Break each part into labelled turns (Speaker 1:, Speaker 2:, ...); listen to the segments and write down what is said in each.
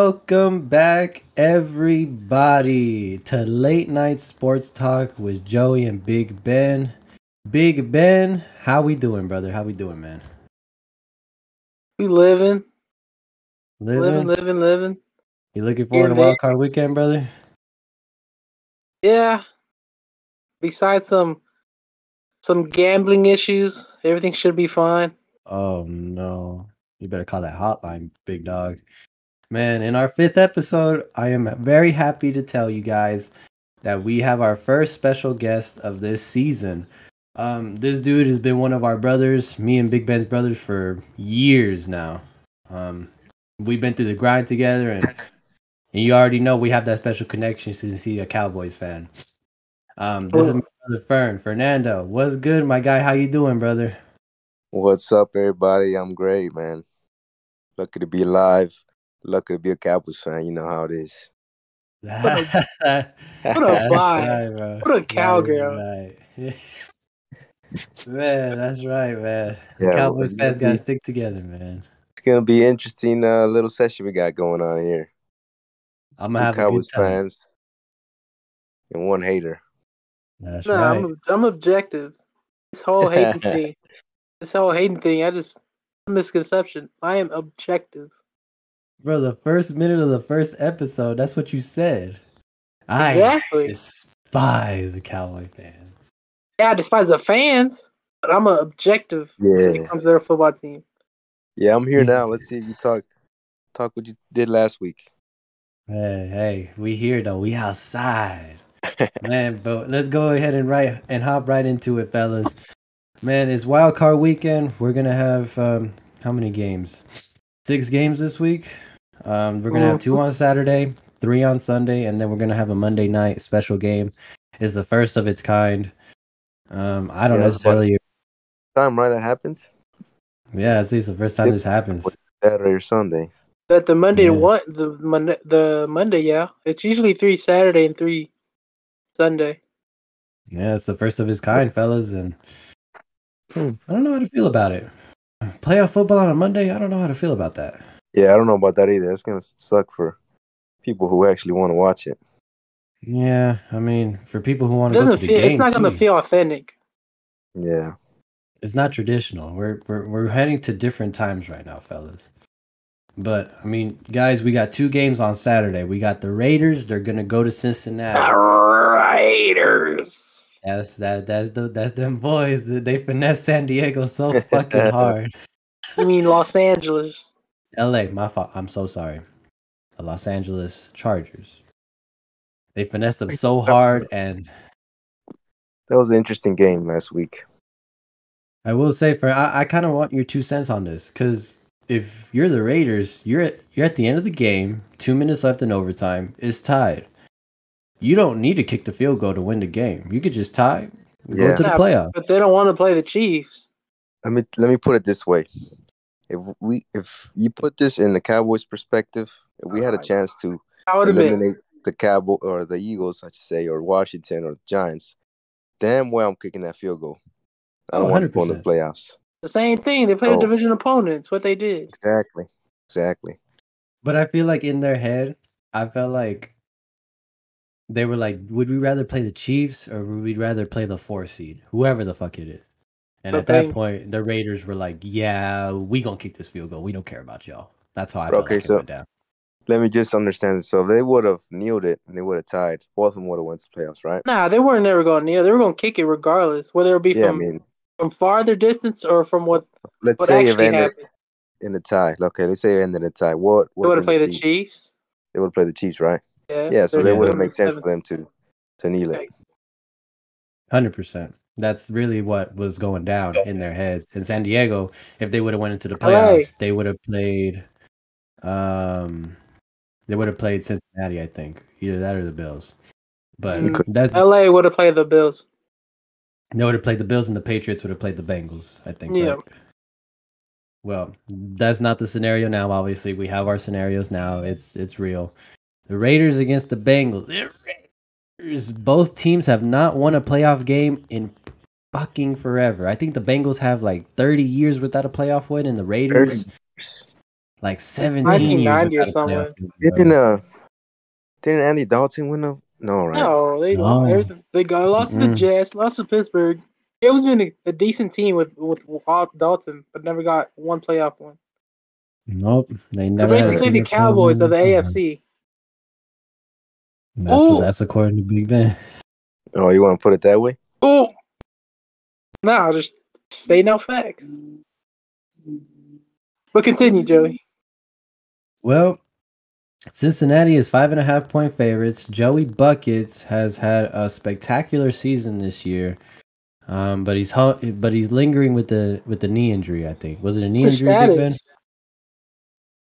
Speaker 1: Welcome back, everybody, to Late Night Sports Talk with Joey and Big Ben. Big Ben, how we doing, brother? How we doing, man?
Speaker 2: We living,
Speaker 1: Living?
Speaker 2: living, living, living.
Speaker 1: You looking forward to
Speaker 2: Living.
Speaker 1: wild card weekend, brother?
Speaker 2: Yeah. Besides some some gambling issues, everything should be fine.
Speaker 1: Oh no. You better call that hotline, big dog. Man, in our fifth episode, I am very happy to tell you guys that we have our first special guest of this season. Um, this dude has been one of our brothers, me and Big Ben's brothers, for years now. Um, we've been through the grind together, and, and you already know we have that special connection since he's a Cowboys fan. Um, this is my brother Fern Fernando. What's good, my guy? How you doing, brother?
Speaker 3: What's up, everybody? I'm great, man. Lucky to be alive. Lucky to be a Cowboys fan. You know how it is.
Speaker 2: What a
Speaker 1: That's
Speaker 2: vibe.
Speaker 1: right, bro.
Speaker 2: What a
Speaker 1: That is
Speaker 2: cowgirl.
Speaker 1: Right. man, that's right, man. The
Speaker 3: Yeah,
Speaker 1: Cowboys
Speaker 3: well,
Speaker 1: fans
Speaker 3: you-
Speaker 1: gotta stick together, man.
Speaker 3: It's gonna be interesting uh, little session we got going on here.
Speaker 1: I'm
Speaker 3: Two
Speaker 1: gonna have
Speaker 3: Cowboys
Speaker 1: a good time.
Speaker 3: fans and one hater.
Speaker 1: That's
Speaker 2: No,
Speaker 1: right.
Speaker 2: I'm I'm objective. This whole hating thing, this whole hating thing, I just misconception. I am objective.
Speaker 1: Bro, the first minute of the first episode, that's what you said. I
Speaker 2: Exactly.
Speaker 1: despise the Cowboy fans.
Speaker 2: Yeah, I despise the fans, but I'm an objective when
Speaker 3: Yeah,
Speaker 2: it comes to their football team.
Speaker 3: yeah. I'm here now. Let's see if you talk talk what you did last week.
Speaker 1: Hey, hey, we here though. We outside. Man, but let's go ahead and right and hop right into it, fellas. Man, it's wild card weekend. We're gonna have um how many games? Six games this week. Um we're gonna have two on Saturday, three on Sunday, and then we're gonna have a Monday night special game. It's the first of its kind. Um I don't
Speaker 3: Yeah, I was about to
Speaker 1: necessarily
Speaker 3: Time right that happens
Speaker 1: Yeah, it's the first time this happens.
Speaker 3: Saturday or Sunday.
Speaker 2: But the Monday
Speaker 1: Yeah.
Speaker 2: one, the Monday, the Monday, yeah, it's usually three Saturday and three Sunday.
Speaker 1: Yeah, it's the first of its kind, fellas, and
Speaker 3: Hmm.
Speaker 1: I don't know how to feel about it. Playoff football on a Monday, I don't know how to feel about that.
Speaker 3: Yeah, I don't know about that either. It's gonna suck for people who actually want to watch it.
Speaker 1: Yeah, I mean, for people who
Speaker 2: It
Speaker 1: want to go
Speaker 2: doesn't
Speaker 1: to the
Speaker 2: feel.
Speaker 1: game,
Speaker 2: It's not gonna
Speaker 1: too,
Speaker 2: feel authentic.
Speaker 3: Yeah,
Speaker 1: It's not traditional. We're, we're we're heading to different times right now, fellas. But I mean, guys, we got two games on Saturday. We got the Raiders. They're gonna go to Cincinnati.
Speaker 2: Raiders.
Speaker 1: That's that. That's the that's them boys. They finesse San Diego so fucking hard.
Speaker 2: You mean Los Angeles?
Speaker 1: LA, my fault. I'm so sorry. The Los Angeles Chargers. They finessed them so hard, and
Speaker 3: that was an interesting game last week.
Speaker 1: I will say, for I, I kind of want your two cents on this because if you're the Raiders, you're at, you're at the end of the game, two minutes left in overtime, it's tied. You don't need to kick the field goal to win the game. You could just tie, go
Speaker 3: Yeah.
Speaker 1: to the
Speaker 2: Yeah.
Speaker 1: playoff.
Speaker 2: But they don't want to play the Chiefs.
Speaker 3: let me let me put it this way: if we if you put this in the Cowboys' perspective, if we had a chance to
Speaker 2: I would have been.
Speaker 3: eliminate the Cowboy or the Eagles, I should say, or Washington or the Giants, damn well I'm kicking that field goal. I don't
Speaker 1: Oh,
Speaker 3: want to go in the
Speaker 1: 100%.
Speaker 3: playoffs.
Speaker 2: The same thing. They played
Speaker 3: Oh.
Speaker 2: division opponents. What they did.
Speaker 3: Exactly, exactly.
Speaker 1: But I feel like in their head, I felt like they were like, would we rather play the Chiefs or would we rather play the four seed, whoever the fuck it is? And at that
Speaker 2: Okay.
Speaker 1: point, the Raiders were like, yeah, we gonna kick this field goal. We don't care about y'all. That's how I
Speaker 3: Bro,
Speaker 1: felt
Speaker 3: okay,
Speaker 1: like it
Speaker 3: so-
Speaker 1: went down.
Speaker 3: Let me just understand this. So if they would have kneeled it and they would have tied, both of them would have went to the playoffs, right?
Speaker 2: Nah, they weren't never going near. They were going to kick it regardless, whether it be
Speaker 3: Yeah, I
Speaker 2: from
Speaker 3: mean,
Speaker 2: from farther distance or from what
Speaker 3: let's
Speaker 2: what
Speaker 3: say it
Speaker 2: actually
Speaker 3: ended
Speaker 2: happened.
Speaker 3: in a tie. Okay, let's say it ended in a tie. What
Speaker 2: They
Speaker 3: what
Speaker 2: would
Speaker 3: did
Speaker 2: have played the
Speaker 3: Chiefs-
Speaker 2: Chiefs.
Speaker 3: They would have played the Chiefs, right?
Speaker 2: Yeah.
Speaker 3: Yeah, so
Speaker 1: they
Speaker 3: that would
Speaker 1: would've
Speaker 3: have made sense for
Speaker 2: 37.
Speaker 3: them to to kneel it.
Speaker 1: Hundred percent. That's really what was going down in their heads. In San Diego, if they would have went into the
Speaker 2: Hey.
Speaker 1: playoffs, they would have played. Um, they would have played Cincinnati, I think, either that or the Bills. But
Speaker 2: Mm.
Speaker 1: that's
Speaker 2: LA would have played the Bills.
Speaker 1: They would have played the Bills and the Patriots would have played the Bengals, I think.
Speaker 2: Yeah.
Speaker 1: right? Well, that's not the scenario now, obviously. We have our scenarios now. It's it's real. The Raiders against the Bengals. The Raiders. Both teams have not won a playoff game in fucking forever. I think the Bengals have like 30 years without a playoff win and the Raiders
Speaker 3: Thirty years.
Speaker 1: like 17 years
Speaker 2: 1990 or
Speaker 1: without a playoff
Speaker 2: something.
Speaker 1: game, bro.
Speaker 3: Didn't uh, didn't Andy Dalton win though? No, right?
Speaker 2: No, they
Speaker 1: No.
Speaker 2: everything. They got lost to the
Speaker 1: Mm-mm.
Speaker 2: Jets, lost to Pittsburgh. It was been a, a decent team with with Walt Dalton, but never got one playoff one.
Speaker 1: Nope, they
Speaker 2: They're
Speaker 1: never. had a
Speaker 2: basically the
Speaker 1: single playoff
Speaker 2: Cowboys of the
Speaker 1: win.
Speaker 2: AFC.
Speaker 1: That's what,
Speaker 2: Ooh.
Speaker 1: that's according to Big Ben.
Speaker 3: Oh, you want to put it that way?
Speaker 2: Oh, no, just stay no facts. But continue, Joey.
Speaker 1: Well, Cincinnati is five and a half point favorites. Joey Buckets has had a spectacular season this year, um, but he's hu- but he's lingering with the with the knee injury. I think was it a knee
Speaker 2: His
Speaker 1: injury? Big Ben?
Speaker 2: status.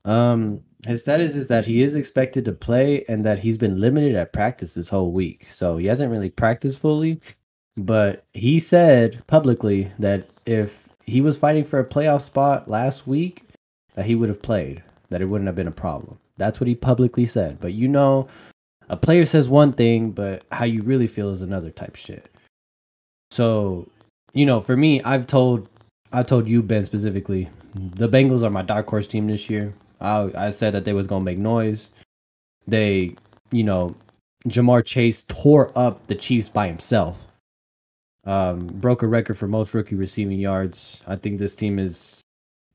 Speaker 1: Um, his status is that he is expected to play and that he's been limited at practice this whole week, so he hasn't really practiced fully. But he said publicly that if he was fighting for a playoff spot last week, that he would have played, that it wouldn't have been a problem. That's what he publicly said. But you know, a player says one thing, but how you really feel is another type shit. So, you know, for me, I've told I told you Ben specifically, the Bengals are my dark horse team this year. I I said that they was gonna make noise. They, you know, Jamar Chase tore up the Chiefs by himself. Um, broke a record for most rookie receiving yards. I think this team is.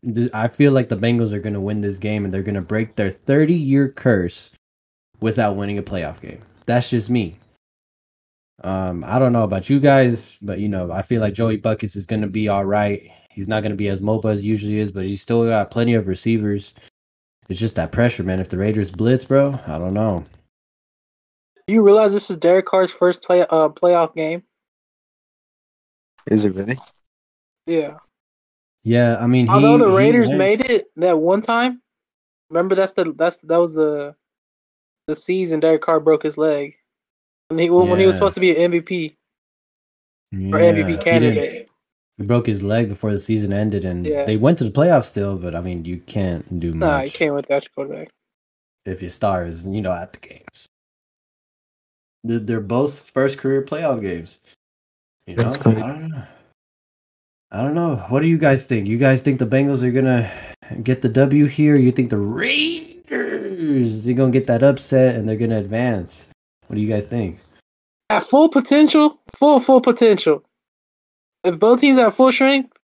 Speaker 1: th- I feel like the Bengals are gonna win this game and they're gonna break their 30 year curse without winning a playoff game. That's just me. Um, I don't know about you guys, but you know, I feel like Joey Buckets is gonna be all right. He's not gonna be as mobile as he usually is, but he's still got plenty of receivers. It's just that pressure, man. If the Raiders blitz, bro, I don't know.
Speaker 2: Do you realize this is Derek Carr's first play uh playoff game?
Speaker 3: Is it really?
Speaker 2: Yeah.
Speaker 1: Yeah, I mean, he-
Speaker 2: Although the
Speaker 1: he
Speaker 2: Raiders
Speaker 1: went-
Speaker 2: made it that one time, remember that's the that's that was the the season Derek Carr broke his leg, and he when he was
Speaker 1: Yeah.
Speaker 2: supposed to be an MVP or
Speaker 1: Yeah, he
Speaker 2: MVP
Speaker 1: didn't-
Speaker 2: candidate.
Speaker 1: He broke his leg before the season ended, and
Speaker 2: Yeah.
Speaker 1: they went to the playoffs still. But I mean, you can't do much
Speaker 2: Nah, you can't with that quarterback.
Speaker 1: if your star is, you know, at the games. They're- They're both first career playoff games. You know,
Speaker 3: That's
Speaker 1: I
Speaker 3: crazy.
Speaker 1: don't know. I don't know. What do you guys think? You guys think the Bengals are gonna get the W here? You think the Raiders they're gonna get that upset and they're gonna advance? What do you guys think?
Speaker 2: At full potential, full full potential. If both teams are at full strength,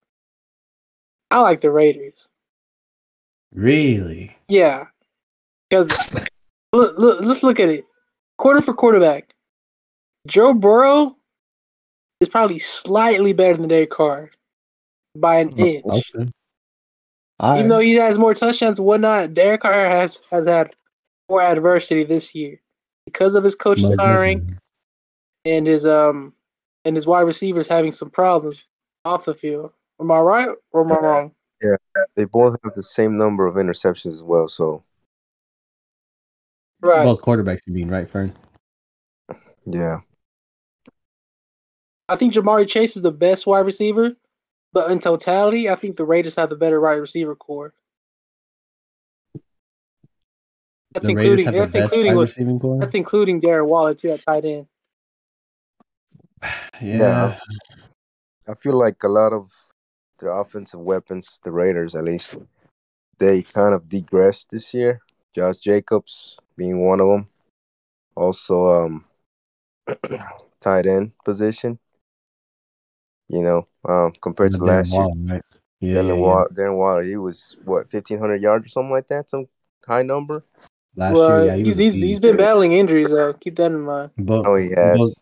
Speaker 2: I like the Raiders.
Speaker 1: Really?
Speaker 2: Yeah, because look, look, let's look at it quarter for quarterback. Joe Burrow is probably slightly better than Derek Carr by an inch. Even though he has more touchdowns, and whatnot, Derek Carr has has had more adversity this year because of his coach firing and his um and his wide receivers having some problems off the field. Am I right or am I wrong?
Speaker 3: They both have the same number of interceptions as well. So
Speaker 2: Right.
Speaker 1: both quarterbacks, you mean, right, Fern?
Speaker 3: yeah,
Speaker 2: I think Jamari Chase is the best wide receiver, but in totality, I think the Raiders have the better wide receiver core. That's
Speaker 1: the Raiders
Speaker 2: including
Speaker 1: have the
Speaker 2: that's
Speaker 1: best
Speaker 2: including
Speaker 1: wide
Speaker 2: with,
Speaker 1: receiving core.
Speaker 2: that's including Darren Waller too at tight end.
Speaker 1: yeah.
Speaker 3: I feel like a lot of their offensive weapons, the Raiders at least, they kind of degressed this year. Josh Jacobs being one of them. Also, um, tight end position. You know, um, compared to
Speaker 1: Dylan
Speaker 3: last year.
Speaker 1: Waller, right? Yeah,
Speaker 3: Dylan
Speaker 1: yeah, yeah.
Speaker 3: Waller, Darren Waller, he was what fifteen hundred yards or something like that, some high number.
Speaker 1: Last
Speaker 2: Well,
Speaker 1: year, yeah, he
Speaker 2: he's,
Speaker 1: was
Speaker 2: he's,
Speaker 1: elite.
Speaker 2: he's been battling injuries though. Keep that in mind.
Speaker 1: But,
Speaker 3: Oh, he
Speaker 1: but-
Speaker 3: has.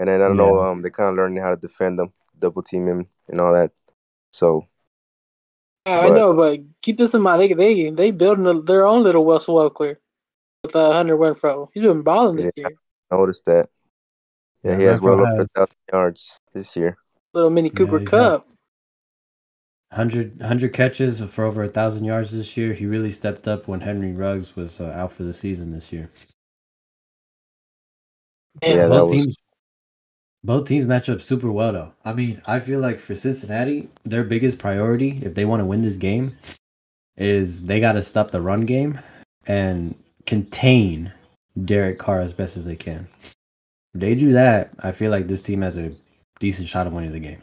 Speaker 3: And then I don't know,
Speaker 1: Yeah.
Speaker 3: um, they kind of learning how to defend him, double team him, and all that. So
Speaker 2: Yeah, I
Speaker 3: But-
Speaker 2: know, but keep this in mind. They they they building a, their own little Wes Welker with uh, Hunter Renfro. He's been balling this year.
Speaker 3: I noticed that. Yeah,
Speaker 1: Yeah,
Speaker 3: he has
Speaker 1: Renfro
Speaker 3: well over a
Speaker 1: has-
Speaker 3: thousand yards this year.
Speaker 2: Little mini
Speaker 1: Yeah,
Speaker 2: Cooper
Speaker 1: he's had-
Speaker 2: Cup.
Speaker 1: 100, 100 catches for over a thousand yards this year. He really stepped up when Henry Ruggs was uh, out for the season this year.
Speaker 2: Yeah,
Speaker 3: Yeah, that
Speaker 1: both
Speaker 3: was
Speaker 1: teams, both teams match up super well though. I mean, I feel like for Cincinnati, their biggest priority, if they want to win this game, is they got to stop the run game and contain Derek Carr as best as they can. If they do that, I feel like this team has a decent shot of winning the game.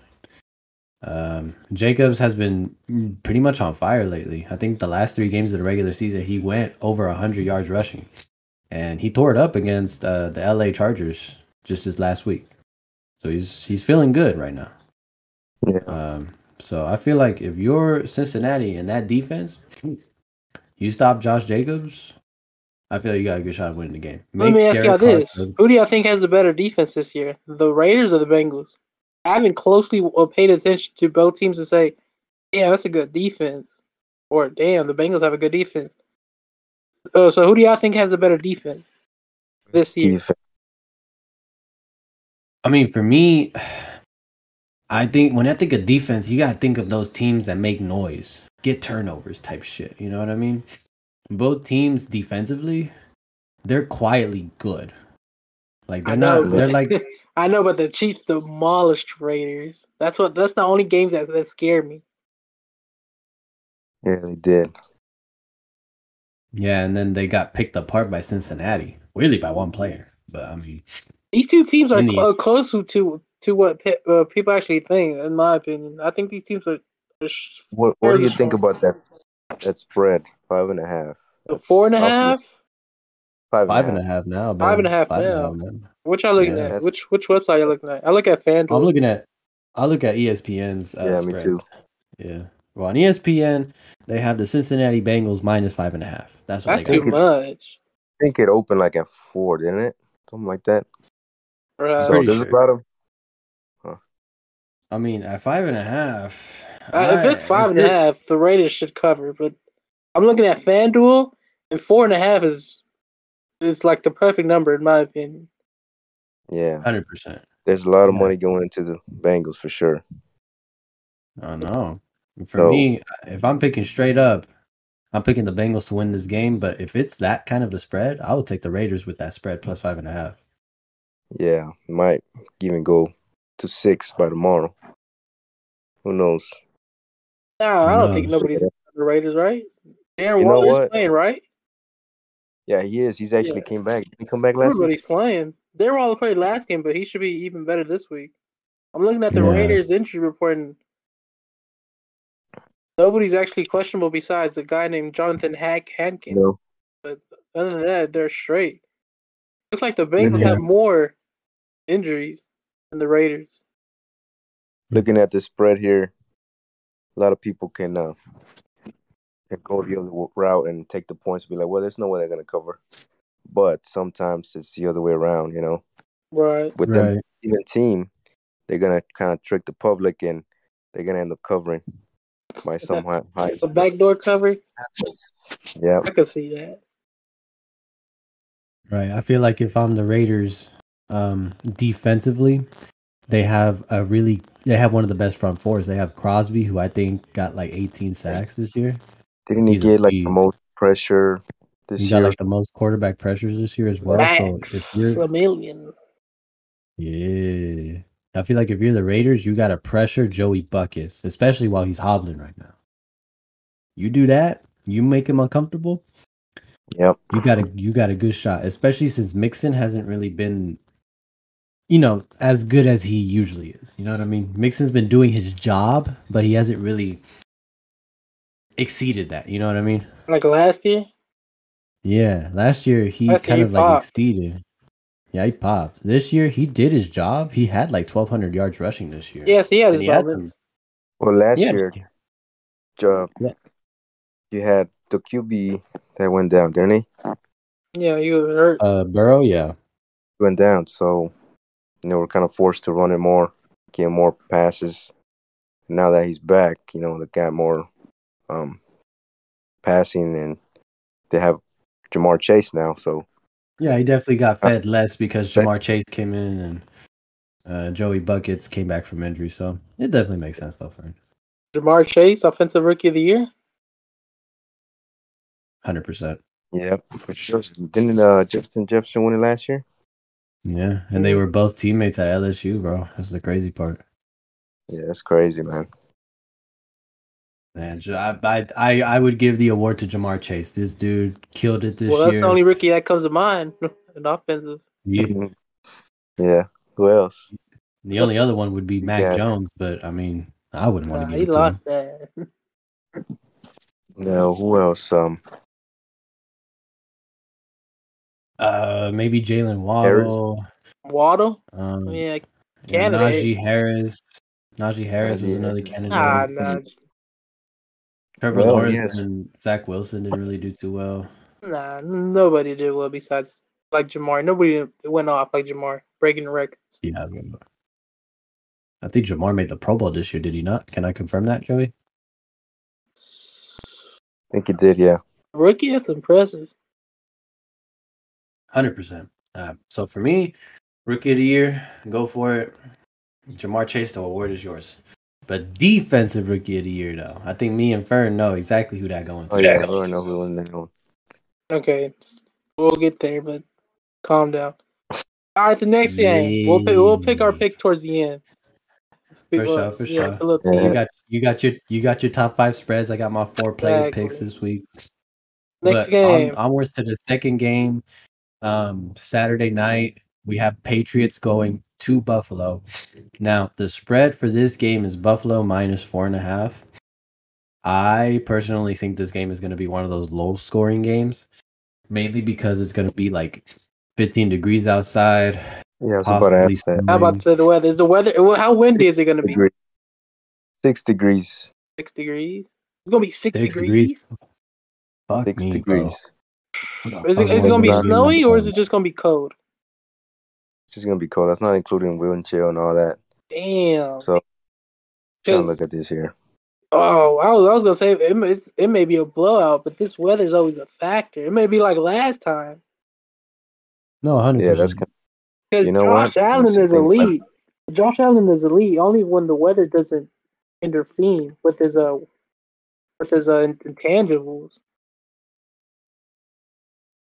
Speaker 1: Um, Jacobs has been pretty much on fire lately. I think the last three games of the regular season, he went over 100 yards rushing. And he tore it up against uh, the LA Chargers just this last week. So he's he's feeling good right now.
Speaker 3: Yeah.
Speaker 1: Um, so I feel like if you're Cincinnati and that defense, you stop Josh Jacobs, I feel you got a good shot of winning the game.
Speaker 2: Let me
Speaker 1: Make
Speaker 2: ask y'all
Speaker 1: Derek Carr
Speaker 2: this:
Speaker 1: throw-
Speaker 2: Who do y'all think has the better defense this year, the Raiders or the Bengals? I haven't closely uh, paid attention to both teams to say, "Yeah, that's a good defense," or "Damn, the Bengals have a good defense." Uh, so, who do y'all think has a better defense this year?
Speaker 3: Defense.
Speaker 1: I mean, for me, I think when I think of defense, you gotta think of those teams that make noise, get turnovers, type shit. You know what I mean? Both teams defensively, they're quietly good. Like
Speaker 2: I
Speaker 1: they're
Speaker 2: know,
Speaker 1: not. They're
Speaker 2: but-
Speaker 1: like
Speaker 2: I know, but the Chiefs demolished Raiders. That's what. That's the only games that that scare me.
Speaker 3: Yeah, they did.
Speaker 1: yeah, and then they got picked apart by Cincinnati, really by one player. But I mean,
Speaker 2: These two teams are
Speaker 1: Indeed.
Speaker 2: clo- closer to to what pe- uh, people actually think. In my opinion, I think these teams are, are sh-
Speaker 3: What What do you
Speaker 2: Further
Speaker 3: think
Speaker 2: score.
Speaker 3: about that? That spread five and a half.
Speaker 2: the
Speaker 3: That's
Speaker 2: four and a
Speaker 3: roughly
Speaker 2: half.
Speaker 3: Five
Speaker 1: five and
Speaker 3: half.
Speaker 1: a half now. Bro.
Speaker 2: Five and a half
Speaker 1: Five and a
Speaker 2: now.
Speaker 1: half now.
Speaker 2: Which y'all looking
Speaker 1: Yeah,
Speaker 2: at?
Speaker 3: that's-
Speaker 2: Which which website y'all looking at? I look at FanDuel.
Speaker 1: I'm looking at I look at ESPN's uh,
Speaker 3: Yeah, me
Speaker 1: spreads.
Speaker 3: too.
Speaker 1: Yeah. Well, on E ESPN, they have the Cincinnati Bengals minus five and a half. That's what
Speaker 2: That's
Speaker 1: they
Speaker 2: too
Speaker 1: got.
Speaker 3: it.
Speaker 2: much.
Speaker 3: I think it opened like at four, didn't it? Something like that.
Speaker 2: Right.
Speaker 3: so
Speaker 1: Pretty
Speaker 3: there's
Speaker 1: sure.
Speaker 3: a lot of
Speaker 1: I mean, at five and a half.
Speaker 2: Uh, if it's
Speaker 1: I-
Speaker 2: five
Speaker 1: if
Speaker 2: and a
Speaker 1: it-
Speaker 2: half, the Raiders should cover. But I'm looking at FanDuel, and four and a half is is like the perfect number in my opinion.
Speaker 3: yeah.
Speaker 1: 100%.
Speaker 3: There's a lot of
Speaker 1: Yeah.
Speaker 3: money going into the Bengals for sure.
Speaker 1: I know. For
Speaker 3: So-
Speaker 1: me, if I'm picking straight up, I'm picking the Bengals to win this game. But if it's that kind of the spread, I would take the Raiders with that spread plus five and a half.
Speaker 3: Yeah, might even go to six by tomorrow. Who knows?
Speaker 2: Nah, I don't think
Speaker 1: No.
Speaker 2: nobody's the Raiders, right? Darren
Speaker 3: You know
Speaker 2: Waller's
Speaker 3: what?
Speaker 2: playing, right?
Speaker 3: Yeah, he is. He's actually
Speaker 2: Yeah.
Speaker 3: came back. Did he come back last week?
Speaker 2: Everybody's playing. Darren Waller played last game, but he should be even better this week. I'm looking at the
Speaker 1: Yeah.
Speaker 2: Raiders injury report, and nobody's actually questionable besides a guy named Jonathan Hack Hankin.
Speaker 3: No.
Speaker 2: Other than that, they're straight. Looks like the Bengals
Speaker 1: Yeah.
Speaker 2: have more injuries than the Raiders.
Speaker 3: Looking at the spread here, a lot of people can uh can go the other w- route and take the points and be like, well, there's no way they're gonna cover. But sometimes it's the other way around, you know.
Speaker 2: Right.
Speaker 3: With them
Speaker 1: Right.
Speaker 3: even team, they're gonna kind of trick the public and they're gonna end up covering by some high. high
Speaker 2: The backdoor cover,
Speaker 3: Yeah,
Speaker 2: I can see that.
Speaker 1: Right. I feel like if I'm the Raiders um defensively, they have a really they have one of the best front fours. They have Crosby, who I think got like 18 sacks this year.
Speaker 3: didn't he
Speaker 1: He's a
Speaker 3: get like the
Speaker 1: beast.
Speaker 3: most pressure this
Speaker 1: He
Speaker 3: year?
Speaker 1: got like the most quarterback pressures this year as well. So if
Speaker 2: Max
Speaker 1: you're
Speaker 2: a million.
Speaker 1: yeah, I feel like if you're the Raiders, you got to pressure Joey Buckets, especially while he's hobbling right now. You do that, you make him uncomfortable.
Speaker 3: Yep.
Speaker 1: You got a you got a good shot, especially since Mixon hasn't really been, you know, as good as he usually is. You know what I mean? Mixon's been doing his job, but he hasn't really exceeded that. You know what I mean?
Speaker 2: Like last year,
Speaker 1: Yeah, last year he
Speaker 2: Last year
Speaker 1: kind
Speaker 2: he
Speaker 1: of like
Speaker 2: popped.
Speaker 1: exceeded. Yeah, he popped. This year he did his job. He had like 1,200 yards rushing this year.
Speaker 2: yes, he had his
Speaker 1: And he had
Speaker 2: moments.
Speaker 3: Well, last
Speaker 1: yeah,
Speaker 3: year, uh,
Speaker 1: Yeah.
Speaker 3: you had the QB that went down, didn't he?
Speaker 2: Yeah, you were hurt.
Speaker 1: uh, Burrow. Yeah,
Speaker 3: Went down, so you know we're kind of forced to run it more, get more passes. Now that he's back, you know they got more um passing, and they have Jamar Chase now, so
Speaker 1: yeah, he definitely got
Speaker 3: Uh,
Speaker 1: fed less because Jamar Chase came in and uh, Joey Buckets came back from injury. So it definitely makes sense though, for
Speaker 2: Jamar Chase, offensive rookie of the year.
Speaker 1: hundred percent.
Speaker 3: yeah, for sure. Didn't uh, Justin Jefferson win it last year?
Speaker 1: Yeah, and they were both teammates at LSU, bro. That's the crazy part.
Speaker 3: Yeah, that's crazy, man.
Speaker 1: Man, J- I, I I I would give the award to Jamar Chase. This dude killed it this
Speaker 2: well, that's
Speaker 1: year.
Speaker 2: the only rookie that comes to mind. An offensive.
Speaker 1: Yeah.
Speaker 3: yeah. Who else?
Speaker 1: The only other one would be Mac
Speaker 3: Yeah.
Speaker 1: Jones, but I mean, I wouldn't want
Speaker 2: Nah,
Speaker 1: to give
Speaker 2: he
Speaker 1: it to him.
Speaker 2: lost that.
Speaker 3: Now, who else? Um,
Speaker 1: Uh, maybe Jalen
Speaker 3: Harris.
Speaker 1: Waddle.
Speaker 2: Waddle?
Speaker 1: Um,
Speaker 2: Yeah.
Speaker 1: you know,
Speaker 2: candidate.
Speaker 1: Najee Harris. Najee Harris was
Speaker 3: Najee
Speaker 1: another
Speaker 3: Harris.
Speaker 1: candidate.
Speaker 2: Nah, nah,
Speaker 1: Trevor
Speaker 3: Well,
Speaker 1: Lawrence
Speaker 3: yes.
Speaker 1: and Zach Wilson didn't really do too well.
Speaker 2: nah. Nobody did well besides like Jamar. Nobody went off like Jamar, breaking records.
Speaker 1: Yeah, I remember. I think Jamar made the Pro Bowl this year. Did he not? Can I confirm that, Joey?
Speaker 3: I think you did, yeah.
Speaker 2: Rookie, that's impressive.
Speaker 1: Hundred percent. Uh, so for me, rookie of the year, go for it. Jamar Chase, the award is yours. But defensive rookie of the year, though, I think me and Fern know exactly who that going to.
Speaker 3: Oh yeah, I don't know who won that one.
Speaker 2: Okay, we'll get there, but calm down. All right, the next game, we'll pick, we'll pick our
Speaker 1: Yeah.
Speaker 2: picks towards the end. Let's pick
Speaker 1: For sure,
Speaker 2: up-
Speaker 1: for
Speaker 2: yeah,
Speaker 1: sure.
Speaker 2: for little
Speaker 3: Yeah.
Speaker 1: You
Speaker 2: team.
Speaker 1: got you got your you got your top five spreads. I got my four player
Speaker 2: Exactly.
Speaker 1: picks this week.
Speaker 2: Next
Speaker 1: But on-
Speaker 2: game,
Speaker 1: onwards to the second game. Um, Saturday night, we have Patriots going to Buffalo. Now, the spread for this game is Buffalo minus four and a half. I personally think this game is going to be one of those low scoring games, mainly because it's going to be like 15 degrees outside.
Speaker 3: Yeah, I was about to
Speaker 1: possibly
Speaker 3: ask that.
Speaker 2: how about to say the weather? Is the weather? well, How windy is it going to be?
Speaker 3: Degree- Six degrees.
Speaker 2: Six degrees. It's going to be six,
Speaker 1: Six
Speaker 2: degrees.
Speaker 1: degrees. Fuck
Speaker 3: Six
Speaker 1: me, bro.
Speaker 3: degrees.
Speaker 2: Is it,
Speaker 1: Fuck
Speaker 2: is it
Speaker 1: me,
Speaker 2: going to be
Speaker 1: bro.
Speaker 3: It's not-
Speaker 2: snowy or is it just going to be cold?
Speaker 3: It's gonna be cold. That's not including wheelchair and all that.
Speaker 2: Damn.
Speaker 3: So trying to
Speaker 2: Because-
Speaker 3: look at this here.
Speaker 2: Oh, I was, I was gonna say it, may- it's, it may be a blowout, but this weather's always a factor. It may be like last time
Speaker 1: No, 100%.
Speaker 3: Yeah, that's
Speaker 2: because
Speaker 3: You know
Speaker 2: Josh
Speaker 3: what?
Speaker 2: Allen
Speaker 3: Makes you
Speaker 2: is
Speaker 3: think.
Speaker 2: elite. Josh Allen is elite only when the weather doesn't interfere with his uh with his uh, intangibles.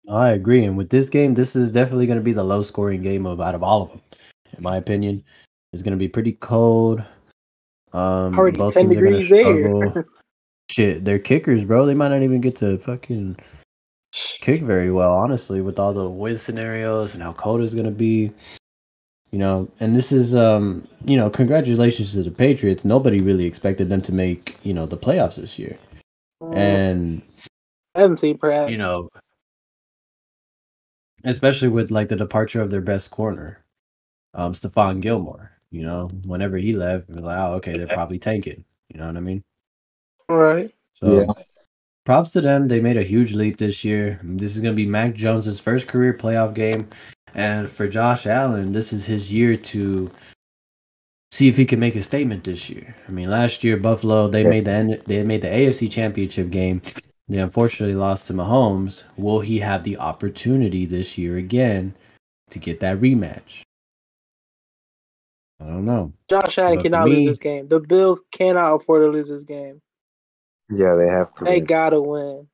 Speaker 1: I agree. And with this game, this is definitely going to be the low scoring game of out of all of them, in my opinion. It's going to be pretty cold. Um,
Speaker 2: Already
Speaker 1: both
Speaker 2: 10
Speaker 1: teams are going to
Speaker 2: degrees there.
Speaker 1: struggle. Shit, they're kickers, bro. They might not even get to fucking kick very well, honestly, with all the win scenarios and how cold it's going to be. You know, and this is, um, you know, congratulations to the Patriots. Nobody really expected them to make, you know, the playoffs this year. And
Speaker 2: Mm, I haven't seen Pratt.
Speaker 1: you know, especially with like the departure of their best corner, um, Stephon Gilmore. You know, whenever he left, we're like, oh, okay, they're probably tanking. You know what I mean?
Speaker 2: right?
Speaker 1: So,
Speaker 3: Yeah.
Speaker 1: props to them. They made a huge leap this year. This is gonna be Mac Jones's first career playoff game, and for Josh Allen, this is his year to see if he can make a statement this year. I mean, last year Buffalo they
Speaker 3: Yeah.
Speaker 1: made the N- they made the AFC Championship game. They unfortunately lost to Mahomes. Will he have the opportunity this year again to get that rematch? I don't know.
Speaker 2: Josh Allen
Speaker 1: But for
Speaker 2: cannot lose
Speaker 1: me-
Speaker 2: this game. The Bills cannot afford to lose this game.
Speaker 3: Yeah, they have to
Speaker 2: They
Speaker 3: win.
Speaker 2: gotta win.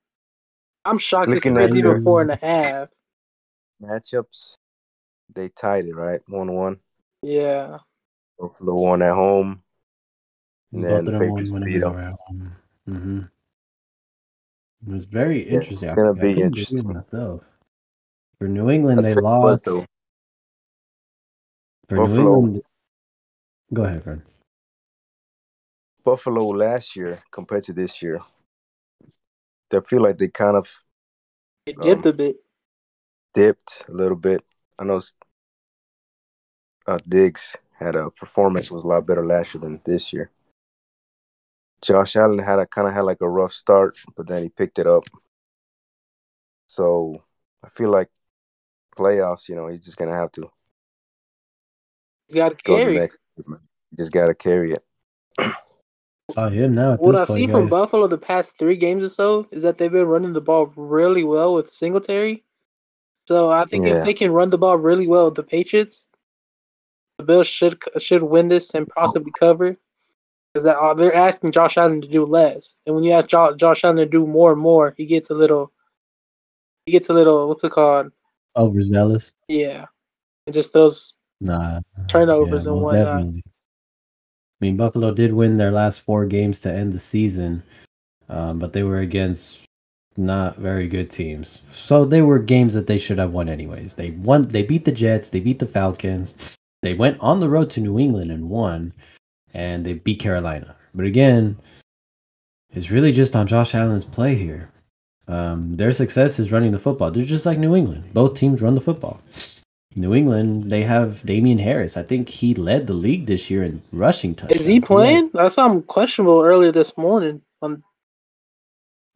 Speaker 2: I'm shocked this
Speaker 3: Looking
Speaker 2: spread's
Speaker 3: at
Speaker 2: even
Speaker 3: your-
Speaker 2: four and a half.
Speaker 3: matchups. They tied it right, one one.
Speaker 2: Yeah.
Speaker 3: Buffalo won at home. Yeah,
Speaker 1: Both of
Speaker 3: the
Speaker 1: them
Speaker 3: Patriots
Speaker 1: won whenever
Speaker 3: beat
Speaker 1: they
Speaker 3: them.
Speaker 1: were at home. hmm It was very
Speaker 3: Yeah,
Speaker 1: interesting.
Speaker 3: it's gonna
Speaker 1: I,
Speaker 3: be
Speaker 1: I couldn't believe
Speaker 3: interesting.
Speaker 1: it myself. For New England,
Speaker 3: I'll
Speaker 1: they
Speaker 3: tell you what,
Speaker 1: lost.
Speaker 3: though,
Speaker 1: For
Speaker 3: Buffalo.
Speaker 1: New England, go ahead, Fred.
Speaker 3: Buffalo last year compared to this year, they feel like they kind of
Speaker 2: It dipped
Speaker 3: Um,
Speaker 2: a bit.
Speaker 3: dipped a little bit. I know uh, Diggs had a performance was a lot better last year than this year. Josh Allen had a kind of had like a rough start, but then he picked it up. So I feel like playoffs, you know, he's just gonna have to
Speaker 2: You gotta
Speaker 3: go to
Speaker 2: carry.
Speaker 3: the next. man. You just gotta carry it.
Speaker 1: Saw him now at
Speaker 2: What
Speaker 1: this
Speaker 2: I've
Speaker 1: point,
Speaker 2: seen
Speaker 1: guys.
Speaker 2: from Buffalo the past three games or so is that they've been running the ball really well with Singletary. So I think
Speaker 3: Yeah.
Speaker 2: if they can run the ball really well with the Patriots, the Bills should should win this and possibly cover. Because that uh, they're asking Josh Allen to do less, and when you ask jo- Josh Allen to do more and more, he gets a little, he gets a little what's it called?
Speaker 1: Oh, Overzealous.
Speaker 2: Yeah, and just those
Speaker 1: Nah.
Speaker 2: Turnovers and
Speaker 1: most
Speaker 2: whatnot.
Speaker 1: I mean, Buffalo did win their last four games to end the season, um, but they were against not very good teams. So they were games that they should have won anyways. They won. They beat the Jets. They beat the Falcons. They went on the road to New England and won. and they beat Carolina. But again, it's really just on Josh Allen's play here. Um, their success is running the football. They're just like New England. Both teams run the football. New England, they have Damian Harris. I think he led the league this year in rushing touchdowns.
Speaker 2: Is he playing? I saw him questionable earlier this morning. On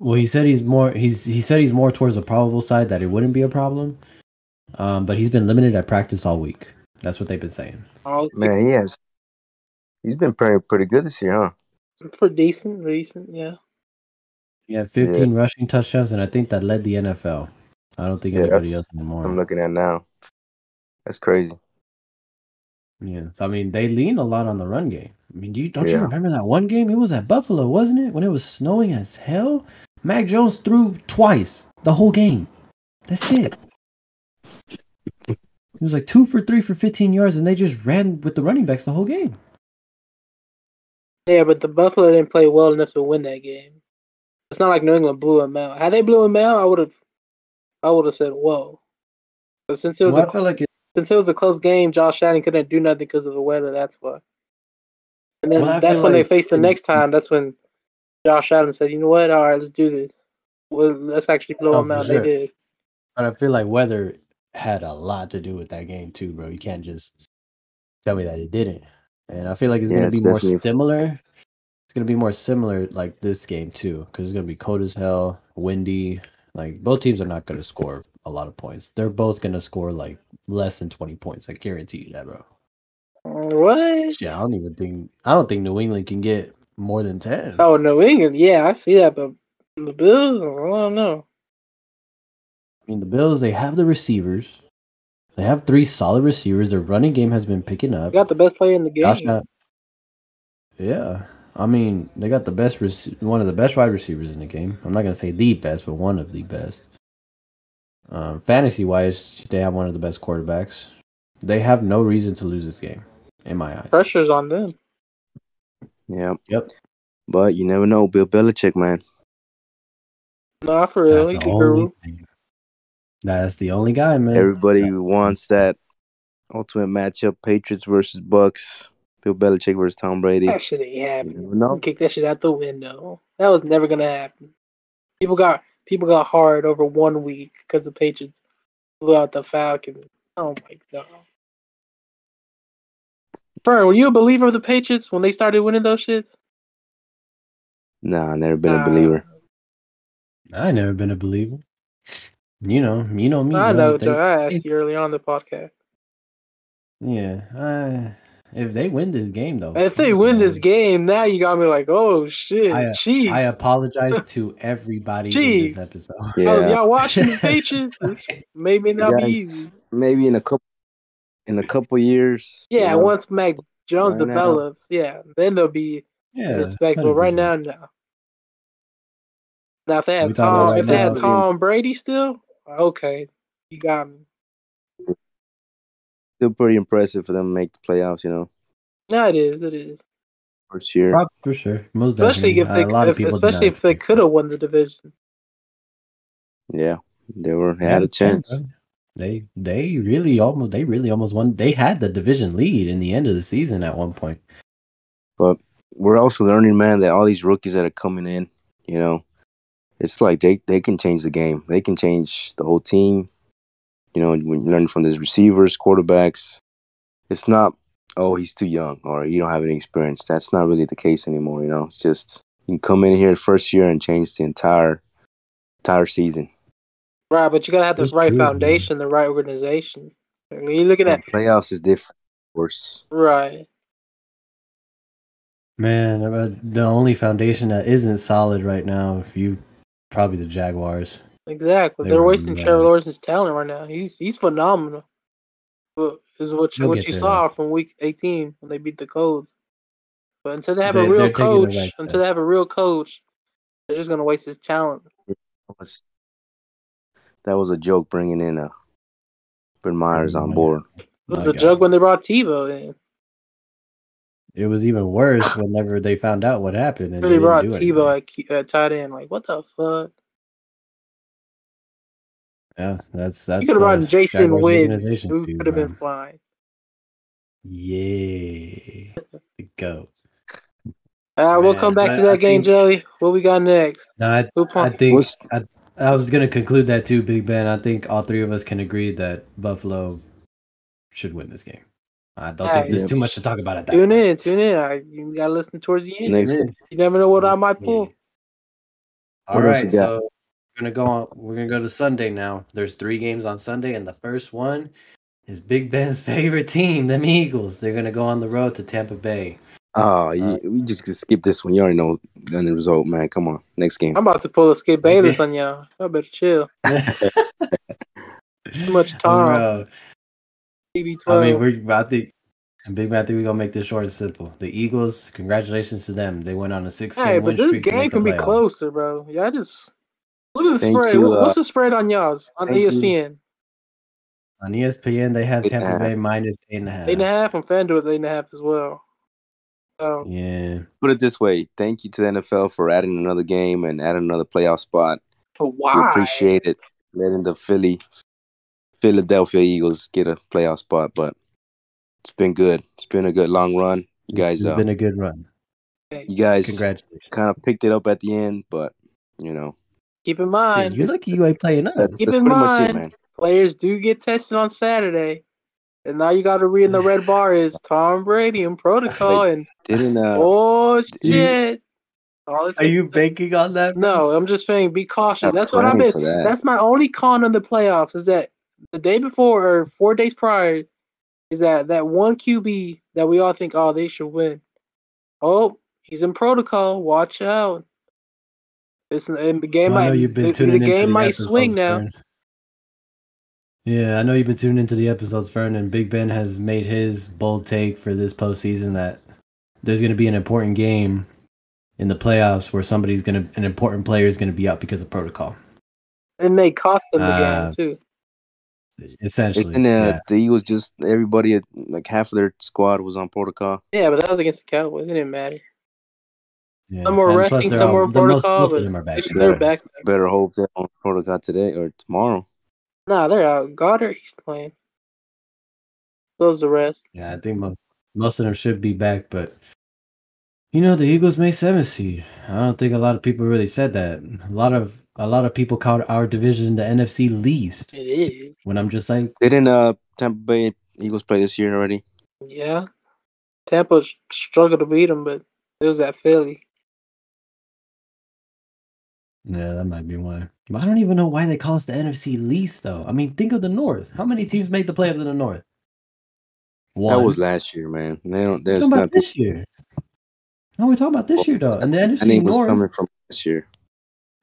Speaker 1: Well, he said he's more. He's he said he's more towards the probable side that it wouldn't be a problem. Um, but he's been limited at practice all week. That's what they've been saying.
Speaker 2: all
Speaker 3: Man, he has. He's been playing pretty good this year, huh?
Speaker 2: for decent, decent, yeah.
Speaker 1: He had 15 rushing touchdowns, and I think that led the NFL. I don't think
Speaker 3: Yeah,
Speaker 1: anybody
Speaker 3: that's-
Speaker 1: else anymore.
Speaker 3: I'm looking at now. That's crazy.
Speaker 1: Yeah, so I mean, they lean a lot on the run game. I mean, do you don't you
Speaker 3: Yeah.
Speaker 1: remember that one game? It was at Buffalo, wasn't it? When it was snowing as hell, Mac Jones threw twice the whole game. That's it. It was like two for three for 15 yards, and they just ran with the running backs the whole game.
Speaker 2: Yeah, but the Buffalo didn't play well enough to win that game. It's not like New England blew him out. Had they blew him out, I would have, I would have said, "Whoa!" But since it was
Speaker 1: Well,
Speaker 2: a
Speaker 1: I felt like it,
Speaker 2: since it was a close game, Josh Allen couldn't do nothing because of the weather. That's why. And then
Speaker 1: Well, I
Speaker 2: that's
Speaker 1: feel
Speaker 2: when they
Speaker 1: like-
Speaker 2: faced the next time. That's when Josh Allen said, "You know what? All right, let's do this. Well, let's actually blow
Speaker 1: Oh,
Speaker 2: him
Speaker 1: for
Speaker 2: out."
Speaker 1: sure.
Speaker 2: They did.
Speaker 1: but I feel like weather had a lot to do with that game too, bro. You can't just tell me that it didn't. And I feel like it's
Speaker 3: Yeah,
Speaker 1: gonna
Speaker 3: it's
Speaker 1: be more
Speaker 3: definitely-
Speaker 1: similar. It's gonna be more similar like this game too, because it's gonna be cold as hell, windy. Like both teams are not gonna score a lot of points. They're both gonna score like less than twenty points. I guarantee you that, bro.
Speaker 2: Mm, What?
Speaker 1: Shit, I don't even think I don't think New England can get more than ten.
Speaker 2: Oh, New England. Yeah, I see that, but the Bills. I don't know.
Speaker 1: I mean, the Bills they have the receivers. They have three solid receivers. Their running game has been picking
Speaker 2: They
Speaker 1: up.
Speaker 2: got the best player in the game.
Speaker 1: Josh Allen- Yeah, I mean they got the best rec- one of the best wide receivers in the game. I'm not gonna say the best, but one of the best. Um, fantasy wise, they have one of the best quarterbacks. They have no reason to lose this game, in my eyes.
Speaker 2: Pressure's on them.
Speaker 3: Yeah.
Speaker 1: Yep.
Speaker 3: But you never know. Bill Belichick, man.
Speaker 2: Nah, for real. He
Speaker 1: That's
Speaker 2: could
Speaker 1: the
Speaker 2: grow.
Speaker 1: only, thing. That's the only guy, man.
Speaker 3: Everybody wants that ultimate matchup: Patriots versus Bucks. Bill Belichick versus Tom Brady.
Speaker 2: That shit ain't
Speaker 3: You
Speaker 2: happening.
Speaker 3: never know.
Speaker 2: Kick that shit out the window. That was never gonna happen. People got people got hard over one week because the Patriots blew out the Falcons. Oh my god. Fern, were you a believer of the Patriots when they started winning those shits?
Speaker 3: Nah, never been
Speaker 2: Nah.
Speaker 3: a believer.
Speaker 1: I never been a believer. You know, you know me.
Speaker 2: I
Speaker 1: bro.
Speaker 2: know,
Speaker 1: They-
Speaker 2: Joe. I asked you early on in the podcast.
Speaker 1: yeah, I, if they win this game
Speaker 3: Oh,
Speaker 1: though,
Speaker 2: If they
Speaker 1: fuck, man.
Speaker 2: win this game, now you got me like, oh shit,
Speaker 1: I-
Speaker 2: Chiefs.
Speaker 1: I apologize to everybody in
Speaker 2: Jeez.
Speaker 1: this episode.
Speaker 2: Oh,
Speaker 3: Yeah.
Speaker 2: y'all watching the Patriots? This may may not be
Speaker 3: Guys,
Speaker 2: easy.
Speaker 3: maybe in a couple, in a couple years. you
Speaker 2: Yeah,
Speaker 3: know,
Speaker 2: once Mac Jones
Speaker 3: Right now.
Speaker 2: develops, yeah, then they'll be
Speaker 1: Yeah,
Speaker 2: respectable. Right
Speaker 1: 100%.
Speaker 2: now, no. Now if they had
Speaker 1: We talking
Speaker 2: Tom,
Speaker 1: about
Speaker 2: if they had
Speaker 3: now-
Speaker 2: Tom Brady still, okay, you got me.
Speaker 3: still pretty impressive for them to make the playoffs. You know,
Speaker 2: No, it is, it is.
Speaker 3: first year.
Speaker 1: Prob- for sure, most
Speaker 2: Especially if
Speaker 1: definitely.
Speaker 2: they,
Speaker 1: Uh, a lot
Speaker 2: if,
Speaker 1: of people did not
Speaker 2: especially if they
Speaker 1: expect
Speaker 2: could
Speaker 1: that.
Speaker 2: have won the division.
Speaker 3: Yeah, they were had a chance.
Speaker 1: bro. They they really almost they really almost won. They had the division lead in the end of the season at one point.
Speaker 3: we're also learning, man, that all these rookies that are coming in, you know, it's like they, they can change the game. They can change the whole team. You know, when you learn from these receivers, quarterbacks, it's not, oh, he's too young or he don't have any experience. That's not really the case anymore. You know, it's just you can come in here first year and change the entire entire season.
Speaker 2: Right, but you gotta have the
Speaker 1: That's
Speaker 2: right
Speaker 1: true, man.
Speaker 2: foundation, the right organization. I mean, you looking at
Speaker 3: And playoffs is different, of course.
Speaker 2: right.
Speaker 1: Man, about the only foundation that isn't solid right now, if you probably the Jaguars.
Speaker 2: Exactly.
Speaker 1: They
Speaker 2: They are
Speaker 1: were
Speaker 2: wasting Trevor
Speaker 1: mad.
Speaker 2: Lawrence's talent right now. He's he's phenomenal. Well, Is what you,
Speaker 1: They'll
Speaker 2: what
Speaker 1: get
Speaker 2: you
Speaker 1: there,
Speaker 2: saw from week 18 when they beat the Colts. But until they have
Speaker 1: They-
Speaker 2: a
Speaker 1: they're
Speaker 2: real
Speaker 1: taking the
Speaker 2: coach,
Speaker 1: right
Speaker 2: until they have a real coach, they're just gonna waste his talent.
Speaker 3: That was, that was a joke bringing in a Ben Myers on
Speaker 1: Meyer.
Speaker 3: board.
Speaker 2: It was
Speaker 1: My
Speaker 2: a
Speaker 1: God.
Speaker 2: joke when they brought Tebow in.
Speaker 1: It was even worse whenever they found out what happened. And
Speaker 2: They
Speaker 1: they
Speaker 2: brought
Speaker 1: didn't do anything.
Speaker 2: Tebow at, Q- at tight end. Like what the fuck?
Speaker 1: Yeah, that's that's.
Speaker 2: you could have
Speaker 1: uh,
Speaker 2: brought Jason
Speaker 1: Jaguars
Speaker 2: Witt.
Speaker 1: organization
Speaker 2: Who
Speaker 1: too,
Speaker 2: could have been
Speaker 1: man.
Speaker 2: flying?
Speaker 1: Yay. The goat.
Speaker 2: All right, we'll come
Speaker 1: Man,
Speaker 2: back to
Speaker 1: I-
Speaker 2: that
Speaker 1: I
Speaker 2: game,
Speaker 1: think-
Speaker 2: Joey. What we got next?
Speaker 1: No, I,
Speaker 2: Who
Speaker 1: I
Speaker 2: pon-
Speaker 1: think
Speaker 3: What's-
Speaker 1: I, I was gonna conclude that too, Big Ben. I think all three of us can agree that Buffalo should win this game. I don't think
Speaker 2: Alright.
Speaker 1: there's too much to talk about at that.
Speaker 2: Tune
Speaker 1: point.
Speaker 2: in, tune in. All right, you gotta listen towards the end.
Speaker 3: Next.
Speaker 1: Tune in.
Speaker 2: You never know what I might pull.
Speaker 1: All
Speaker 3: What else
Speaker 1: right,
Speaker 3: you got?
Speaker 1: so we're gonna go on. We're gonna go to Sunday now. There's three games on Sunday, and the first one is Big Ben's favorite team, them Eagles. They're gonna go on the road to Tampa Bay.
Speaker 3: Oh, you, we just gonna skip this one. You already know the end result, man. Come on, next game.
Speaker 2: I'm about to pull a Skip
Speaker 1: Okay.
Speaker 2: Bayless on y'all. I better chill.
Speaker 1: Too
Speaker 2: much time. TB12.
Speaker 1: I mean, we're I think and Big Ben, I think we're gonna make this short and simple. The Eagles, congratulations to them. They went on a six
Speaker 2: Hey,
Speaker 1: game win
Speaker 2: but this
Speaker 1: streak. to
Speaker 2: game
Speaker 1: make the
Speaker 2: can be
Speaker 1: playoffs.
Speaker 2: closer, bro. Y'all just look at the
Speaker 3: Thank
Speaker 2: spread.
Speaker 3: you,
Speaker 2: What-
Speaker 3: uh,
Speaker 2: What's the spread on y'all's on E
Speaker 3: thank you.
Speaker 2: ESPN?
Speaker 1: On E ESPN, they have
Speaker 3: Eight and a
Speaker 1: Tampa
Speaker 3: half.
Speaker 1: Bay minus eight and a half.
Speaker 2: Eight and a half, and FanDuel is eight and a half as well. So
Speaker 1: Yeah.
Speaker 3: Put it this way: Thank you to the NFL for adding another game and adding another playoff spot. We
Speaker 2: why?
Speaker 3: appreciate it, letting the Philly, Philadelphia Eagles get a playoff spot. But it's been good. It's been a good long run. You guys,
Speaker 1: it's
Speaker 3: uh,
Speaker 1: been a good run.
Speaker 2: Hey,
Speaker 3: you guys
Speaker 1: Congratulations.
Speaker 3: kind of picked it up at the end, but you know
Speaker 2: keep in
Speaker 1: Shit,
Speaker 2: mind,
Speaker 1: you lucky you ain't playing us.
Speaker 3: that's,
Speaker 2: Keep
Speaker 3: that's
Speaker 2: in
Speaker 3: pretty much
Speaker 2: mind-
Speaker 3: it, man.
Speaker 2: players do get tested on Saturday, and now you got to read in the red bar is Tom Brady and protocol and
Speaker 3: Didn't uh,
Speaker 2: oh
Speaker 3: you-
Speaker 2: shit. All it
Speaker 1: Are
Speaker 2: takes-
Speaker 1: you banking on that?
Speaker 2: No, I'm just saying, be cautious.
Speaker 3: I'm
Speaker 2: That's what I've
Speaker 3: praying
Speaker 2: been.
Speaker 3: for that.
Speaker 2: That's my only con of the playoffs is that the day before or four days prior is that that one QB that we all think, oh, they should win. Oh, he's in protocol. Watch out. It's and the game
Speaker 1: Well, I
Speaker 2: might
Speaker 1: know you've been
Speaker 2: the,
Speaker 1: tuning
Speaker 2: the
Speaker 1: into
Speaker 2: game might
Speaker 1: episodes,
Speaker 2: swing now.
Speaker 1: Fern. Yeah, I know you've been tuning into the episodes, Fern, and Big Ben has made his bold take for this postseason that there's going to be an important game in the playoffs where somebody's going to, an important player is going to be out because of protocol.
Speaker 2: And they cost them the
Speaker 1: Uh,
Speaker 2: game too.
Speaker 1: Essentially,
Speaker 3: Didn't uh,
Speaker 1: yeah.
Speaker 3: the Eagles just everybody like half of their squad was on protocol?
Speaker 2: Yeah, but that was against the Cowboys. It didn't matter.
Speaker 1: yeah.
Speaker 2: some were
Speaker 1: And plus
Speaker 2: resting,
Speaker 1: they're
Speaker 2: some
Speaker 1: all- the
Speaker 2: were
Speaker 1: most-
Speaker 2: protocol,
Speaker 1: Most,
Speaker 2: but
Speaker 1: of them are back.
Speaker 2: They- They're back.
Speaker 3: Better hope they're on protocol today or tomorrow.
Speaker 2: Nah, they're out. Goddard, he's playing. Those the rest.
Speaker 1: Yeah, I think most, most of them should be back, but you know the Eagles made seventh seed. I don't think a lot of people really said that. A lot of a lot of people called our division the NFC least.
Speaker 2: It is.
Speaker 1: When I'm just like,
Speaker 3: Didn't uh Tampa Bay Eagles play this year already?
Speaker 2: Yeah. Tampa s- struggled to beat them, but it was at Philly.
Speaker 1: yeah, that might be why. But I don't even know why they call us the NFC least though. I mean, think of the North. How many teams made the playoffs in the North? One.
Speaker 3: That was last year, man. They don't.
Speaker 1: We're
Speaker 3: There's
Speaker 1: talking
Speaker 3: not.
Speaker 1: about this year. No, we're talking about this year though, and the
Speaker 3: I think
Speaker 1: NFC
Speaker 3: it was
Speaker 1: North.
Speaker 3: coming from this year.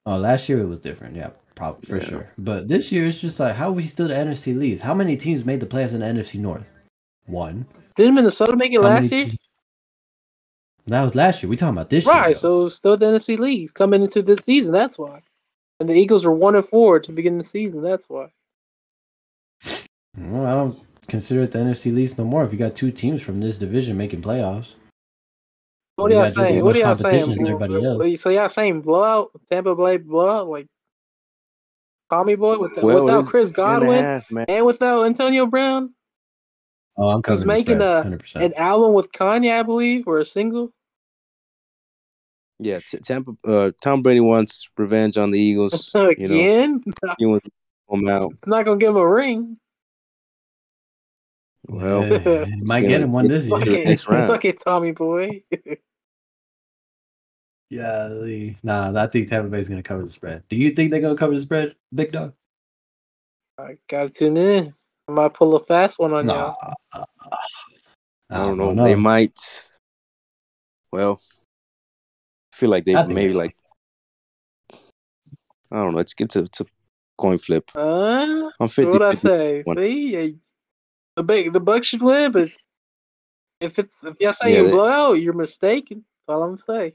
Speaker 1: Oh, last year it was different. Yeah, probably for
Speaker 3: Yeah.
Speaker 1: sure. But this year it's just like how are we still the NFC leads? How many teams made the playoffs in the NFC North? One.
Speaker 2: Didn't Minnesota make it
Speaker 1: How
Speaker 2: last
Speaker 1: many
Speaker 2: year?
Speaker 1: te- that was last year. We talking about this year.
Speaker 2: Right,
Speaker 1: though.
Speaker 2: so it was still the NFC leads coming into this season. That's why. And the Eagles were one and four to begin the season. That's why.
Speaker 1: Well, I don't consider it the NFC least no more. If you got two teams from this division making playoffs,
Speaker 2: What
Speaker 1: You got
Speaker 2: are y'all
Speaker 1: just as
Speaker 2: saying? What are
Speaker 1: much
Speaker 2: y'all
Speaker 1: competition
Speaker 2: saying?
Speaker 1: as everybody
Speaker 2: What-
Speaker 1: else.
Speaker 2: what- So y'all saying blowout, Tampa Bay blowout, like Tommy Boy with
Speaker 3: Well,
Speaker 2: without
Speaker 3: it's
Speaker 2: Chris
Speaker 3: Year and a
Speaker 2: Godwin
Speaker 3: half, man.
Speaker 2: and without Antonio Brown?
Speaker 1: oh, I'm covering
Speaker 2: making a-
Speaker 1: hundred
Speaker 2: an
Speaker 1: percent.
Speaker 2: album with Kanye, I believe, or a single.
Speaker 3: Yeah, T- Tampa. Uh, Tom Brady wants revenge on the Eagles. You know,
Speaker 2: Again,
Speaker 3: he wants to pull them out.
Speaker 2: it's not gonna give him a ring.
Speaker 3: Well,
Speaker 2: Yeah.
Speaker 1: might get him one this year.
Speaker 3: the
Speaker 2: Fucking,
Speaker 3: next round.
Speaker 2: fucking Tommy boy.
Speaker 1: Yeah, Lee. nah, I think Tampa Bay's gonna cover the spread. Do you think they're gonna cover the spread, Big Dog?
Speaker 2: I gotta tune in. I might pull a fast one on y'all.
Speaker 3: I don't know. They might. Well, I feel like they
Speaker 1: I think
Speaker 3: maybe
Speaker 1: they-
Speaker 3: like. I don't know. It's it's a, it's a coin flip.
Speaker 2: Huh?
Speaker 3: I'm 50.
Speaker 2: What I say?
Speaker 3: one.
Speaker 2: See, Yeah, the big the Bucks should win, but if it's if y'all say
Speaker 3: Yeah,
Speaker 2: you
Speaker 3: they-
Speaker 2: blow, you're mistaken. That's all I'm saying.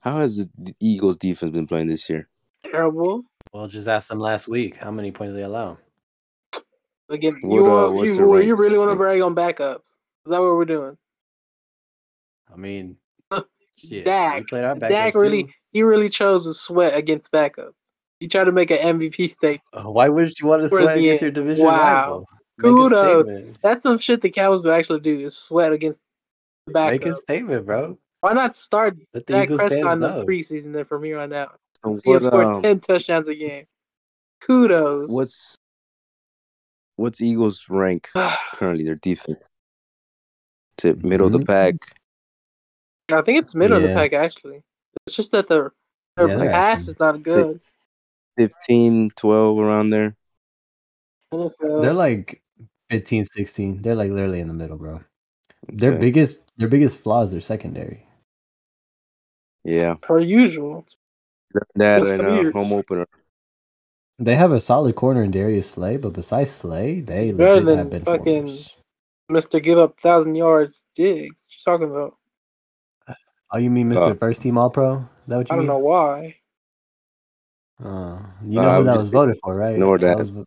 Speaker 3: How has the the Eagles defense been playing this year?
Speaker 2: Terrible.
Speaker 1: Well, just ask them last week how many points they allow.
Speaker 2: Again, you
Speaker 3: What, uh,
Speaker 2: want,
Speaker 3: what's
Speaker 2: you,
Speaker 3: their
Speaker 2: well, you
Speaker 3: rank?
Speaker 2: really want to brag on backups? Is that what we're doing?
Speaker 1: I mean, shit,
Speaker 2: Dak.
Speaker 1: we played our
Speaker 2: Dak
Speaker 1: backups
Speaker 2: really-
Speaker 1: too.
Speaker 2: He really chose to sweat against backups. He tried to make an MVP statement.
Speaker 1: Uh, Why wouldn't you want to
Speaker 2: Where's
Speaker 1: sweat
Speaker 2: he
Speaker 1: against
Speaker 2: at?
Speaker 1: your division
Speaker 2: Wow.
Speaker 1: rival? Make a
Speaker 2: Kudos.
Speaker 1: statement.
Speaker 2: That's some shit the Cowboys would actually do is sweat against Back
Speaker 1: Make a statement, bro.
Speaker 2: Why not start
Speaker 1: Let the
Speaker 2: Dak
Speaker 1: Eagles fans
Speaker 2: Prescott in the
Speaker 1: know.
Speaker 2: preseason then from here on out?
Speaker 3: So
Speaker 2: See him
Speaker 3: what,
Speaker 2: score
Speaker 3: um,
Speaker 2: 10 touchdowns a game. Kudos.
Speaker 3: what's what's Eagles rank
Speaker 2: I
Speaker 3: currently? Their defense. To middle of the
Speaker 1: Mhm.
Speaker 3: pack.
Speaker 2: think it's middle of the
Speaker 1: Yeah.
Speaker 2: pack, actually. It's just that their, their
Speaker 1: Yeah, they're
Speaker 2: pass
Speaker 1: actually-
Speaker 2: is not good.
Speaker 3: 15, 12 around there.
Speaker 2: NFL.
Speaker 1: They're like 15, 16. They're like literally in the middle, bro. Their
Speaker 3: Okay.
Speaker 1: biggest their biggest flaws are secondary.
Speaker 3: Yeah.
Speaker 2: per usual.
Speaker 3: That
Speaker 2: That's
Speaker 3: and
Speaker 2: kinda
Speaker 3: uh,
Speaker 2: weird.
Speaker 3: home opener.
Speaker 1: They have a solid corner in Darius Slay, but besides Slay, they
Speaker 2: He's better
Speaker 1: legit
Speaker 2: than
Speaker 1: have been
Speaker 2: fucking-
Speaker 1: fucking...
Speaker 2: Mr. Give Up 1,000 yards digs. What you talking about?
Speaker 1: Oh, you mean Mr.
Speaker 3: Uh,
Speaker 1: First Team All Pro? Is that what you
Speaker 2: I
Speaker 1: mean?
Speaker 2: don't know why.
Speaker 1: Uh, you
Speaker 3: Uh,
Speaker 1: know
Speaker 3: I
Speaker 1: who
Speaker 3: would
Speaker 1: that
Speaker 3: just
Speaker 1: was voted for, right?
Speaker 3: ignore that.
Speaker 1: was vo-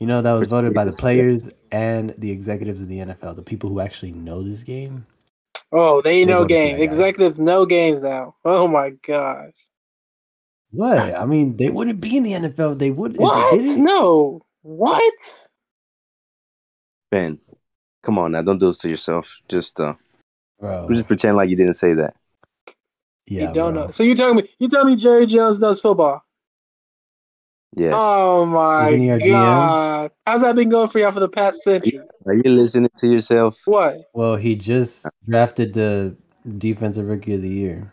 Speaker 1: you know that was
Speaker 3: Which
Speaker 1: voted by the
Speaker 3: biggest-
Speaker 1: players and the executives of the NFL, the people who actually know this game.
Speaker 2: Oh, they
Speaker 1: They
Speaker 2: know
Speaker 1: voted for
Speaker 2: games.
Speaker 1: that guy.
Speaker 2: Executives know games now. Oh my gosh.
Speaker 1: What? I mean, they wouldn't be in the NFL. if They would. if
Speaker 2: What?
Speaker 1: They didn't.
Speaker 2: No. What?
Speaker 3: Ben, come on now. Don't do this to yourself. Just uh,
Speaker 1: Bro.
Speaker 3: just pretend like you didn't say that.
Speaker 1: Yeah,
Speaker 2: you don't
Speaker 1: bro.
Speaker 2: know. So you telling me you tell me Jerry Jones knows football?
Speaker 3: Yes.
Speaker 2: Oh
Speaker 1: Isn't he
Speaker 2: my
Speaker 1: our GM?
Speaker 2: god! How's that been going for y'all for the past century?
Speaker 3: Are you listening to yourself?
Speaker 2: What?
Speaker 1: Well, he just drafted the defensive rookie of the year.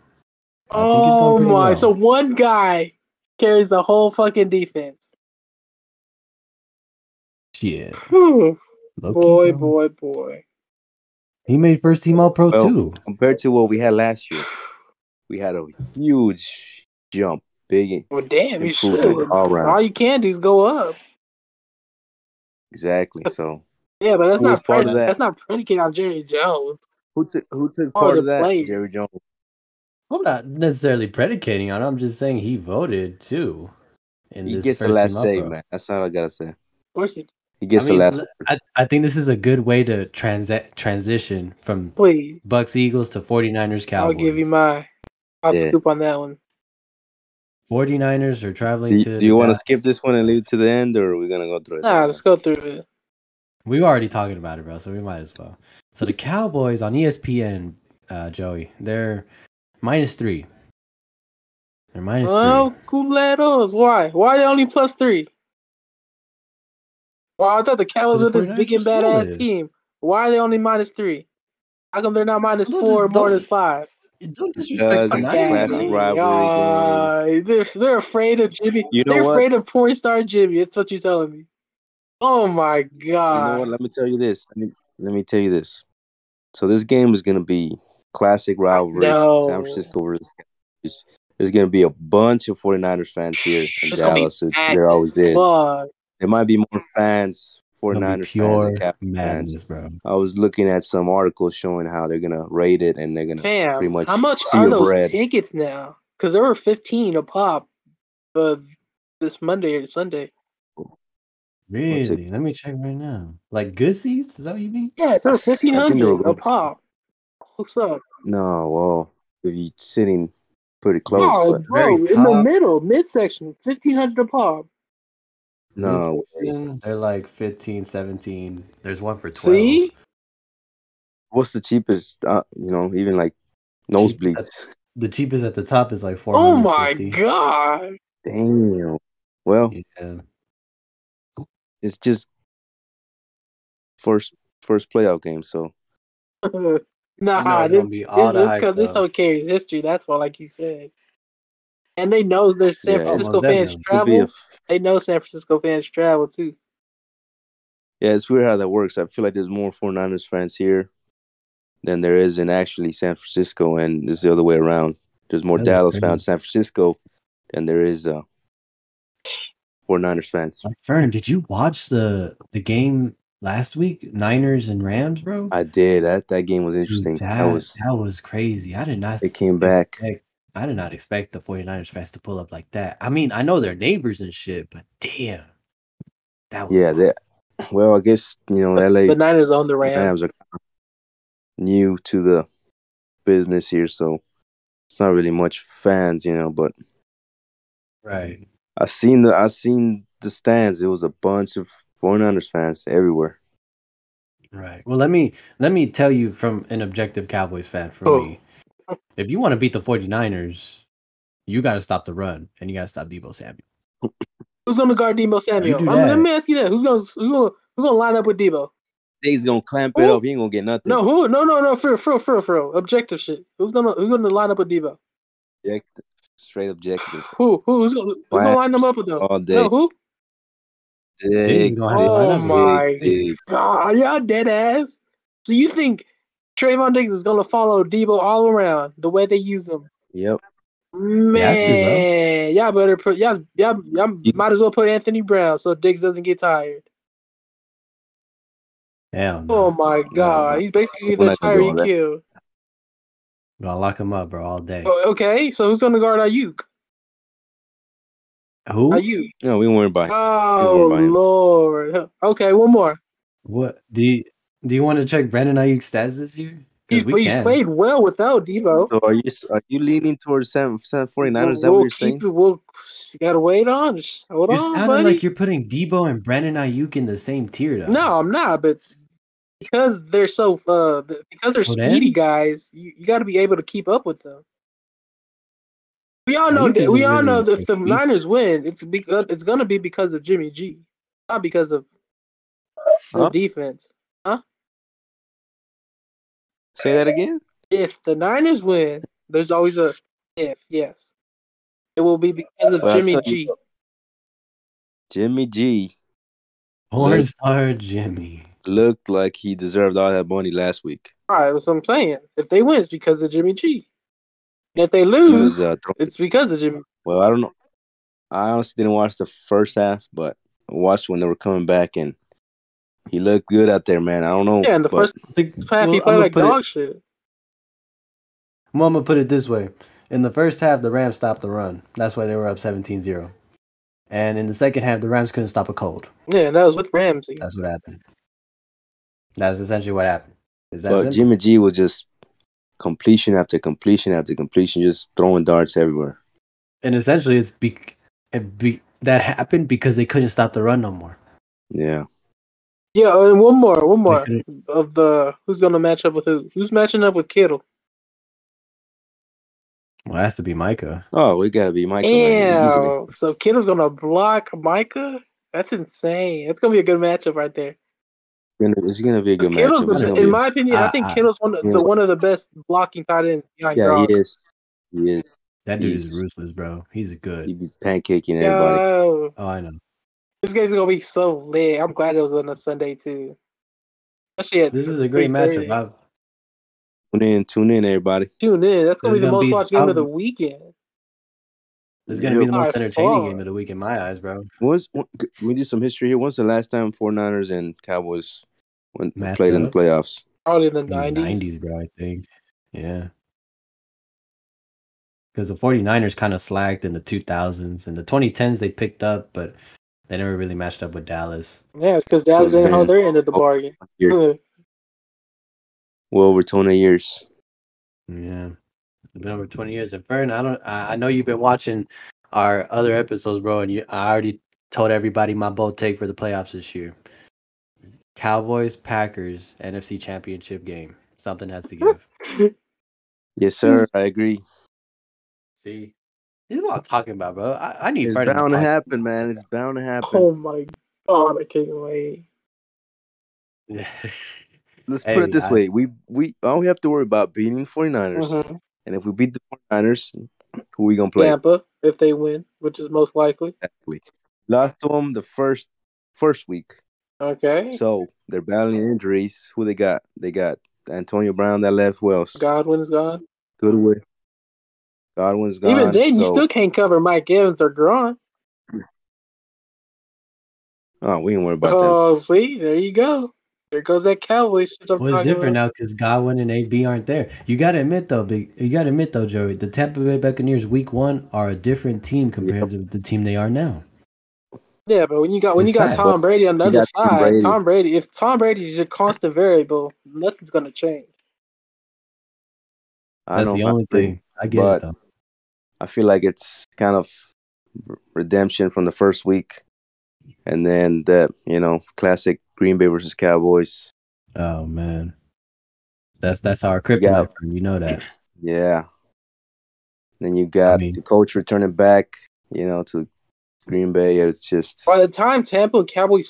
Speaker 1: I think it's going
Speaker 2: Oh
Speaker 1: pretty
Speaker 2: my!
Speaker 1: well.
Speaker 2: So one guy carries the whole fucking defense.
Speaker 1: Shit.
Speaker 2: Whew.
Speaker 1: Low-key,
Speaker 2: Boy,
Speaker 1: bro.
Speaker 2: boy, boy!
Speaker 1: He made first team All Pro
Speaker 3: Well-
Speaker 1: too.
Speaker 3: Compared to what we had last year, we had a huge jump. Big
Speaker 2: Well, damn, you should.
Speaker 3: improvement all
Speaker 2: All
Speaker 3: around.
Speaker 2: you can do is go up.
Speaker 3: Exactly. So
Speaker 2: Yeah, but that's
Speaker 3: Who was
Speaker 2: not
Speaker 3: part of
Speaker 2: predi-
Speaker 3: that?
Speaker 2: That's not predicated on Jerry Jones.
Speaker 3: who took who took
Speaker 2: Oh,
Speaker 3: part of
Speaker 2: the
Speaker 3: that?
Speaker 2: player.
Speaker 3: Jerry Jones.
Speaker 1: I'm not necessarily predicating on. it. I'm just saying he voted too. In
Speaker 3: He
Speaker 1: this
Speaker 3: gets the
Speaker 1: first
Speaker 3: last
Speaker 1: team All
Speaker 3: save,
Speaker 1: Pro.
Speaker 3: man. That's all I gotta say.
Speaker 2: Of course, he-
Speaker 3: He gets
Speaker 1: I mean,
Speaker 3: the last.
Speaker 1: I, I think this is a good way to transi- transition from
Speaker 2: please.
Speaker 1: Bucks Eagles to 49ers Cowboys.
Speaker 2: I'll give you my. I'll
Speaker 3: Yeah.
Speaker 2: scoop on that one.
Speaker 1: 49ers are traveling
Speaker 3: Do,
Speaker 1: to.
Speaker 3: do you want to
Speaker 1: Dallas.
Speaker 3: skip this one and leave it to the end, or are we gonna go through it?
Speaker 2: Nah, let's go through it.
Speaker 1: We were already talking about it, bro, so we might as well. So the Cowboys on E ESPN, uh, Joey, they're minus three. They're minus
Speaker 2: Oh,
Speaker 1: three.
Speaker 2: culeros. Why? Why they only plus three? Wow, I thought the Cowboys were
Speaker 1: Because the
Speaker 2: this big
Speaker 1: 49ers
Speaker 2: and
Speaker 1: are
Speaker 2: badass
Speaker 1: solid.
Speaker 2: team. Why are they only minus three? How come they're not minus
Speaker 1: Well,
Speaker 2: four or
Speaker 1: just
Speaker 2: more
Speaker 1: don't-
Speaker 2: than five?
Speaker 1: Don't
Speaker 3: disrespect Because
Speaker 1: the
Speaker 3: it's a
Speaker 1: Niners,
Speaker 3: classic
Speaker 1: bro.
Speaker 2: Dang,
Speaker 3: rivalry
Speaker 2: uh, they're, they're afraid of Jimmy.
Speaker 3: You know
Speaker 2: they're
Speaker 3: what?
Speaker 2: afraid of porn star Jimmy. That's what you're telling me. Oh my
Speaker 3: You
Speaker 2: god.
Speaker 3: know what? Let me tell you this. Let me, let me tell you this. So this game is gonna be classic rivalry.
Speaker 2: No.
Speaker 3: San Francisco versus. Cowboys. There's gonna be a bunch of 49ers fans here in
Speaker 2: It's gonna be
Speaker 3: Dallas. so
Speaker 2: madness.
Speaker 3: there always is.
Speaker 2: Fuck.
Speaker 3: There might be more fans,
Speaker 1: It's gonna be
Speaker 3: 49ers fans
Speaker 1: pure
Speaker 3: than Cowboys fans.
Speaker 1: madness, bro.
Speaker 3: I was looking at some articles showing how they're gonna rate it and they're gonna.
Speaker 2: Fam,
Speaker 3: pretty much
Speaker 2: how much
Speaker 3: sea
Speaker 2: are
Speaker 3: of
Speaker 2: those
Speaker 3: red.
Speaker 2: tickets now? Because there were 15 a pop uh, this Monday or Sunday.
Speaker 3: What's it-
Speaker 1: Really? Let me check right now. Like good seats? Is that what you mean?
Speaker 2: Yeah, it's
Speaker 3: I
Speaker 2: over
Speaker 3: s- I think they were
Speaker 2: 1,500 a
Speaker 3: going-
Speaker 2: pop. Looks up.
Speaker 3: No, well, if you're sitting pretty close,
Speaker 2: No,
Speaker 3: but
Speaker 2: Oh, bro,
Speaker 1: very
Speaker 2: in the
Speaker 1: top.
Speaker 2: middle, midsection, 1,500 a pop.
Speaker 3: no,
Speaker 1: Midsection, They're like 15, 17. There's one for 12.
Speaker 2: See?
Speaker 3: what's the cheapest? Uh, you know, even like nosebleeds.
Speaker 1: The cheapest at the top is like four.
Speaker 2: Oh my god.
Speaker 3: Damn.
Speaker 2: Oh
Speaker 3: Well,
Speaker 1: Yeah.
Speaker 3: it's just first first playoff game, so
Speaker 1: I know
Speaker 2: nah,
Speaker 1: it's
Speaker 2: this,
Speaker 1: gonna be all
Speaker 2: this,
Speaker 1: the
Speaker 2: this,
Speaker 1: hype,
Speaker 2: co- this
Speaker 1: though.
Speaker 2: whole carries history. That's why, like you said. And they know their San
Speaker 3: Yeah, it's-
Speaker 1: Well,
Speaker 2: Francisco fans
Speaker 1: definitely.
Speaker 3: it'll be a
Speaker 2: travel.
Speaker 3: f-
Speaker 2: They know San Francisco fans travel too.
Speaker 3: yeah. It's weird how that works. I feel like there's more 49ers fans here than there is in actually San Francisco, and it's the other way around. There's more
Speaker 1: That'd be
Speaker 3: Dallas
Speaker 1: crazy.
Speaker 3: fans in San Francisco than there is uh 49ers fans.
Speaker 1: Like, Fern, did you watch the the game last week? Niners and Rams, bro.
Speaker 3: I did. That that game was
Speaker 1: Dude,
Speaker 3: interesting.
Speaker 1: that,
Speaker 3: that was
Speaker 1: that was crazy. I did not.
Speaker 3: They came back.
Speaker 1: expect- I did not expect the 49ers fans to pull up like that. I mean, I know they're neighbors and shit, but damn, that was
Speaker 3: Yeah, they, well, I guess you know LA
Speaker 2: The Niners own the Rams.
Speaker 3: Rams are new to the business here, so it's not really much fans, you know. But
Speaker 1: right.
Speaker 3: I seen the I seen the stands. It was a bunch of 49ers fans everywhere.
Speaker 1: Right. Well, let me let me tell you from an objective Cowboys fan for
Speaker 2: Oh.
Speaker 1: me. If you want to beat the 49ers, you got to stop the run and you got to stop Debo Samuel.
Speaker 2: Who's gonna guard Debo Samuel?
Speaker 1: do
Speaker 2: I mean,
Speaker 1: that.
Speaker 2: let me ask you that. Who's gonna who's gonna, who's gonna line up with Debo?
Speaker 3: He's gonna clamp it
Speaker 2: Who?
Speaker 3: up. He ain't gonna get nothing.
Speaker 2: No, who? No, no, no. For real, for real, for real, for real. Objective shit. Who's gonna who's gonna line up with Debo?
Speaker 3: Objective. Straight objective.
Speaker 2: Who? Who? Who's gonna, who's gonna line them up with though?
Speaker 3: All day.
Speaker 2: No, who?
Speaker 1: Diggs
Speaker 3: Diggs,
Speaker 1: gonna have to line
Speaker 3: Diggs,
Speaker 2: Oh
Speaker 1: up with-
Speaker 2: my
Speaker 3: Diggs.
Speaker 2: god, Ah, y'all dead ass. So you think Trayvon Diggs is gonna follow Debo all around the way they use him?
Speaker 3: Yep.
Speaker 2: Man, y'all better put y'all y'all, y'all
Speaker 3: You-
Speaker 2: might as well put Anthony Brown so Diggs doesn't get tired.
Speaker 1: Hell no.
Speaker 2: Oh my god,
Speaker 3: no.
Speaker 2: he's basically
Speaker 3: We're
Speaker 2: the
Speaker 3: not gonna do all
Speaker 2: Tyreek
Speaker 3: that.
Speaker 2: Hill.
Speaker 1: Gotta lock him up, bro, all day.
Speaker 2: Oh, okay, so who's gonna guard Ayuk?
Speaker 1: Who?
Speaker 2: Ayuk.
Speaker 3: No, we weren't buying.
Speaker 2: Oh
Speaker 3: Brian.
Speaker 2: lord. Okay, one more.
Speaker 1: What do you do? You want to check Brandon Ayuk stats this year? 'Cause
Speaker 2: He's,
Speaker 1: we
Speaker 2: he's
Speaker 1: can.
Speaker 2: played well without Debo.
Speaker 3: So are you are you leaning towards San, San 49? Is that
Speaker 2: We'll
Speaker 3: what you're
Speaker 2: keep
Speaker 3: saying?
Speaker 2: It, we'll you gotta wait on. Just hold
Speaker 1: You're
Speaker 2: on,
Speaker 1: sounding
Speaker 2: buddy.
Speaker 1: like you're putting Debo and Brandon Ayuk in the same tier, though.
Speaker 2: No, I'm not. But because they're so uh, th- because they're
Speaker 1: Well, then-
Speaker 2: speedy guys, you, you got to be able to keep up with them. We all know.
Speaker 1: Ayuk
Speaker 2: That, we
Speaker 1: isn't
Speaker 2: all
Speaker 1: really
Speaker 2: know that if the
Speaker 1: a beast.
Speaker 2: Niners win, it's because it's gonna be because of Jimmy G, not because of the
Speaker 3: Huh?
Speaker 2: defense.
Speaker 3: Say that again.
Speaker 2: If the Niners win, there's always a if. Yes, it will be because of
Speaker 3: Well, I'll
Speaker 2: Jimmy
Speaker 3: tell you-
Speaker 2: G.
Speaker 3: Jimmy G
Speaker 1: Porn star Jimmy.
Speaker 3: looked like he deserved all that money last week.
Speaker 2: All right, that's what I'm saying. If they win, it's because of Jimmy G. And if they
Speaker 3: He
Speaker 2: lose,
Speaker 3: was uh, throw-
Speaker 2: it's because of Jimmy.
Speaker 3: well. I don't know. I honestly didn't watch the first half, but I watched when they were coming back, and he looked good out there, man. I don't know.
Speaker 2: Yeah, and the
Speaker 3: but
Speaker 2: first
Speaker 1: I think-
Speaker 2: half
Speaker 1: well,
Speaker 2: he
Speaker 1: I'm
Speaker 2: played
Speaker 1: gonna
Speaker 2: like
Speaker 1: put it-
Speaker 2: dog shit.
Speaker 1: Well, I'm gonna put it this way. In the first half, the Rams stopped the run. That's why they were up 17-0. And in the second half, the Rams couldn't stop a cold.
Speaker 2: Yeah, that was with Ramsey.
Speaker 1: That's what happened. That's essentially what happened. Is that
Speaker 3: but
Speaker 1: simple?
Speaker 3: Jimmy G was just completion after completion after completion, just throwing darts everywhere.
Speaker 1: and essentially, it's be, it be that happened because they couldn't stop the run no more.
Speaker 3: Yeah,
Speaker 2: Yeah, and one more, one more
Speaker 1: They
Speaker 2: of the who's gonna match up with who? Who's matching up with Kittle?
Speaker 1: Well, it has to be Micah.
Speaker 3: Oh, we gotta be Michael. Man, easily.
Speaker 2: Ew. So Kittle's gonna block Micah. That's insane. That's gonna be a good matchup right there.
Speaker 3: Gonna- It's gonna be a good
Speaker 2: 'Cause Kittle's,
Speaker 3: matchup.
Speaker 2: the-
Speaker 3: It's gonna
Speaker 2: in
Speaker 3: be-
Speaker 2: my opinion, I
Speaker 1: I-
Speaker 2: think
Speaker 1: I-
Speaker 2: Kittle's one of
Speaker 3: Yeah.
Speaker 2: the one of the best blocking tight ends behind
Speaker 3: yeah,
Speaker 2: Gronk.
Speaker 3: he is. He is.
Speaker 1: That dude is
Speaker 3: He's-
Speaker 1: ruthless, bro. He's
Speaker 3: He
Speaker 1: good.
Speaker 3: be pancaking everybody.
Speaker 2: Yo,
Speaker 1: Oh, I know.
Speaker 2: this game's gonna be so lit. I'm glad it was on a Sunday too. Especially at
Speaker 1: This is a great
Speaker 2: 3:30.
Speaker 1: matchup. I,
Speaker 3: Tune in, tune in, everybody.
Speaker 2: Tune in. That's gonna
Speaker 1: This
Speaker 2: be
Speaker 1: is
Speaker 2: the
Speaker 1: gonna
Speaker 2: most
Speaker 1: be-
Speaker 2: watched game of
Speaker 1: I'm-
Speaker 2: the weekend.
Speaker 1: this is gonna be the most
Speaker 2: Alright,
Speaker 1: entertaining
Speaker 2: fuck.
Speaker 1: game of the week in my eyes, bro.
Speaker 3: Once when- we do some history here. When's the last time 49ers and Cowboys went
Speaker 1: Matched
Speaker 3: played in the
Speaker 1: up?
Speaker 3: playoffs?
Speaker 2: Probably in the
Speaker 1: In the
Speaker 2: 90s.
Speaker 1: 90s, bro. I think. Yeah. Because the 49ers kind of slacked in the 2000s and the 2010s they picked up, but they never really matched up with Dallas.
Speaker 2: Yeah, it's because Dallas didn't hold
Speaker 3: man.
Speaker 2: their end of the
Speaker 3: Oh,
Speaker 2: bargain.
Speaker 3: Year,
Speaker 2: Huh.
Speaker 3: well over 20 years.
Speaker 1: Yeah. It's been over 20 years. And Fern, I don't I, I know you've been watching our other episodes, bro, and you I already told everybody my bold take for the playoffs this year. Cowboys, Packers, NFC championship game. Something has to give.
Speaker 3: Yes, sir.
Speaker 2: Hmm.
Speaker 3: I agree.
Speaker 1: See? This is what I'm talking about, bro. I, I need
Speaker 3: It's
Speaker 1: Fern in the
Speaker 3: bound to
Speaker 1: podcast.
Speaker 3: happen, man. It's bound to happen.
Speaker 2: Oh my god, I can't wait.
Speaker 3: Let's put
Speaker 1: Hey,
Speaker 3: it this
Speaker 1: I-
Speaker 3: way: we we all we have to worry about beating 49ers,
Speaker 2: Mhm.
Speaker 3: and if we beat the 49ers, who we gonna play?
Speaker 2: Tampa, if they win, which is most likely.
Speaker 3: Exactly. Lost to them the first first week,
Speaker 2: Okay.
Speaker 3: so they're battling injuries. Who they got? They got Antonio Brown that left. Who else?
Speaker 2: Godwin's gone.
Speaker 3: Goodwin. Godwin's gone.
Speaker 2: Even then, you
Speaker 3: so-
Speaker 2: still can't cover Mike Evans or Gron.
Speaker 3: Oh, we ain't worry about that.
Speaker 2: Oh, see, there you go. There goes that Cowboy shit I'm
Speaker 1: Well, it's
Speaker 2: talking
Speaker 1: different
Speaker 2: about.
Speaker 1: now because Godwin and AB aren't there. You gotta admit though, big, you gotta admit though, Joey, the Tampa Bay Buccaneers Week One are a different team compared to the team they are now.
Speaker 2: Yeah, but when you got when you
Speaker 1: It's
Speaker 2: got
Speaker 1: fine.
Speaker 2: Tom Brady on the
Speaker 3: You
Speaker 2: other
Speaker 3: got Tom
Speaker 2: side,
Speaker 3: Brady.
Speaker 2: Tom Brady, if Tom Brady's your constant variable, nothing's gonna change.
Speaker 3: I
Speaker 1: That's
Speaker 3: know,
Speaker 1: the
Speaker 3: I
Speaker 1: only
Speaker 3: agree.
Speaker 1: thing. I get
Speaker 3: but-
Speaker 1: it though.
Speaker 3: I feel like it's kind of redemption from the first week, and then that you know classic Green Bay versus Cowboys
Speaker 1: Oh man, that's that's our kryptonite. friend. You know that.
Speaker 4: Yeah. Then you got
Speaker 1: mean-
Speaker 4: the coach returning back, you know, to Green Bay. It's just
Speaker 2: By the time Tampa and Cowboys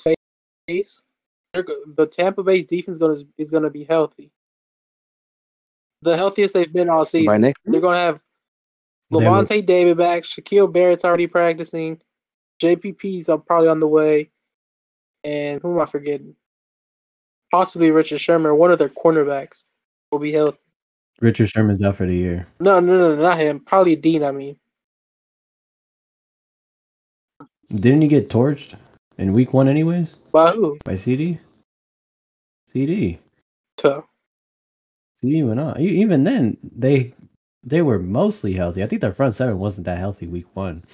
Speaker 2: face, they're go- the Tampa Bay defense gonna, is going to be healthy. The healthiest they've been all
Speaker 4: by
Speaker 2: season.
Speaker 4: next.
Speaker 2: They're going to have
Speaker 1: They will-
Speaker 2: Levante David back. Shaquille Barrett's already practicing. JPP's are probably on the way. And who am I forgetting? Possibly Richard Sherman, one of their cornerbacks, will be healthy.
Speaker 1: Richard Sherman's out for the year.
Speaker 2: No, no, no, not him. Probably Dean, I mean.
Speaker 1: Didn't he get torched in week one, anyways,
Speaker 2: By who?
Speaker 1: by CD? CD,
Speaker 2: So,
Speaker 1: CD went on. E- Even then, they they were mostly healthy. I think their front seven wasn't that healthy week one,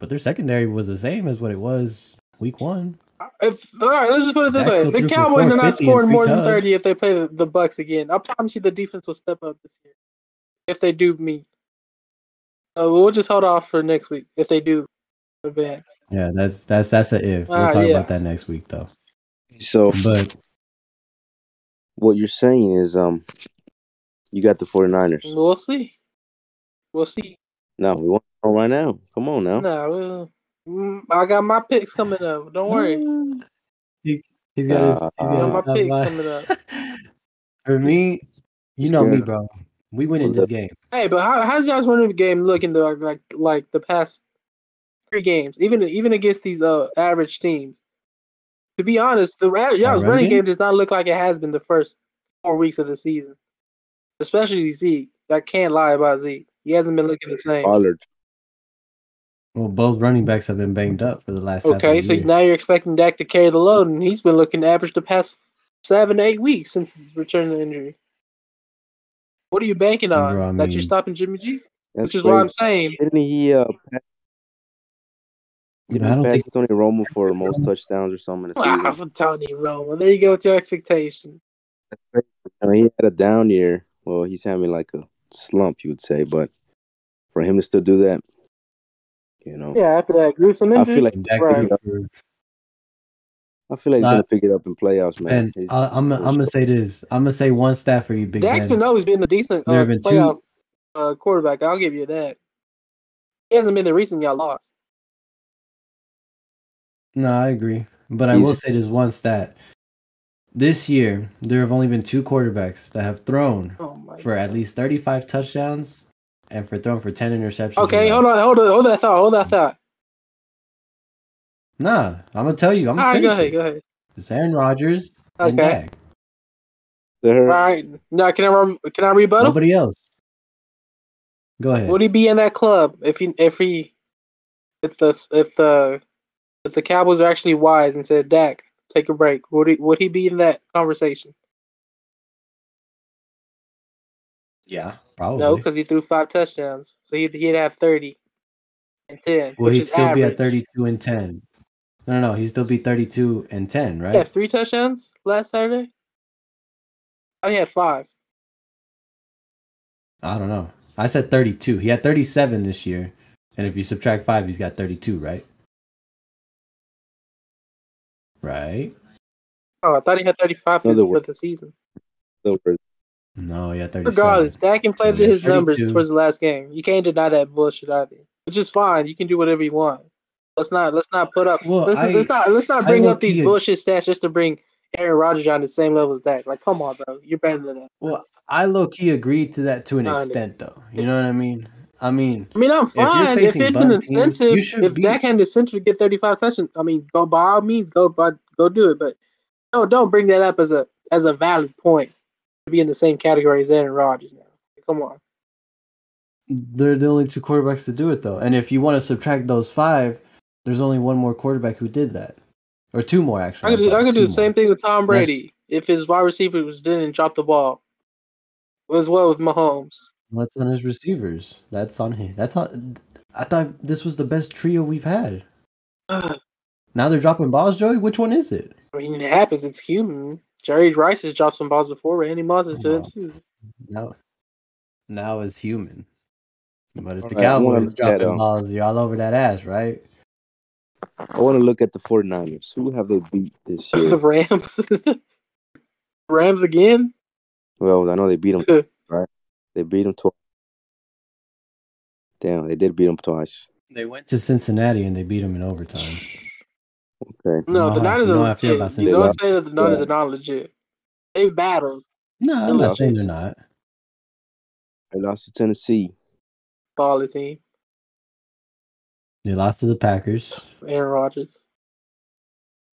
Speaker 1: but their secondary was the same as what it was week one.
Speaker 2: if, all right, let's just put it this
Speaker 1: Dak
Speaker 2: way.
Speaker 1: still
Speaker 2: The
Speaker 1: threw for
Speaker 2: Cowboys are
Speaker 1: 450 and
Speaker 2: not scoring
Speaker 1: three
Speaker 2: more than
Speaker 1: touchdowns.
Speaker 2: 30 if they play the, the Bucks again. I promise you the defense will step up this year. If they do meet. So we'll just hold off for next week if they do advance.
Speaker 1: Yeah, that's that's that's a if. We'll
Speaker 2: Ah,
Speaker 1: talk
Speaker 2: yeah.
Speaker 1: about that next week though.
Speaker 4: So
Speaker 1: But
Speaker 4: what you're saying is, um, you got the 49ers.
Speaker 2: We'll see. We'll see.
Speaker 4: No, we want to know right now. Come on now.
Speaker 2: No, we'll- mm, I got my picks coming up. Don't worry.
Speaker 1: He, has got his, he's Mm. got
Speaker 4: Uh,
Speaker 1: his
Speaker 4: My
Speaker 1: top
Speaker 2: picks
Speaker 1: line.
Speaker 2: coming
Speaker 1: For me, you
Speaker 4: he's
Speaker 1: know me,
Speaker 4: scared.
Speaker 1: bro. We winning this game.
Speaker 2: Hey, but how how's y'all's running game looking though? Like, like like the past three games, even even against these uh average teams. To be honest, the ra- y'all's
Speaker 1: running
Speaker 2: running
Speaker 1: game?
Speaker 2: game does not look like it has been the first four weeks of the season, especially Zeke. I can't lie about Zeke. He hasn't been looking the same.
Speaker 4: Pollard.
Speaker 1: Well, both running backs have been banged up for the last. half of
Speaker 2: Okay,
Speaker 1: the
Speaker 2: so
Speaker 1: year.
Speaker 2: now you're expecting Dak to carry the load, and he's been looking average the past seven, eight weeks since his return to injury. What are you banking on?
Speaker 1: Bro, I
Speaker 2: that you're
Speaker 1: mean-
Speaker 2: stopping Jimmy G?
Speaker 4: That's
Speaker 2: Which is why I'm
Speaker 4: crazy.
Speaker 2: saying
Speaker 4: Didn't he uh, pass,
Speaker 1: I
Speaker 4: didn't he
Speaker 1: don't
Speaker 4: pass
Speaker 1: think
Speaker 4: Tony Romo for most touchdowns or something in the
Speaker 2: Wow,
Speaker 4: season?
Speaker 2: for Tony Romo. There you go with your expectation.
Speaker 4: I mean, he had a down year. Well, he's having like a slump, you would say, but for him to still do that, you know,
Speaker 2: Yeah, after that gruesome
Speaker 4: I
Speaker 2: injury.
Speaker 4: feel like
Speaker 1: Dak
Speaker 2: Right.
Speaker 1: could be-
Speaker 4: I feel like he's
Speaker 1: Uh,
Speaker 4: gonna pick it up in playoffs, man.
Speaker 1: And
Speaker 4: He's-
Speaker 1: I, I'm I'm gonna say this. I'm gonna say one stat for you, Big
Speaker 2: Dak's
Speaker 1: Ben.
Speaker 2: been always been a decent
Speaker 1: There
Speaker 2: uh,
Speaker 1: have been two-
Speaker 2: playoff uh, quarterback. I'll give you that. He hasn't been the reason y'all lost.
Speaker 1: No, I agree. But I
Speaker 4: He's-
Speaker 1: will say there's one stat. This year, there have only been two quarterbacks that have thrown
Speaker 2: Oh my.
Speaker 1: for at least 35 touchdowns and for thrown for 10 interceptions. or
Speaker 2: Okay, hold
Speaker 1: less.
Speaker 2: on, hold on, hold that thought, hold that thought.
Speaker 1: Nah, I'm gonna tell you. I'm
Speaker 2: All
Speaker 1: gonna
Speaker 2: right, go
Speaker 1: finish
Speaker 2: ahead,
Speaker 1: it.
Speaker 2: go ahead.
Speaker 1: It's Aaron Rodgers and
Speaker 2: Okay.
Speaker 1: Dak.
Speaker 2: All
Speaker 4: there-
Speaker 2: right. Now, can I re- can I rebuttal?
Speaker 1: Nobody else. Go ahead.
Speaker 2: Would he be in that club if he if he if the if the if the Cowboys are actually wise and said Dak take a break? Would he would he be in that conversation?
Speaker 1: yeah, probably.
Speaker 2: No, because he threw five touchdowns, so he'd, he'd have thirty and ten.
Speaker 1: Will
Speaker 2: which
Speaker 1: he
Speaker 2: is
Speaker 1: still be
Speaker 2: average.
Speaker 1: at 32 and 10? No, no, no. He still be 32 and 10, right?
Speaker 2: Yeah, three touchdowns last Saturday. I had five.
Speaker 1: I don't know. I said 32. He had 37 this year, and if you subtract five, he's got 32, right? Right?
Speaker 2: Oh, I thought he had thirty-five for
Speaker 4: Another
Speaker 2: the,
Speaker 4: word.
Speaker 2: for the season.
Speaker 4: there-
Speaker 1: No, yeah, 37.
Speaker 2: Regardless, Dak inflated
Speaker 1: So, yeah,
Speaker 2: his numbers
Speaker 1: 32.
Speaker 2: towards the last game. You can't deny that bullshit either, which is fine. You can do whatever you want. Let's not let's not put up.
Speaker 1: Well,
Speaker 2: let's,
Speaker 1: I-
Speaker 2: let's not let's not
Speaker 1: I
Speaker 2: bring up
Speaker 1: low-key
Speaker 2: these
Speaker 1: ag-
Speaker 2: bullshit stats just to bring Aaron Rodgers on the same level as Dak. Like, come on, bro, you're better than that.
Speaker 1: Well, I low key agreed to that to an
Speaker 2: Kinda.
Speaker 1: extent, though. You know what I mean? I mean,
Speaker 2: I mean, I'm
Speaker 1: you're
Speaker 2: fine if,
Speaker 1: facing
Speaker 2: it's
Speaker 1: bum
Speaker 2: an
Speaker 1: teams, you
Speaker 2: incentive.
Speaker 1: should
Speaker 2: if
Speaker 1: be-
Speaker 2: Dak had an incentive to get 35 touchdowns, I mean, go by all means, go by, go do it. But no, don't bring that up as a as a valid point to be in the same category as Aaron Rodgers. Now, come on.
Speaker 1: they're the only two quarterbacks to do it, though. And if you want to subtract those five, there's only one more quarterback who did that, or two more actually.
Speaker 2: I could
Speaker 1: I'm
Speaker 2: do, I
Speaker 1: sorry,
Speaker 2: could do
Speaker 1: two
Speaker 2: the same
Speaker 1: more.
Speaker 2: thing with Tom
Speaker 1: That's-
Speaker 2: Brady if his wide receivers didn't drop the ball. As well with Mahomes.
Speaker 1: That's on his receivers. That's on him. That's on. I thought this was the best trio we've had.
Speaker 2: Ugh,
Speaker 1: Now they're dropping balls, Joey. Which one is it?
Speaker 2: I mean, it happens. It's human. Jerry Rice has dropped some balls before. Randy Moss has done it too.
Speaker 1: Now, now it's human. But if the
Speaker 4: Alright, I wanna
Speaker 1: Cowboys
Speaker 4: look at,
Speaker 1: dropping
Speaker 4: um,
Speaker 1: balls, you're all over that ass, right?
Speaker 4: I want to look at the 49ers. Who have they beat this
Speaker 2: the
Speaker 4: year?
Speaker 2: Rams. Rams again.
Speaker 4: Well, I know they beat them,
Speaker 2: Yeah.
Speaker 4: right? They beat them twice. Damn, they did beat them twice.
Speaker 1: They went to Cincinnati and they beat them in overtime.
Speaker 4: Okay.
Speaker 2: No,
Speaker 1: No,
Speaker 2: the Niners
Speaker 1: you know
Speaker 2: are
Speaker 1: how I feel about
Speaker 2: legit. You
Speaker 4: Cincinnati.
Speaker 2: don't say that the Niners are not legit. They battled.
Speaker 1: No, I'm
Speaker 4: They
Speaker 1: not
Speaker 4: lost.
Speaker 1: saying they're not.
Speaker 4: They lost to Tennessee.
Speaker 2: Solid team.
Speaker 1: They lost to the Packers.
Speaker 2: Aaron Rodgers.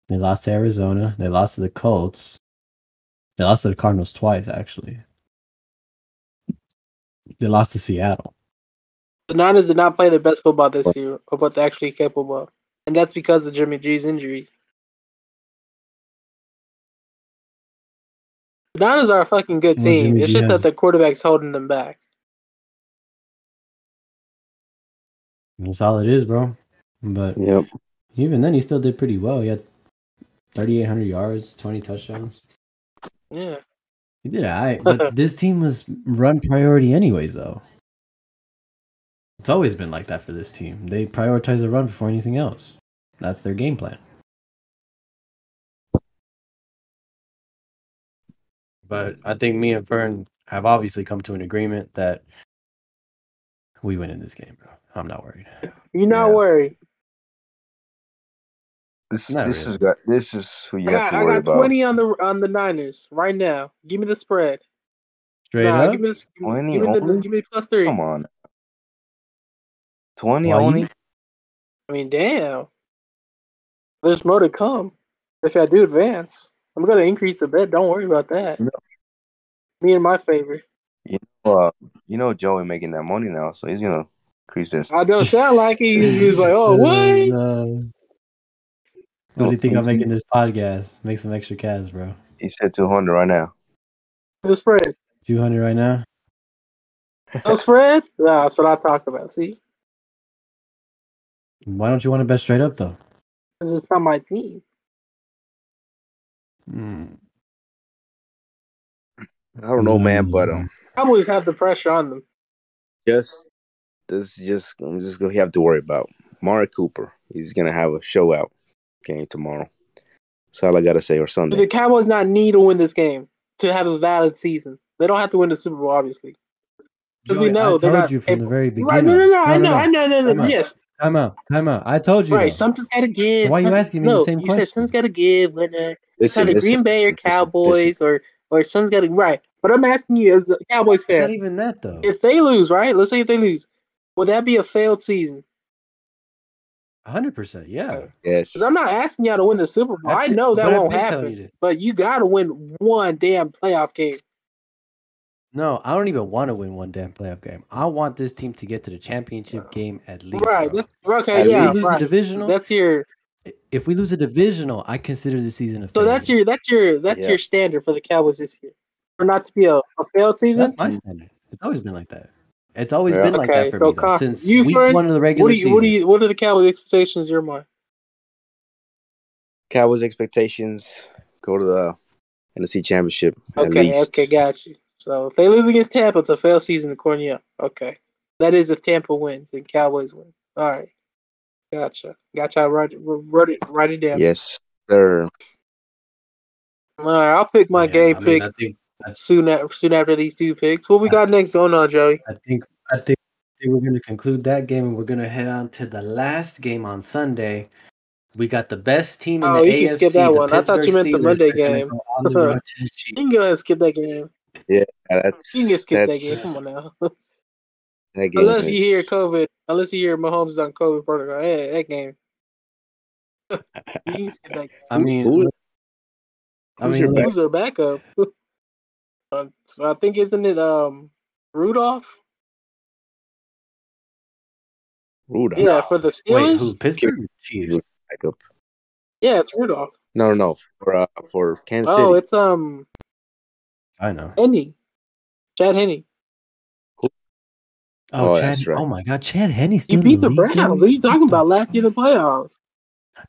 Speaker 1: They lost to Arizona. They lost to the Colts. They lost to the Cardinals twice, actually. They lost to Seattle.
Speaker 2: The Niners did not play their best football this year of what they're actually capable of. And that's because of Jimmy G's injuries. The Niners are a fucking good
Speaker 1: Well,
Speaker 2: team.
Speaker 1: Jimmy
Speaker 2: it's
Speaker 1: G
Speaker 2: just
Speaker 1: has-
Speaker 2: that the quarterback's holding them back.
Speaker 1: That's all it is, bro. But
Speaker 4: Yep.
Speaker 1: even then, he still did pretty well. He had 3,800 yards, 20 touchdowns.
Speaker 2: Yeah.
Speaker 1: He did all right. But this team was run priority, anyways, though. It's always been like that for this team. They prioritize the run before anything else. That's their game plan. But I think me and Fern have obviously come to an agreement that we win in this game, bro. I'm not worried.
Speaker 2: You're not
Speaker 3: Yeah.
Speaker 2: worried.
Speaker 3: This
Speaker 1: Not
Speaker 3: this
Speaker 1: really.
Speaker 3: is got this is who you
Speaker 2: I
Speaker 3: have
Speaker 2: got,
Speaker 3: to
Speaker 2: I
Speaker 3: worry
Speaker 2: got
Speaker 3: about.
Speaker 2: 20 on the on the Niners right now. Give me the spread.
Speaker 1: Straight
Speaker 2: nah,
Speaker 1: up.
Speaker 2: give me, this, give,
Speaker 3: 20
Speaker 2: me the,
Speaker 3: only?
Speaker 2: give me plus three.
Speaker 3: Come on, twenty
Speaker 1: Why you-
Speaker 3: only.
Speaker 2: I mean, damn. There's more to come. If I do advance, I'm gonna increase the bet. Don't worry about that.
Speaker 3: No.
Speaker 2: Me and my favorite.
Speaker 3: Uh, you know Joey making that money now, so he's gonna increase this.
Speaker 2: I don't sound like it. You was like, oh what?
Speaker 1: What do you think I'm
Speaker 3: Easy.
Speaker 1: making this podcast? Make some extra cash, bro.
Speaker 3: He said two hundred right now.
Speaker 2: The spread.
Speaker 1: 200 right now.
Speaker 2: No spread? Nah, that's what I talk about. See,
Speaker 1: Why don't you want to bet straight up though?
Speaker 2: because it's not my team.
Speaker 1: Hmm.
Speaker 3: I don't know, man, but um,
Speaker 2: Cowboys have the pressure on them.
Speaker 4: Just
Speaker 3: this is just I'm just gonna have to worry about Mari Cooper. He's gonna have a show out game tomorrow. That's all I gotta say. Or
Speaker 2: Do
Speaker 3: Sunday.
Speaker 2: the Cowboys not need to win this game to have a valid season? They don't have to win the Super Bowl, obviously. Because
Speaker 1: Joey,
Speaker 2: we
Speaker 1: I
Speaker 2: know they're
Speaker 1: told
Speaker 2: not
Speaker 1: you from the
Speaker 2: able-
Speaker 1: very beginning.
Speaker 2: Right? No, no, no. I know, I know, no, no.
Speaker 1: Time out.
Speaker 2: Yes,
Speaker 1: Time out. Time out. I told you.
Speaker 2: right.
Speaker 1: though.
Speaker 2: Something's got to give.
Speaker 1: Why you
Speaker 2: something-
Speaker 1: asking me the
Speaker 2: no,
Speaker 1: same
Speaker 2: you
Speaker 1: question?
Speaker 2: said something's got to give. But, uh, it's
Speaker 3: Listen,
Speaker 2: either
Speaker 3: listen.
Speaker 2: Green Bay or
Speaker 3: listen.
Speaker 2: Cowboys or or someone's got to right. But I'm asking you as a Cowboys
Speaker 1: Not
Speaker 2: fan,
Speaker 1: even that though.
Speaker 2: if they lose, right? Let's say if they lose, would that be a failed season?
Speaker 1: 100. percent Yeah.
Speaker 3: Yes.
Speaker 2: Because I'm not asking y'all to win the Super Bowl. I
Speaker 1: I've been-
Speaker 2: know that
Speaker 1: but I've
Speaker 2: won't
Speaker 1: been telling
Speaker 2: happen.
Speaker 1: you that.
Speaker 2: But you got to win one damn playoff game.
Speaker 1: No, I don't even want to win one damn playoff game. I want this team to get to the championship game at least.
Speaker 2: right.
Speaker 1: bro.
Speaker 2: That's okay.
Speaker 3: At
Speaker 2: yeah.
Speaker 1: if we lose
Speaker 2: right.
Speaker 1: the divisional,
Speaker 2: That's your
Speaker 1: if we lose a divisional, I consider the season a
Speaker 2: so
Speaker 1: failure.
Speaker 2: that's your that's your that's
Speaker 3: Yeah.
Speaker 2: your standard for the Cowboys this year. For not to be a, a failed season.
Speaker 1: That's my standard. It's always been like that. It's always
Speaker 4: Yeah.
Speaker 1: been like
Speaker 2: Okay,
Speaker 1: that for
Speaker 2: so
Speaker 1: me though,
Speaker 2: Cox,
Speaker 1: since
Speaker 2: you
Speaker 1: week
Speaker 2: first-
Speaker 1: one of the regular
Speaker 2: What do you
Speaker 1: season.
Speaker 2: what do you what are the Cowboys expectations in your mind?
Speaker 3: Cowboys expectations go to the NFC Championship at
Speaker 2: Okay,
Speaker 3: least.
Speaker 2: okay, got you. So if they lose against Tampa, it's a failed season to Cornea. Okay. That is if Tampa wins and Cowboys win. All right. Gotcha. Gotcha. I wrote, it- wrote it, write it down.
Speaker 3: Yes, sir.
Speaker 2: All right. I'll pick my
Speaker 1: Yeah,
Speaker 2: game
Speaker 1: I mean,
Speaker 2: pick
Speaker 1: I think
Speaker 2: soon, a- soon after these two picks. What we got next going on, Joey?
Speaker 1: I think I think I think we're going to conclude that game, and we're going to head on to the last game on Sunday. We got the best team in
Speaker 2: Oh,
Speaker 1: the
Speaker 2: you
Speaker 1: AFC.
Speaker 2: can skip that
Speaker 1: the
Speaker 2: one. I thought you
Speaker 1: Pittsburgh
Speaker 2: meant the
Speaker 1: Steelers
Speaker 2: Monday
Speaker 1: are gonna
Speaker 2: game.
Speaker 1: go on the road to the
Speaker 2: You
Speaker 1: Chiefs.
Speaker 2: can go ahead and skip that game.
Speaker 3: Yeah, that's
Speaker 2: You can just skip
Speaker 3: that's,
Speaker 2: that game. Come on now.
Speaker 3: That game
Speaker 2: unless you
Speaker 3: is-
Speaker 2: hear COVID. Unless you hear Mahomes is on COVID protocol. Hey, that game. You can skip that game.
Speaker 1: I mean,
Speaker 4: Who- who-
Speaker 1: I
Speaker 4: who's
Speaker 1: mean,
Speaker 4: your
Speaker 1: look,
Speaker 4: back-
Speaker 2: Who's their backup? Uh, I think isn't it um Rudolph?
Speaker 3: Rudolph.
Speaker 2: Yeah, for the
Speaker 1: wait,
Speaker 2: Steelers.
Speaker 1: who? Pittsburgh or Chiefs.
Speaker 3: Back up.
Speaker 2: Yeah, it's Rudolph.
Speaker 3: No, no, no. For uh, for Kansas
Speaker 2: Oh,
Speaker 3: City.
Speaker 2: it's um
Speaker 1: I know.
Speaker 2: Henny, Chad Henny.
Speaker 1: Oh,
Speaker 3: Oh,
Speaker 1: Chad.
Speaker 3: that's right.
Speaker 1: Oh my God, Chad Henny's
Speaker 2: He
Speaker 1: still
Speaker 2: beat the
Speaker 1: in the league,
Speaker 2: Browns.
Speaker 1: yo?
Speaker 2: What are you talking about? Last year in the playoffs.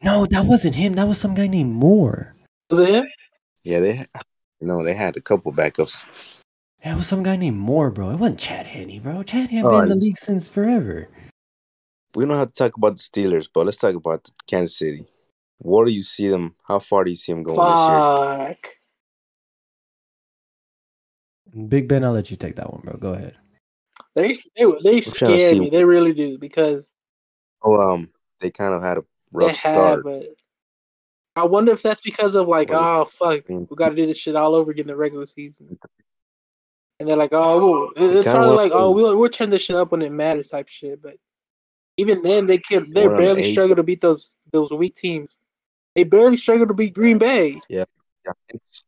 Speaker 1: No, that wasn't him. That was some guy named Moore.
Speaker 2: Was it him?
Speaker 3: Yeah, they. ha- You know, they had a couple backups.
Speaker 1: That was some guy named Moore, bro. It wasn't Chad Henney, bro. Chad Henney
Speaker 3: Oh,
Speaker 1: been in the
Speaker 3: it's-
Speaker 1: league since forever.
Speaker 3: We don't have to talk about the Steelers, but let's talk about Kansas City. Where do you see them? How far do you see them going this year?
Speaker 2: Fuck.
Speaker 1: Big Ben, I'll let you take that one, bro. Go ahead.
Speaker 2: They they they scare
Speaker 4: see-
Speaker 2: me. They really do because
Speaker 4: Oh,
Speaker 3: Well, um, they kind of had a rough
Speaker 2: they
Speaker 3: start.
Speaker 2: have. But I wonder if that's because of like,
Speaker 4: Well,
Speaker 2: oh fuck,
Speaker 4: I mean,
Speaker 2: we got to do this shit all over again the regular season. And they're like, oh, we'll, it-
Speaker 4: They
Speaker 2: it's
Speaker 4: kinda
Speaker 2: probably
Speaker 4: went
Speaker 2: like, oh,
Speaker 4: from-
Speaker 2: we'll we'll turn this shit up when it matters type shit. But even then, they can they
Speaker 4: went on
Speaker 2: barely
Speaker 4: eight.
Speaker 2: struggle to beat those those weak teams. They barely struggle to beat Green Bay.
Speaker 4: Giants.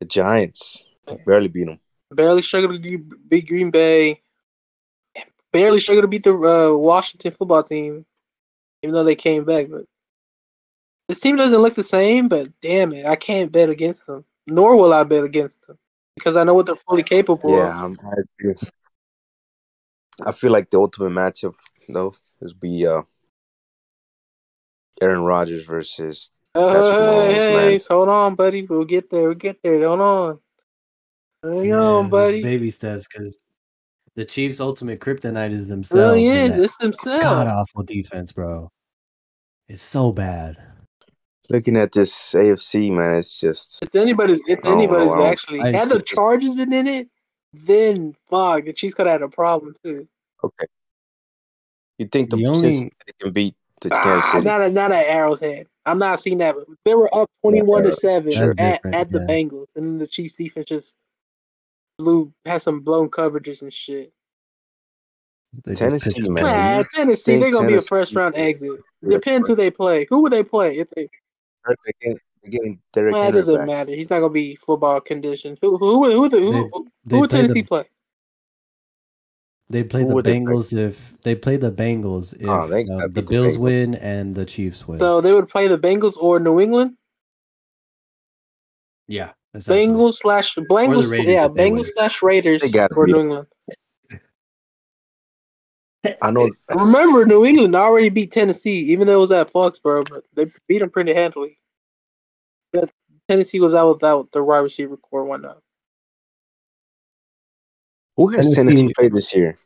Speaker 3: The Giants barely beat them.
Speaker 2: Barely struggle to ge- beat Green Bay. Barely struggle to beat the uh, Washington football team, even though they came back. But this team doesn't look the same. But damn it, I can't bet against them. Nor will I bet against them because I know what they're fully capable of.
Speaker 3: Yeah, I'm, I, agree. I feel like the ultimate matchup though is be uh, Aaron Rodgers versus Patrick
Speaker 2: Uh,
Speaker 3: Mahomes,
Speaker 2: hey,
Speaker 3: man.
Speaker 2: hey, hold on, buddy. We'll get there. We'll get there. Hold on. Hang
Speaker 1: Yeah,
Speaker 2: on,
Speaker 1: it's
Speaker 2: buddy.
Speaker 1: Baby steps because the Chiefs' ultimate kryptonite is themselves.
Speaker 2: Really
Speaker 1: and
Speaker 2: is.
Speaker 1: that
Speaker 2: It's
Speaker 1: God
Speaker 2: themselves.
Speaker 1: awful defense, bro. It's so bad.
Speaker 3: looking at this AFC man, it's just
Speaker 2: It's anybody's. It's
Speaker 3: I don't know,
Speaker 2: anybody's.
Speaker 3: I don't-
Speaker 2: actually,
Speaker 1: oh, I-
Speaker 2: had the Chargers been in it, then fuck, the Chiefs could have had a problem too.
Speaker 3: okay. You think the,
Speaker 1: The only-
Speaker 3: Cincinnati can beat the Kansas
Speaker 2: Ah,
Speaker 3: City?
Speaker 2: not a not an Arrowshead. I'm not seeing that. They were up twenty-one to seven
Speaker 1: Sure.
Speaker 2: at,
Speaker 1: Different,
Speaker 2: at the
Speaker 1: yeah.
Speaker 2: Bengals, and then the Chiefs defense just blew had some blown coverages and shit.
Speaker 1: They just
Speaker 3: Tennessee,
Speaker 1: pissed
Speaker 3: man.
Speaker 1: me off.
Speaker 2: Nah,
Speaker 3: you
Speaker 2: Tennessee,
Speaker 3: think
Speaker 2: they're gonna be a
Speaker 3: Tennessee-
Speaker 2: first round exit.
Speaker 3: Yeah.
Speaker 2: Depends who they play. Who would they play? If they
Speaker 3: They're getting, they're getting Derrick
Speaker 2: well, it
Speaker 3: Henry
Speaker 2: doesn't
Speaker 3: back.
Speaker 2: matter. He's not gonna be football conditioned. Who who who who, who,
Speaker 1: They-
Speaker 2: who, who
Speaker 1: They
Speaker 2: would
Speaker 1: play
Speaker 2: Tennessee
Speaker 1: the,
Speaker 2: play?
Speaker 1: they play
Speaker 3: Who
Speaker 1: the
Speaker 3: would they play?
Speaker 1: Bengals if they play the Bengals if
Speaker 3: Oh, they
Speaker 1: uh,
Speaker 3: gotta
Speaker 1: the
Speaker 3: beat the
Speaker 1: Bills
Speaker 3: Bengals.
Speaker 1: win and the Chiefs win.
Speaker 2: So they would play the Bengals or New England.
Speaker 1: yeah, essentially.
Speaker 2: Bengals slash Bengals,
Speaker 1: Raiders
Speaker 2: yeah,
Speaker 1: if they win.
Speaker 2: Bengals slash Raiders
Speaker 3: They gotta
Speaker 2: or
Speaker 3: beat
Speaker 2: New
Speaker 3: 'em.
Speaker 2: England.
Speaker 3: I know
Speaker 2: Remember, New England already beat Tennessee, even though it was at Foxborough, but they beat them pretty handily. But Tennessee was out without the wide receiver core, and whatnot.
Speaker 3: who has
Speaker 1: Tennessee-
Speaker 3: Tennessee played this year.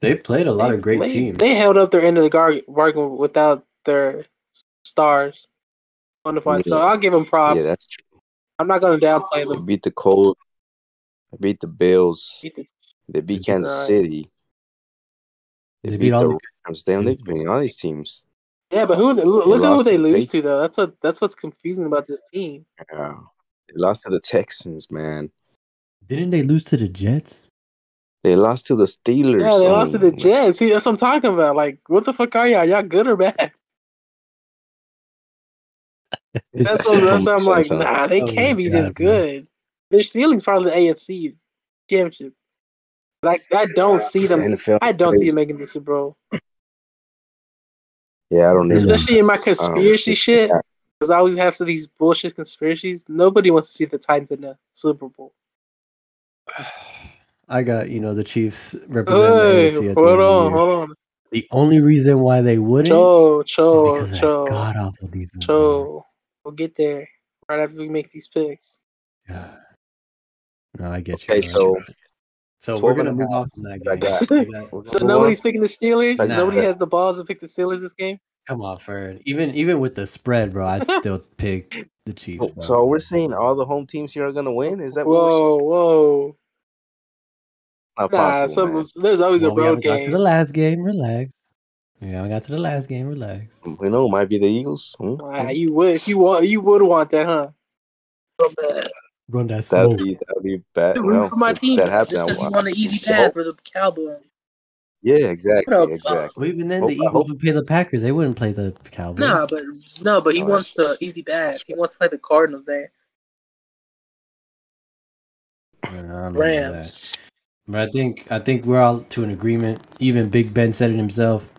Speaker 1: They played a lot of great
Speaker 2: they,
Speaker 1: teams.
Speaker 2: They held up their end of the gar- bargain without their stars on the fight. So
Speaker 3: Yeah.
Speaker 2: I'll give them props.
Speaker 3: Yeah, that's true.
Speaker 2: I'm not gonna downplay
Speaker 3: They
Speaker 2: them.
Speaker 3: beat the Colts. They beat the Bills.
Speaker 2: Beat the-
Speaker 3: They beat
Speaker 1: They beat-
Speaker 3: Kansas
Speaker 2: Right.
Speaker 3: City. They,
Speaker 1: They beat
Speaker 3: beat,
Speaker 1: all
Speaker 3: the
Speaker 1: the
Speaker 3: Rams. Damn,
Speaker 1: teams.
Speaker 3: they've been all these teams.
Speaker 2: Yeah, but who? They, look look at who
Speaker 3: lost
Speaker 2: they
Speaker 3: to
Speaker 2: lose
Speaker 3: Patriots.
Speaker 2: to though. That's what that's what's confusing about this team.
Speaker 3: Yeah. They lost to the Texans, man.
Speaker 1: Didn't they lose to the Jets?
Speaker 3: They lost to the Steelers.
Speaker 2: Yeah, they
Speaker 3: I
Speaker 2: lost to the
Speaker 3: mean,
Speaker 2: Jets. See, that's what I'm talking about. Like, what the fuck are y'all? Y'all good or bad? That's what, that's what I'm like.
Speaker 3: Makes sense, huh?
Speaker 2: Nah, they
Speaker 1: Oh my
Speaker 2: can't be this
Speaker 1: God, man.
Speaker 2: good. Their ceiling's probably the AFC championship. Like, I don't see
Speaker 3: this
Speaker 2: them.
Speaker 3: NFL
Speaker 2: I don't see
Speaker 3: is-
Speaker 2: them making the Super Bowl,
Speaker 3: Yeah, I don't
Speaker 1: Yeah.
Speaker 3: know.
Speaker 2: especially in my
Speaker 3: Um,
Speaker 2: conspiracy
Speaker 3: it's just-
Speaker 2: shit. Because I always have some of these bullshit conspiracies. Nobody wants to see the Titans in the Super Bowl.
Speaker 1: I got you know the Chiefs representing
Speaker 2: Hey,
Speaker 1: the AFC at
Speaker 2: hold
Speaker 1: the end of the
Speaker 2: on,
Speaker 1: year.
Speaker 2: hold on.
Speaker 1: The only reason why they wouldn't
Speaker 2: Cho,
Speaker 1: is
Speaker 2: cho,
Speaker 1: because of that
Speaker 2: cho,
Speaker 1: god awful defense. bro.
Speaker 2: cho. We'll get there right after we make these picks.
Speaker 1: Yeah. No, I get you.
Speaker 3: Okay,
Speaker 1: bro.
Speaker 3: so
Speaker 1: so we're
Speaker 3: 12
Speaker 1: gonna
Speaker 3: and a
Speaker 1: move
Speaker 3: half.
Speaker 1: off from that
Speaker 3: I
Speaker 1: game.
Speaker 3: got-
Speaker 1: We got-
Speaker 3: we're gonna
Speaker 2: So
Speaker 3: move on.
Speaker 2: nobody's picking the Steelers.
Speaker 3: Like,
Speaker 1: Nah.
Speaker 2: Nobody has the balls to pick the Steelers this game.
Speaker 1: Come on, Ferd. Even even with the spread, bro, I'd still pick the Chiefs.
Speaker 3: so-
Speaker 1: Bro.
Speaker 3: Oh, So we're saying all the home teams here are gonna win? Is that what we're saying?
Speaker 2: Whoa, whoa.
Speaker 3: Not
Speaker 2: Nah,
Speaker 3: possible,
Speaker 2: some,
Speaker 3: man.
Speaker 2: there's always
Speaker 1: Well,
Speaker 2: a
Speaker 1: we
Speaker 2: road
Speaker 1: haven't got to
Speaker 2: game.
Speaker 1: the last game. Relax. We haven't got to the last game. Relax.
Speaker 3: We know it might be the Eagles. Hmm?
Speaker 2: Nah, you would if you want you would want that, huh?
Speaker 1: Run that
Speaker 3: That'd
Speaker 1: smoke.
Speaker 3: be that'd be bad.
Speaker 2: Root
Speaker 3: Well,
Speaker 2: for my
Speaker 3: if
Speaker 2: team.
Speaker 3: that happened.
Speaker 2: Just
Speaker 3: I
Speaker 2: because you
Speaker 3: would-
Speaker 2: want an easy path for the Cowboys.
Speaker 3: Yeah,
Speaker 2: What up,
Speaker 3: exactly, exactly.
Speaker 1: Well, even then,
Speaker 3: Hope-
Speaker 1: the
Speaker 3: I
Speaker 1: Eagles
Speaker 3: hope-
Speaker 1: would play the Packers. They wouldn't play the Cowboys.
Speaker 2: Nah, but no, but he
Speaker 3: Oh,
Speaker 2: wants the
Speaker 3: that's-
Speaker 2: easy path.
Speaker 3: that's
Speaker 2: He
Speaker 3: right.
Speaker 2: wants to play the Cardinals there.
Speaker 1: I don't know about that.
Speaker 2: Rams.
Speaker 1: But I think I think we're all to an agreement. Even Big Ben said it himself.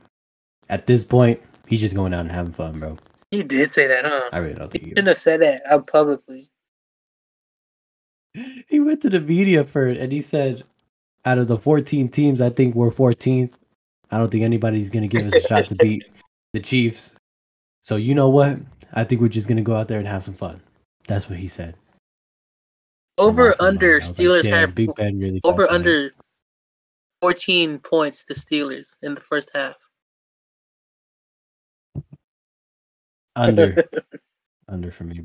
Speaker 1: At this point, he's just going out and having fun, bro.
Speaker 2: He did say that, huh?
Speaker 1: I really don't
Speaker 2: He
Speaker 1: think
Speaker 2: shouldn't have said that out publicly.
Speaker 1: he. He went to the media for it, and he said, "Out of the 14 teams, I think we're 14th. I don't think anybody's gonna give us a shot to beat the Chiefs. So you know what? I think we're just gonna go out there and have some fun." That's what he said. I
Speaker 2: Over
Speaker 1: lost my mind. I
Speaker 2: under
Speaker 1: was like,
Speaker 2: Steelers
Speaker 1: "Damn,
Speaker 2: have
Speaker 1: Big Ben really fucked
Speaker 2: over
Speaker 1: me up."
Speaker 2: under fourteen points to Steelers in the first half.
Speaker 1: under under for me.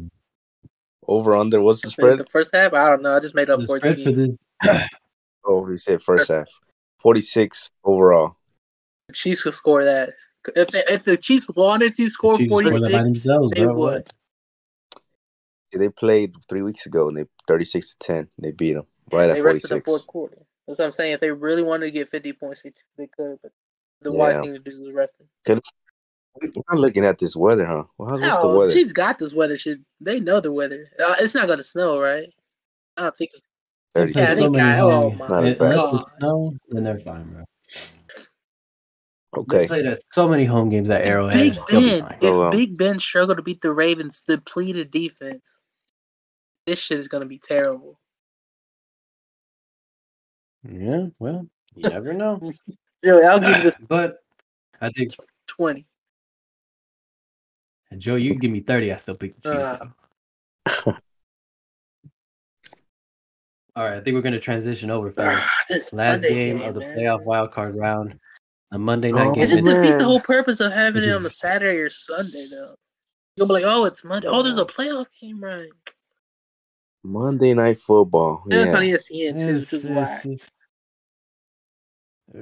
Speaker 3: Over under. What's the
Speaker 2: Like,
Speaker 3: spread?
Speaker 2: the first half, I don't know. I just made up
Speaker 1: The spread for
Speaker 2: 14.
Speaker 1: this
Speaker 3: Oh, you said first half. Forty six overall.
Speaker 2: The Chiefs could score that. If they, if the Chiefs wanted to score
Speaker 1: Chiefs scored that by
Speaker 2: 46,
Speaker 1: themselves,
Speaker 2: they
Speaker 1: bro.
Speaker 2: would.
Speaker 3: Yeah, They played three weeks ago and they thirty six to ten. They beat them
Speaker 2: They
Speaker 3: right at forty
Speaker 2: rested the
Speaker 3: six.
Speaker 2: fourth quarter. That's what I'm saying. If they really wanted to get 50 points, they, t- they could. But the
Speaker 3: Yeah.
Speaker 2: wise thing to do is rest them.
Speaker 3: I'm looking at this weather, huh? Well, how's what's the
Speaker 2: No, the
Speaker 3: weather?
Speaker 2: Chiefs got this weather shit. They know the weather. Uh, it's not going to snow, right? I don't think. It's,
Speaker 1: They've
Speaker 3: Thirty.
Speaker 1: had
Speaker 2: yeah, they
Speaker 1: so many
Speaker 2: got. Oh
Speaker 1: home-
Speaker 3: Not
Speaker 2: my.
Speaker 3: as
Speaker 1: Unless
Speaker 3: bad.
Speaker 1: it's
Speaker 2: God.
Speaker 1: snow, then they're fine, bro. They
Speaker 3: Okay.
Speaker 1: played us so many home games at Arrowhead.
Speaker 2: Big
Speaker 1: They'll be
Speaker 2: Ben.
Speaker 1: fine.
Speaker 2: If
Speaker 3: Oh, wow.
Speaker 2: Big Ben struggled to beat the Ravens' depleted defense, this shit is going to be terrible.
Speaker 1: Yeah, well, you never know.
Speaker 2: Joey, I'll give you this
Speaker 1: But I think
Speaker 2: 20.
Speaker 1: Joe, you can give me thirty. I still pick the Chiefs.
Speaker 2: Uh.
Speaker 1: though. All right, I think we're gonna transition over, fellas.
Speaker 2: Ah, this
Speaker 1: Last
Speaker 2: Monday
Speaker 1: game of the
Speaker 2: man.
Speaker 1: playoff wild card round, a Monday night
Speaker 3: Oh,
Speaker 1: game.
Speaker 2: It just
Speaker 3: man.
Speaker 2: defeats the whole purpose of having
Speaker 1: It
Speaker 2: it on a Saturday or Sunday, though. You'll be like, oh, it's Monday. Oh, there's a playoff game, right?
Speaker 3: Monday night football.
Speaker 2: And it's on E
Speaker 3: Yeah.
Speaker 2: ESPN, too,
Speaker 1: It's-
Speaker 2: which is
Speaker 1: it's-
Speaker 2: why.
Speaker 1: it's-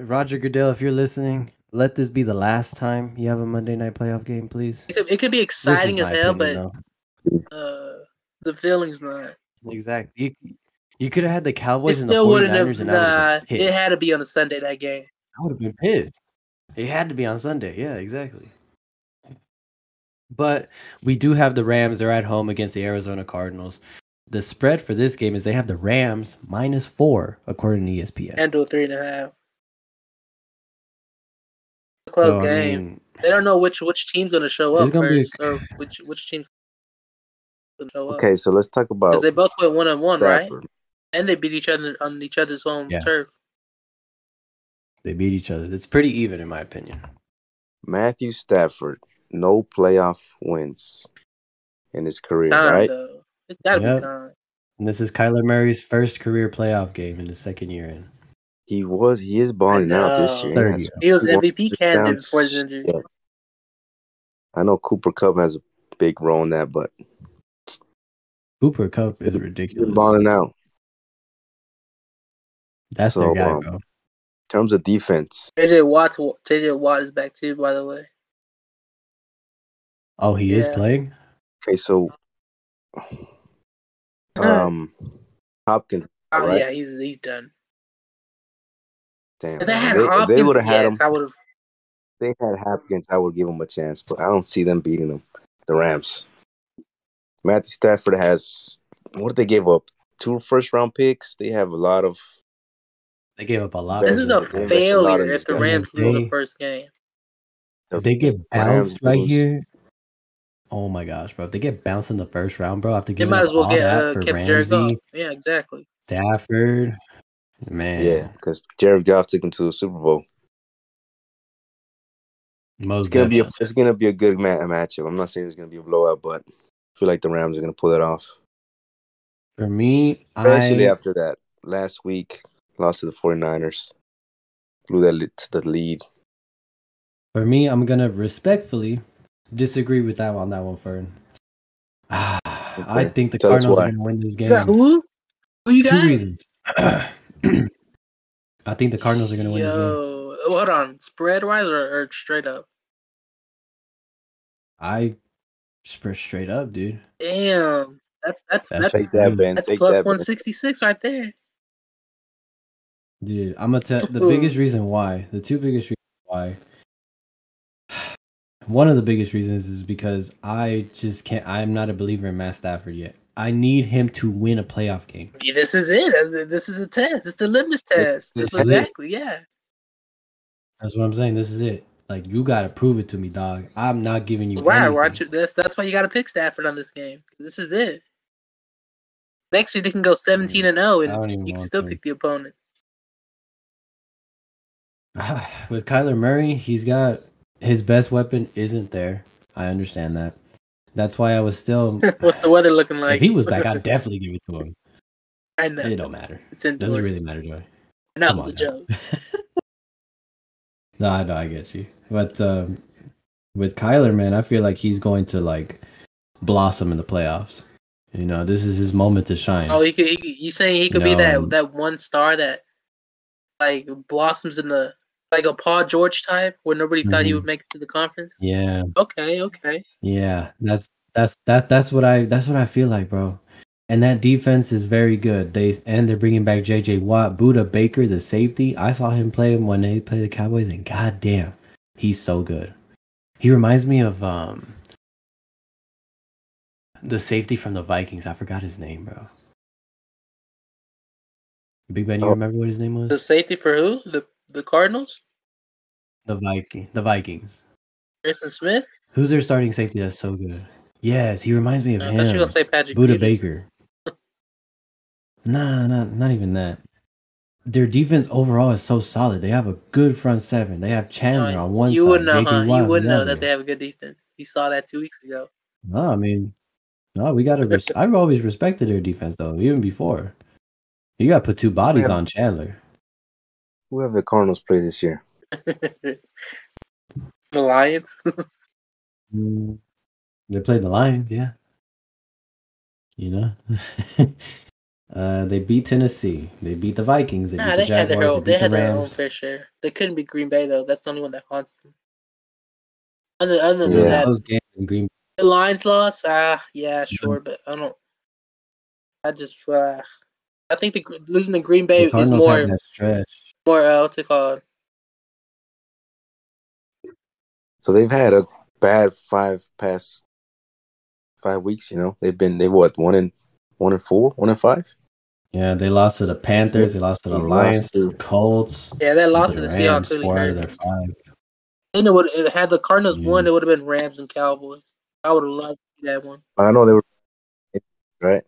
Speaker 1: Roger Goodell, if you're listening, let this be the last time you have a Monday night playoff game, please.
Speaker 2: It could, it could be
Speaker 1: This is
Speaker 2: exciting as
Speaker 1: my
Speaker 2: hell,
Speaker 1: opinion,
Speaker 2: but uh, the feeling's not.
Speaker 1: though. exactly. You, you could have had the
Speaker 2: It
Speaker 1: Cowboys and the
Speaker 2: still wouldn't
Speaker 1: 49ers,
Speaker 2: have.
Speaker 1: and I
Speaker 2: Nah,
Speaker 1: would have been
Speaker 2: it
Speaker 1: pissed.
Speaker 2: had to be on a Sunday, that game.
Speaker 1: I would have been pissed. It had to be on Sunday. Yeah, exactly. But we do have the Rams. They're at home against the Arizona Cardinals. The spread for this game is they have the Rams minus four, according to E ESPN.
Speaker 2: And do a three and a half. Close
Speaker 1: So, Oh, I
Speaker 2: game.
Speaker 1: mean,
Speaker 2: they don't know which which team's going to show
Speaker 1: It's
Speaker 2: up
Speaker 1: gonna be a-
Speaker 2: first, or which which team's going to show up.
Speaker 3: Okay, so let's talk about
Speaker 2: Because they both went one on one, right?
Speaker 3: Stafford.
Speaker 2: And they beat each other on each other's home
Speaker 1: Yeah.
Speaker 2: turf.
Speaker 1: they beat each other. It's pretty even, in my opinion.
Speaker 3: Matthew Stafford, no playoff wins in his career,
Speaker 2: Time
Speaker 3: right?
Speaker 2: though, it's gotta
Speaker 1: Yep.
Speaker 2: be time.
Speaker 1: And this is Kyler Murray's first career playoff game in his second year in.
Speaker 3: He was he is balling out this
Speaker 2: know.
Speaker 3: year. He
Speaker 1: Third
Speaker 3: has
Speaker 1: year.
Speaker 2: He was
Speaker 3: He won
Speaker 2: MVP candidate
Speaker 3: touchdowns.
Speaker 2: before his injury.
Speaker 3: Yeah. I know Cooper Cup has a big role in that, but
Speaker 1: Cooper Cup is
Speaker 3: he's
Speaker 1: ridiculous.
Speaker 3: balling out.
Speaker 1: That's
Speaker 3: So,
Speaker 1: their guy,
Speaker 3: um,
Speaker 1: bro.
Speaker 3: In terms of defense,
Speaker 2: JJ Watt's JJ Watt is back too, by the way.
Speaker 1: Oh, he is
Speaker 2: yeah.
Speaker 1: playing?
Speaker 3: okay, so um Hopkins,
Speaker 2: oh
Speaker 3: right.
Speaker 2: yeah, he's he's done.
Speaker 3: damn.
Speaker 2: If they had
Speaker 3: they,
Speaker 2: Hopkins,
Speaker 3: would have had
Speaker 2: yes,
Speaker 3: him.
Speaker 2: I would have.
Speaker 3: If they had Hopkins, I would give him a chance, but I don't see them beating them. The Rams. Matthew Stafford has what did they give up? Two first round picks. They have a lot of
Speaker 1: They gave up a lot.
Speaker 2: This is
Speaker 1: of
Speaker 2: a
Speaker 1: points.
Speaker 3: They invested a lot in
Speaker 2: failure
Speaker 3: this
Speaker 2: if the
Speaker 3: guy.
Speaker 2: Rams lose the
Speaker 1: They-
Speaker 2: first game.
Speaker 1: If they get bounced
Speaker 3: Rams
Speaker 1: right
Speaker 3: lose.
Speaker 1: here. Oh my gosh, bro! If they get bounced in the first round, bro, after
Speaker 2: They
Speaker 1: giving
Speaker 2: might as
Speaker 1: up
Speaker 2: well
Speaker 1: all
Speaker 2: get
Speaker 1: that
Speaker 2: uh,
Speaker 1: for
Speaker 2: kept Jared Goff.
Speaker 1: Ramsey,
Speaker 2: Yeah, exactly.
Speaker 1: Stafford, man,
Speaker 3: Yeah, because Jared Goff took him to the Super Bowl. It's
Speaker 1: most
Speaker 3: gonna be a
Speaker 1: definitely.
Speaker 3: it's gonna be a good ma- matchup. I'm not saying it's gonna be a blowout, but I feel like the Rams are gonna pull it off.
Speaker 1: for me.
Speaker 3: Especially
Speaker 1: I
Speaker 3: after that last week lost to the 49ers, blew that lead to the lead.
Speaker 1: for me, I'm gonna respectfully disagree with that on that one, Fern. I
Speaker 3: Okay,
Speaker 1: think the
Speaker 3: tell us
Speaker 1: Cardinals
Speaker 3: why.
Speaker 1: are gonna win this game.
Speaker 2: Yeah, who? Who you
Speaker 1: Two
Speaker 2: got?
Speaker 1: reasons. I think the Cardinals are gonna win this game.
Speaker 2: Yo, hold on. Spread wise or, or straight up?
Speaker 1: I sp- straight up, dude.
Speaker 2: Damn, that's that's
Speaker 1: That's
Speaker 2: that's
Speaker 1: right.
Speaker 3: Take that, Ben.
Speaker 2: that's
Speaker 3: Take
Speaker 2: plus
Speaker 3: that, Ben.
Speaker 2: one sixty six right there.
Speaker 1: Dude, I'm gonna tell the biggest reason why. The two biggest reasons why. One of the biggest reasons is because I just can't. I'm not a believer in Matt Stafford yet. I need him to win a playoff game.
Speaker 2: Yeah, This is it. That's- This is a test. It's the litmus test.
Speaker 3: this
Speaker 2: That's
Speaker 3: is it.
Speaker 2: exactly. Yeah.
Speaker 1: That's what I'm saying. This is it. Like you gotta prove it to me, dog. I'm not giving you.
Speaker 2: Why?
Speaker 1: Why?
Speaker 2: Why? You, that's that's why you got to pick Stafford on this game. This is it. Next year they can go seventeen and zero,
Speaker 1: I don't
Speaker 2: and
Speaker 1: even
Speaker 2: you can
Speaker 1: want
Speaker 2: still
Speaker 1: to.
Speaker 2: pick the opponent.
Speaker 1: With Kyler Murray, he's got his best weapon isn't there. I understand that. That's why I was still.
Speaker 2: What's the weather looking like?
Speaker 1: if he was back, I'd definitely give it to him.
Speaker 2: I know.
Speaker 1: It don't matter.
Speaker 2: It's indoors.
Speaker 1: Doesn't really matter, Joy.
Speaker 2: no,
Speaker 1: come
Speaker 2: it's a
Speaker 1: on now.
Speaker 2: joke.
Speaker 1: No, I know I get you. But um, with Kyler, man, I feel like he's going to like blossom in the playoffs. You know, this is his moment to shine.
Speaker 2: Oh, he could. He, could- you saying he could be
Speaker 1: No.
Speaker 2: that that one star that like blossoms in the like a Paul George type where nobody thought he
Speaker 1: Mhm.
Speaker 2: would make it to the conference.
Speaker 1: Yeah,
Speaker 2: Okay, okay.
Speaker 1: yeah. That's that's that's that's what I that's what I feel like, bro. And that defense is very good. They and they're bringing back J.J. Watt, Buda Baker, the safety. I saw him play when they played the Cowboys, and goddamn, he's so good. He reminds me of um the safety from the Vikings. I forgot his name, bro. Big Ben, you
Speaker 3: Oh.
Speaker 1: remember what his name was?
Speaker 2: The safety for who? The the Cardinals?
Speaker 1: The Viking, the Vikings.
Speaker 2: Harrison Smith?
Speaker 1: Who's their starting safety that's so good? Yes, he reminds me of
Speaker 2: I
Speaker 1: him.
Speaker 2: thought you were gonna say Patrick
Speaker 1: Buda
Speaker 2: Peters.
Speaker 1: Baker. Nah, not not even that. Their defense overall is so solid. They have a good front seven. They have Chandler
Speaker 2: No,
Speaker 1: on one
Speaker 2: you
Speaker 1: side.
Speaker 2: wouldn't
Speaker 1: JJ
Speaker 2: know, huh?
Speaker 1: Watt
Speaker 2: You
Speaker 1: on
Speaker 2: wouldn't
Speaker 1: the
Speaker 2: know
Speaker 1: other.
Speaker 2: that they have a good defense. You saw that two weeks ago.
Speaker 1: No, I mean, no, we gotta. Res- I've always respected their defense though, even before. You gotta put two bodies
Speaker 3: Yeah.
Speaker 1: on Chandler.
Speaker 4: Who have the Cardinals play this year?
Speaker 2: the Lions.
Speaker 1: Mm, They played the Lions, yeah. You know, uh, they beat Tennessee. They beat the Vikings. They
Speaker 2: nah,
Speaker 1: beat
Speaker 2: they
Speaker 1: the
Speaker 2: had their
Speaker 1: Jaguars.
Speaker 2: own,
Speaker 1: they
Speaker 2: they
Speaker 1: beat the
Speaker 2: had their own
Speaker 1: Rams.
Speaker 2: fair share. They couldn't be Green Bay though. That's the only one that haunts them. Other other than
Speaker 4: Yeah.
Speaker 2: that,
Speaker 1: Those games in Green
Speaker 2: The Lions lost. Ah, yeah, sure, but I don't. I just. Uh, I think the gr- losing to Green Bay
Speaker 1: The
Speaker 2: is
Speaker 1: Cardinals
Speaker 2: more
Speaker 1: had that stretch.
Speaker 2: more uh, what's it called?
Speaker 4: So they've had a bad five past five weeks. You know, they've been they what one and one and four, one and five.
Speaker 1: Yeah, they lost to the Panthers. They lost to the
Speaker 4: They lost
Speaker 1: Lions, to
Speaker 4: to-
Speaker 1: the Colts,
Speaker 2: Yeah, that
Speaker 1: and
Speaker 2: loss
Speaker 1: to
Speaker 2: to
Speaker 1: the
Speaker 2: the
Speaker 1: Rams.
Speaker 2: Seahawks really
Speaker 1: Four out of
Speaker 2: hurt.
Speaker 1: their five.
Speaker 2: Then it would had the Cardinals won,
Speaker 1: Yeah.
Speaker 2: it would have been Rams and Cowboys. I would have loved to see that one.
Speaker 4: I know they were right.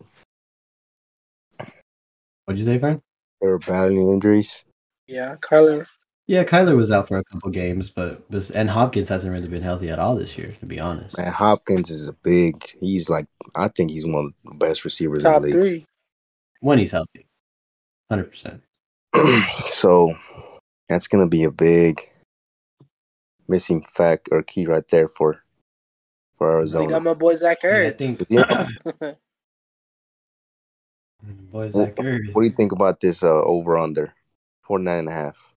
Speaker 1: What'd you say, Vern?
Speaker 4: They were battling injuries.
Speaker 2: Yeah, Kyler.
Speaker 1: Yeah, Kyler was out for a couple games, but was, and Hopkins hasn't really been healthy at all this year, to be honest.
Speaker 4: Man, Hopkins is a big. He's like I think he's one of the best receivers in
Speaker 2: Top
Speaker 4: the league.
Speaker 2: three.
Speaker 1: When he's healthy, hundred percent.
Speaker 4: so that's gonna be a big missing fact or key right there for for
Speaker 2: They got
Speaker 4: Arizona.
Speaker 2: my boy Zach
Speaker 1: I
Speaker 2: Ertz.
Speaker 1: think
Speaker 4: Yeah.
Speaker 1: boys that
Speaker 4: What do you think about this uh, over under? Four nine and a half.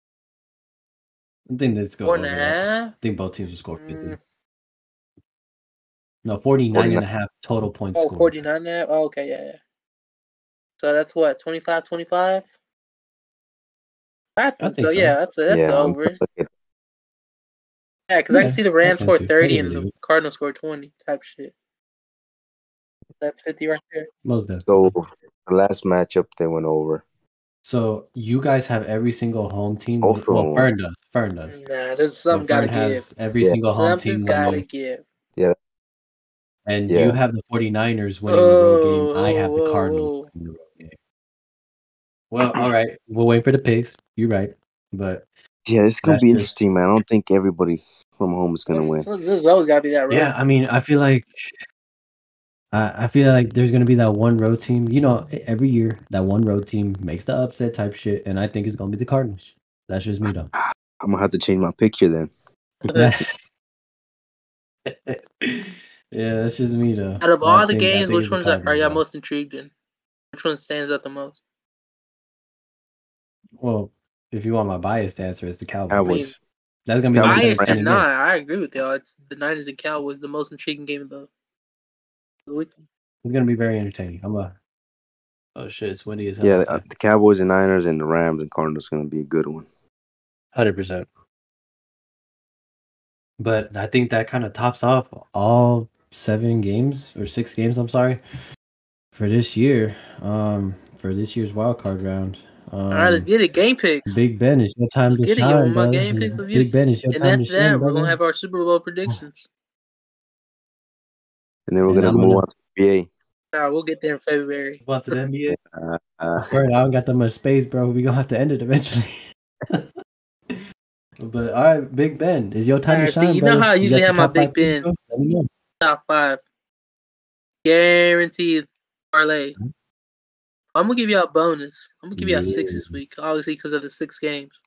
Speaker 1: I think this goes
Speaker 2: Four and
Speaker 1: over
Speaker 2: a
Speaker 1: that.
Speaker 2: half.
Speaker 1: I think both teams will score fifty.
Speaker 2: Mm.
Speaker 1: No, 49 and a half total points
Speaker 2: Oh,
Speaker 1: scored.
Speaker 2: 49 and a half. Oh, okay, yeah, yeah. So that's what, 25 25? I think,
Speaker 1: think
Speaker 2: so,
Speaker 1: so.
Speaker 2: yeah. That's, that's
Speaker 4: yeah, I'm
Speaker 2: over.
Speaker 4: gonna look at-
Speaker 2: Yeah, because I
Speaker 1: Yeah,
Speaker 2: can see the
Speaker 1: I
Speaker 2: Rams
Speaker 1: can
Speaker 2: score
Speaker 1: see it. I
Speaker 2: 30
Speaker 1: can
Speaker 2: and
Speaker 1: believe
Speaker 2: the Cardinals score 20 type shit. That's 50 right there.
Speaker 1: Most definitely.
Speaker 4: So the last matchup they went over.
Speaker 1: So you guys have every single home team.
Speaker 4: Both of
Speaker 1: well,
Speaker 4: them.
Speaker 1: Fern does. Fern does.
Speaker 2: Nah, there's
Speaker 1: But
Speaker 2: something gotta
Speaker 1: Fern has
Speaker 2: give.
Speaker 1: every
Speaker 4: Yeah.
Speaker 1: single home
Speaker 2: Something's
Speaker 1: team
Speaker 2: gotta
Speaker 1: winning,
Speaker 2: give.
Speaker 1: and
Speaker 4: Yeah.
Speaker 1: you have the 49ers winning the road game. I have the
Speaker 2: Oh,
Speaker 1: Cardinals
Speaker 2: oh,
Speaker 1: winning the road game. Well, all right. We'll wait for the pace. You're right, but
Speaker 4: Yeah, it's gonna
Speaker 1: That's
Speaker 4: be
Speaker 1: just-
Speaker 4: interesting, man. I don't think everybody from home is gonna win.
Speaker 2: So This always gotta be that right.
Speaker 1: yeah, I mean, I feel like I, I feel like there's gonna be that one road team. You know, e- every year that one road team makes the upset type shit, and I think it's gonna be the Cardinals. That's just me though.
Speaker 4: I'm gonna have to change my picture then.
Speaker 1: yeah, that's just me though.
Speaker 2: Out of
Speaker 1: I
Speaker 2: all the
Speaker 1: think- I
Speaker 2: games,
Speaker 1: think it's
Speaker 2: which
Speaker 1: the
Speaker 2: ones are, are
Speaker 1: Cardinals,
Speaker 2: y'all
Speaker 1: though.
Speaker 2: most intrigued in? Which one stands out the most?
Speaker 1: Well, if you want my biased answer, it's the Cowboys.
Speaker 4: Cowboys.
Speaker 1: That's gonna be
Speaker 4: Cowboys
Speaker 1: the
Speaker 4: and
Speaker 1: best
Speaker 2: Biased or
Speaker 1: team in
Speaker 2: not,
Speaker 1: there.
Speaker 2: I agree with y'all. It's the Niners and Cowboys, the most intriguing game of the, the week.
Speaker 1: It's gonna be very entertaining. I'm a. Oh shit! It's windy as hell.
Speaker 4: Yeah, uh, the Cowboys and Niners and the Rams and Cardinals gonna be a good one.
Speaker 1: hundred percent. But I think that kind of tops off all seven games or six games. I'm sorry for this year. Um, for this year's wild card round. Um,
Speaker 2: All right, let's get it. Game picks.
Speaker 1: Big Ben, it's your time
Speaker 2: Let's
Speaker 1: to
Speaker 2: get it, yo.
Speaker 1: shine,
Speaker 2: My
Speaker 1: brother.
Speaker 2: game picks of you.
Speaker 1: Big Ben, it's your
Speaker 2: And
Speaker 1: time to
Speaker 2: after
Speaker 1: shine,
Speaker 2: that, we're
Speaker 1: brother.
Speaker 2: gonna have our Super Bowl predictions.
Speaker 4: And then we're
Speaker 1: And
Speaker 4: gonna
Speaker 1: I'm
Speaker 4: move
Speaker 1: gonna-
Speaker 4: on to the
Speaker 2: Nah, we'll get there in February.
Speaker 1: About to the NBA.
Speaker 4: NBA. Uh,
Speaker 1: Bro, I don't got that much space, bro. We gonna have to end it eventually. but all right, Big Ben, is your time
Speaker 2: All
Speaker 1: to
Speaker 2: right, see,
Speaker 1: shine,
Speaker 2: you know
Speaker 1: brother.
Speaker 2: how I usually
Speaker 1: got your
Speaker 2: have my
Speaker 1: top five
Speaker 2: Big
Speaker 1: picks,
Speaker 2: Ben.
Speaker 1: bro? Let me know.
Speaker 2: Top five, guaranteed parlay.
Speaker 1: Mhm.
Speaker 2: I'm gonna give you a bonus. I'm gonna give you a six this
Speaker 1: Yeah.
Speaker 2: week, obviously because of the six games.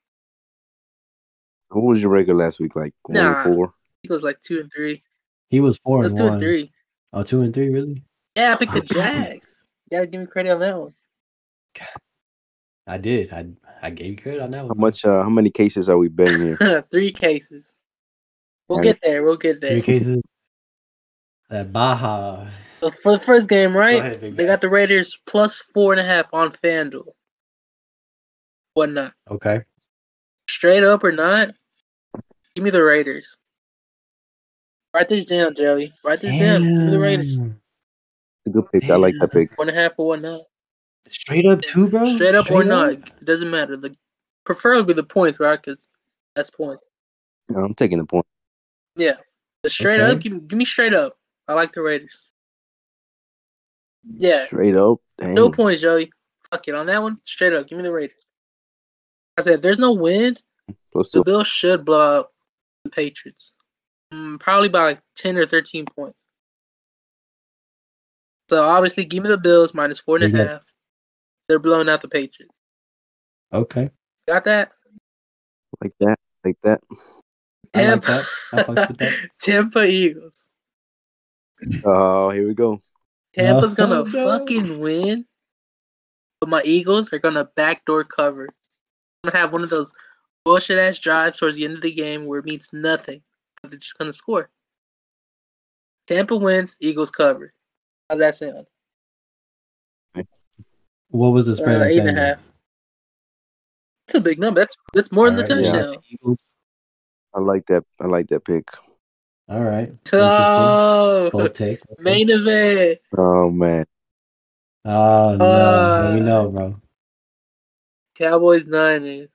Speaker 4: who was your record last week? Like one
Speaker 2: Nah.
Speaker 4: and four.
Speaker 2: He goes like two and three.
Speaker 1: He was four
Speaker 2: Let's
Speaker 1: and
Speaker 2: two
Speaker 1: one.
Speaker 2: and three.
Speaker 1: Oh, two and three, really?
Speaker 2: Yeah, I picked the Jags. You gotta give me credit on that one.
Speaker 1: I did. I I gave you credit on that
Speaker 3: How
Speaker 1: one.
Speaker 3: much? Uh, how many cases are we betting here?
Speaker 2: Three cases. We'll
Speaker 3: Got
Speaker 2: get there. We'll get there.
Speaker 1: Three cases. That Baja.
Speaker 2: So for the first game,
Speaker 1: Go
Speaker 2: right?
Speaker 1: ahead, big
Speaker 2: They
Speaker 1: guy.
Speaker 2: got the Raiders plus four and a half on FanDuel. What not?
Speaker 1: Okay.
Speaker 2: Straight up or not? Give me the Raiders. Write this down, Joey. Write this down. Give me the Raiders.
Speaker 1: Damn.
Speaker 3: It's a good pick. I like that pick.
Speaker 2: Four and a half or whatnot.
Speaker 1: Straight up two, bro.
Speaker 2: Straight up or not? It doesn't matter. The preferably the points, right? Because that's points.
Speaker 3: No, I'm taking the point.
Speaker 2: Yeah. But straight
Speaker 1: Okay.
Speaker 2: up, give, give me straight up. I like the Raiders. Yeah.
Speaker 3: Straight up. Dang.
Speaker 2: No points, Joey. Fuck it. On that one, straight up. Give me the Raiders. I said, if there's no win,
Speaker 3: Plus
Speaker 2: the
Speaker 3: two.
Speaker 2: Bills should blow up the Patriots. Mm, probably by like 10 or 13 points. So obviously, give me the Bills minus four and a
Speaker 1: Yeah.
Speaker 2: half. They're blowing out the Patriots.
Speaker 1: Okay.
Speaker 2: Got that?
Speaker 3: Like that. Like that.
Speaker 1: I like
Speaker 2: Tampa,
Speaker 1: that. I fucks with that.
Speaker 2: Tampa Eagles.
Speaker 3: Oh, here we go.
Speaker 2: Tampa's
Speaker 1: No,
Speaker 2: gonna
Speaker 1: no.
Speaker 2: fucking win, but my Eagles are gonna backdoor cover. I'm gonna have one of those bullshit ass drives towards the end of the game where it means nothing, but they're just gonna score. Tampa wins, Eagles cover. How's that sound?
Speaker 1: What was the
Speaker 2: Uh,
Speaker 1: spread? on
Speaker 2: eight and a
Speaker 1: FanDuel?
Speaker 2: half. That's a big number. That's that's more than the
Speaker 1: Alright,
Speaker 2: touchdown.
Speaker 1: Eagles.
Speaker 3: I like that. I like that pick.
Speaker 1: All right. Interesting.
Speaker 2: Oh,
Speaker 1: Bold take.
Speaker 2: main event.
Speaker 3: Oh man.
Speaker 1: Oh no. Let me
Speaker 2: Uh,
Speaker 1: know, bro.
Speaker 2: Cowboys Niners.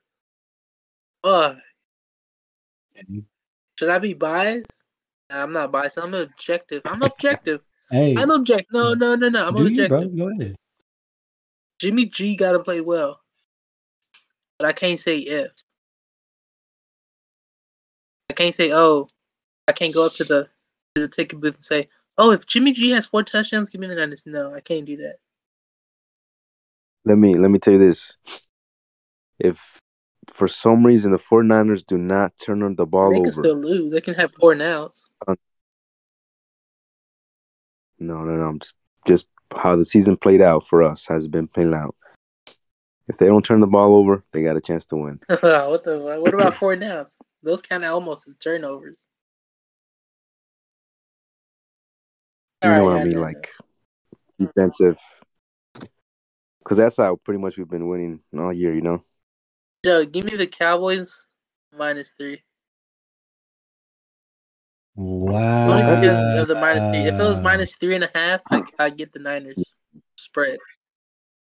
Speaker 2: Oh,
Speaker 1: Okay.
Speaker 2: should I be biased? Nah, I'm not biased. I'm objective. I'm objective.
Speaker 1: Hey,
Speaker 2: I'm objective. No, no, no, no. I'm
Speaker 1: do you,
Speaker 2: objective.
Speaker 1: bro? Go ahead.
Speaker 2: Jimmy G got to play well. But I can't say if. I can't say, oh, I can't go up to the to the ticket booth and say, oh, if Jimmy G has four touchdowns, give me the Niners. No, I can't do that.
Speaker 3: Let me let me tell you this. If for some reason the 49ers do not turn on the ball
Speaker 2: they
Speaker 3: over.
Speaker 2: can still lose. They can have four nows.
Speaker 3: No, no, no. I'm just just how the season played out for us has been playing out. If they don't turn the ball over, they got a chance to win.
Speaker 2: what the? What about four nows? Those kind of almost as turnovers.
Speaker 3: You know
Speaker 2: Alright,
Speaker 3: what
Speaker 2: yeah,
Speaker 3: I mean?
Speaker 2: no, no.
Speaker 3: Like defensive. Because that's how pretty much we've been winning all year, you know?
Speaker 2: Joe, give me the Cowboys minus three.
Speaker 3: Uh,
Speaker 2: Only
Speaker 1: Wow.
Speaker 2: because of uh, the minus three. If it was minus three and a half, like, I'd get the Niners spread.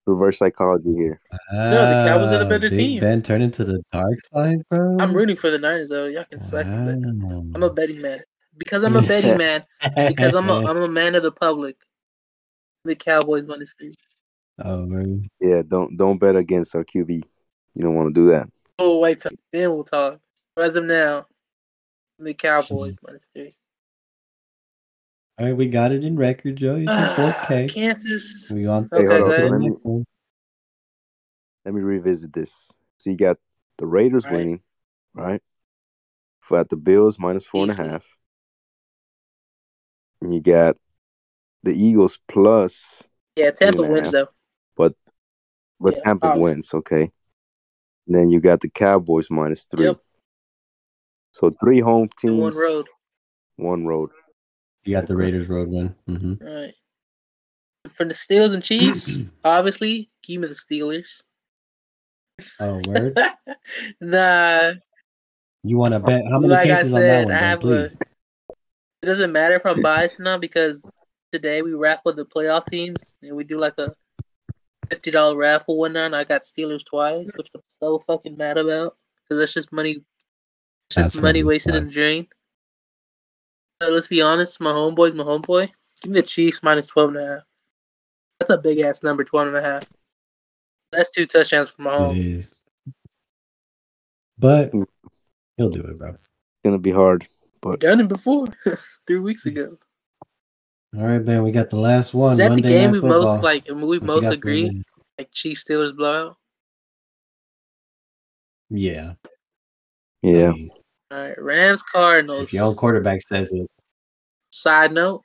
Speaker 3: Reverse psychology here.
Speaker 2: the Cowboys are the
Speaker 1: Ah,
Speaker 2: better
Speaker 1: Big
Speaker 2: team.
Speaker 1: Ben turned into the dark side, bro.
Speaker 3: Mm.
Speaker 2: I'm rooting for the Niners though. Y'all can suck. but I'm a betting man because I'm a betting man
Speaker 1: Wow.
Speaker 2: because I'm a I'm a man of the public. The Cowboys minus three.
Speaker 1: oh, bro.
Speaker 3: Yeah, don't don't bet against our QB. You don't want to do that.
Speaker 2: Oh wait, till- then we'll talk. But As of now, the Cowboys minus three.
Speaker 1: All right, we got it in record, Joe. You said 4K.
Speaker 2: Kansas.
Speaker 1: We on
Speaker 2: Okay,
Speaker 3: Hey, hold
Speaker 2: go
Speaker 3: on. So
Speaker 2: ahead.
Speaker 3: let
Speaker 1: the
Speaker 3: me
Speaker 1: next one.
Speaker 3: let me revisit this. So you got the Raiders
Speaker 2: Right.
Speaker 3: winning, right? For at the Bills minus four and a half.
Speaker 2: Easy.
Speaker 3: And you got the Eagles plus
Speaker 2: Yeah, Tampa
Speaker 3: Three and a
Speaker 2: wins
Speaker 3: half.
Speaker 2: though.
Speaker 3: But
Speaker 2: Yeah,
Speaker 3: Tampa
Speaker 2: obviously.
Speaker 3: wins, okay. Then you got the Cowboys minus three.
Speaker 2: Yep.
Speaker 3: So three home teams,
Speaker 2: And one
Speaker 3: one road.
Speaker 2: road.
Speaker 1: You got the
Speaker 3: Okay.
Speaker 1: Raiders road win. hmm
Speaker 2: Right. For the Steelers and Chiefs, obviously, give me the Steelers.
Speaker 1: Oh, word.
Speaker 2: nah,
Speaker 1: You want to bet how many
Speaker 2: like I
Speaker 1: cases on that
Speaker 2: said,
Speaker 1: one,
Speaker 2: I
Speaker 1: Ben,
Speaker 2: have a.
Speaker 1: please?
Speaker 2: It doesn't matter if I'm biased or not because today we raffle the playoff teams and we do like a fifty dollar raffle one night. and I got Steelers twice, which I'm so fucking mad about because that's just money. It's just
Speaker 1: That's what
Speaker 2: money
Speaker 1: it's
Speaker 2: wasted
Speaker 1: like.
Speaker 2: in the drain. But let's be honest, my homeboy's my homeboy. Give me the Chiefs minus twelve and a half. That's a big ass number, twelve and a half. That's two touchdowns for my
Speaker 1: It
Speaker 2: home.
Speaker 1: is. But
Speaker 3: Mm.
Speaker 1: he'll do it, bro.
Speaker 3: Gonna be hard.
Speaker 2: We done it before, three weeks ago.
Speaker 1: All right, Ben, we got the last one.
Speaker 2: Is that
Speaker 1: Monday
Speaker 2: the game
Speaker 1: Night
Speaker 2: we
Speaker 1: Football.
Speaker 2: most like? and We
Speaker 1: What you
Speaker 2: most
Speaker 1: got for
Speaker 2: agree,
Speaker 1: me?
Speaker 2: like Chiefs Steelers blowout.
Speaker 1: Yeah. I
Speaker 3: Yeah.
Speaker 1: mean,
Speaker 2: All right, Rams Cardinals.
Speaker 1: if your own quarterback says it,
Speaker 2: Side note,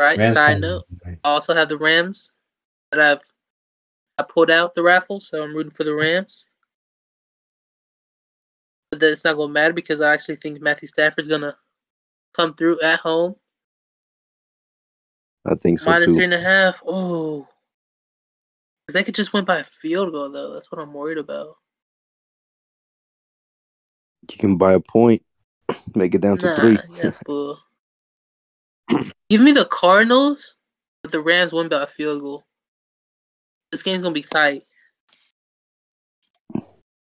Speaker 2: Right.
Speaker 1: Rams
Speaker 2: Side
Speaker 1: fans,
Speaker 2: note,
Speaker 1: right.
Speaker 2: I also have the Rams that I've I pulled out the raffle, so I'm rooting for the Rams. But then it's not gonna matter because I actually think Matthew Stafford's gonna come through at home.
Speaker 4: I think so
Speaker 2: Minus
Speaker 4: too.
Speaker 2: three and a half. Oh. Because they could just win by a field goal, though. That's what I'm worried about.
Speaker 4: You can buy a point, make it down to
Speaker 2: nah,
Speaker 4: three.
Speaker 2: that's bull. Give me the Cardinals, but the Rams win by a field goal. This game's going to be tight.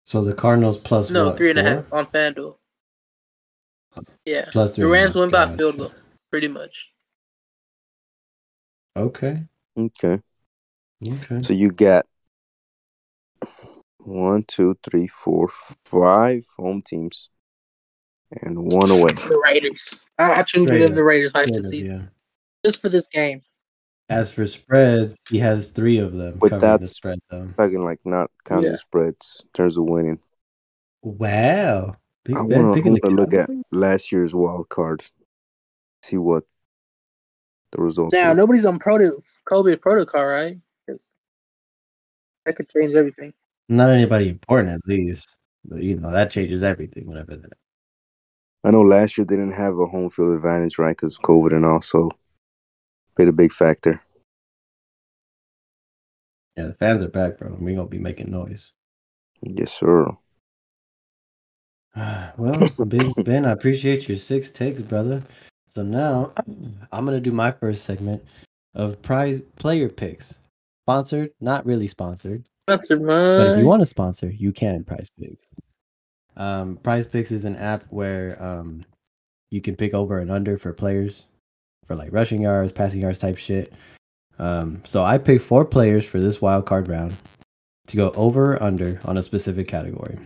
Speaker 1: So the Cardinals plus
Speaker 2: No,
Speaker 1: what,
Speaker 2: three and a
Speaker 1: four?
Speaker 2: half on FanDuel. Yeah.
Speaker 1: Plus three.
Speaker 2: The
Speaker 1: and a
Speaker 2: Rams
Speaker 1: half,
Speaker 2: win by a
Speaker 1: gotcha.
Speaker 2: field goal, pretty much.
Speaker 1: Okay.
Speaker 4: Okay.
Speaker 1: Okay.
Speaker 4: So you got one, two, three, four, five home teams and one away.
Speaker 2: The Raiders. I, I truly
Speaker 1: Straight
Speaker 2: believe
Speaker 1: up.
Speaker 2: the Raiders might
Speaker 1: Straight
Speaker 2: this
Speaker 1: up,
Speaker 2: season.
Speaker 1: yeah.
Speaker 2: Just for this game.
Speaker 1: As for spreads, he has three of them
Speaker 4: But
Speaker 1: covering the
Speaker 4: that's-
Speaker 1: spread though.
Speaker 4: Fucking like not counting
Speaker 2: Yeah.
Speaker 4: spreads in terms of winning.
Speaker 1: Wow. Big
Speaker 4: I
Speaker 1: Ben
Speaker 4: want
Speaker 1: picking the
Speaker 4: to look at
Speaker 1: Cowboys?
Speaker 4: last year's wild card. See what the results.
Speaker 2: Now,
Speaker 4: were.
Speaker 2: nobody's on proto- COVID protocol, right? 'Cause That could change everything.
Speaker 1: Not anybody important at least. But you know, that changes everything whenever that
Speaker 4: I know last year they didn't have a home field advantage, right? Because COVID and also played a big factor.
Speaker 1: yeah, the fans are back, bro. We're gonna be making noise.
Speaker 4: Yes, sir.
Speaker 1: well, Big Ben, I appreciate your six takes, brother. So now I'm gonna do my first segment of prize player picks. Sponsored, not really sponsored.
Speaker 2: That's mine.
Speaker 1: But if you want to sponsor, you can in Prize Picks. Um, Prize Picks is an app where um, you can pick over and under for players for like rushing yards, passing yards type shit. Um, so I picked four players for this wild card round to go over or under on a specific category.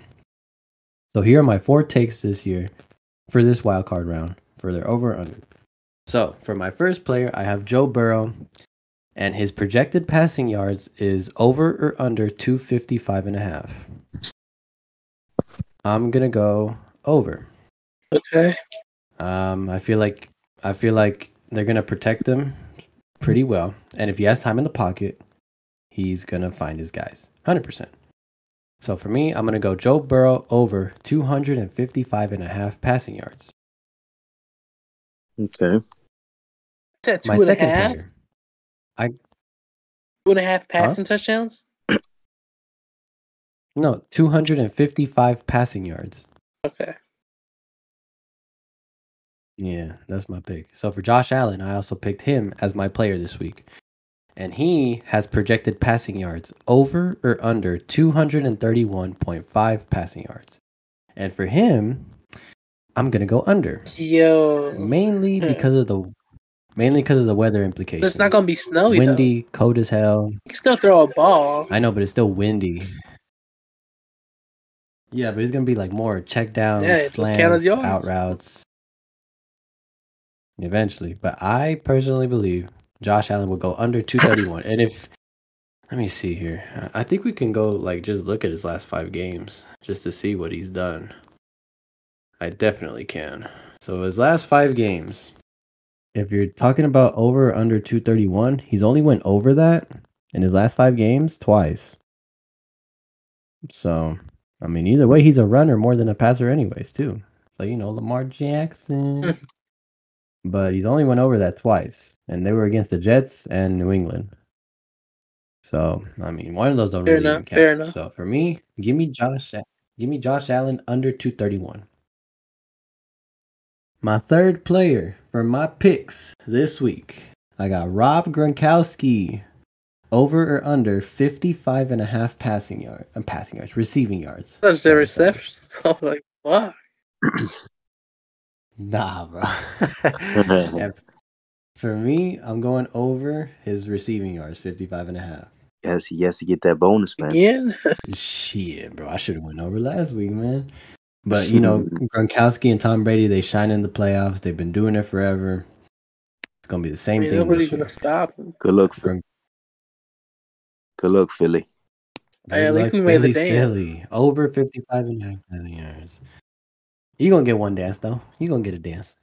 Speaker 1: So here are my four takes this year for this wild card round for their over or under. So for my first player, I have Joe Burrow and his projected passing yards is over or under 255 and a half. I'm going to go over.
Speaker 2: okay.
Speaker 1: Um, I feel like I feel like they're going to protect him pretty well. And if he has time in the pocket, he's going to find his guys. 100%. So for me, I'm going to go Joe Burrow over 255 and a half passing yards.
Speaker 4: Okay.
Speaker 2: Said two
Speaker 1: My
Speaker 2: and a half,
Speaker 1: second player.
Speaker 2: two and a half passing touchdowns.
Speaker 1: No, 255 passing yards.
Speaker 2: Okay.
Speaker 1: Yeah, that's my pick. So for Josh Allen, I also picked him as my player this week. And he has projected passing yards over or under 231.5 passing yards. And for him, I'm going to go under,
Speaker 2: Yo,
Speaker 1: mainly
Speaker 2: Hmm.
Speaker 1: because of the mainly because of the weather implications.
Speaker 2: it's not gonna be snowy though. You
Speaker 1: windy, cold as hell.
Speaker 2: can still throw a ball.
Speaker 1: I know, but it's still windy. Yeah, but it's going to be like more check downs,
Speaker 2: Yeah, just count as
Speaker 1: slants,
Speaker 2: yards.
Speaker 1: out routes. Eventually. But I personally believe Josh Allen will go under 231. and if, let me see here. I I think we can go, like, just look at his last five games just to see what he's done. I definitely can. So his last five games, if you're talking about over or under 231, he's only went over that in his last five games twice. So, I mean, either way, he's a runner more than a passer, anyways, too. So, you know, Lamar
Speaker 2: Hmm.
Speaker 1: Jackson. but he's only went over that twice, and they were against the Jets and New England. So, I mean, one of those don't
Speaker 2: Fair
Speaker 1: really
Speaker 2: enough,
Speaker 1: even count.
Speaker 2: fair enough.
Speaker 1: So, for me, give me Josh, give me Josh Allen under 231. My third player for my picks this week, I got Rob Gronkowski over or under 55 and a half passing yards, uh, passing yards, receiving yards.
Speaker 2: That's the
Speaker 1: Sorry, sorry.
Speaker 2: reception. So I'm like, wow.
Speaker 1: Nah, bro. And for me, I'm going over his receiving yards, 55 and a half.
Speaker 4: Yes, he has to get that bonus, man.
Speaker 2: Again?
Speaker 1: Shit, bro. I should have went over last week, man. But you know, Gronkowski and Tom Brady, they shine in the playoffs. They've been doing it forever. It's gonna be the
Speaker 2: I
Speaker 1: same
Speaker 2: mean,
Speaker 1: thing.
Speaker 2: nobody's
Speaker 1: This
Speaker 2: gonna
Speaker 1: year.
Speaker 2: stop him.
Speaker 4: Good luck, Phil-
Speaker 1: Gronk-
Speaker 4: good luck, Philly.
Speaker 2: Hey, at
Speaker 1: Good
Speaker 2: least
Speaker 1: luck,
Speaker 2: we made
Speaker 1: Philly,
Speaker 2: the dance.
Speaker 1: Philly. Over 55 and a half million yards. You're going to get one dance, though. You're going to get a dance.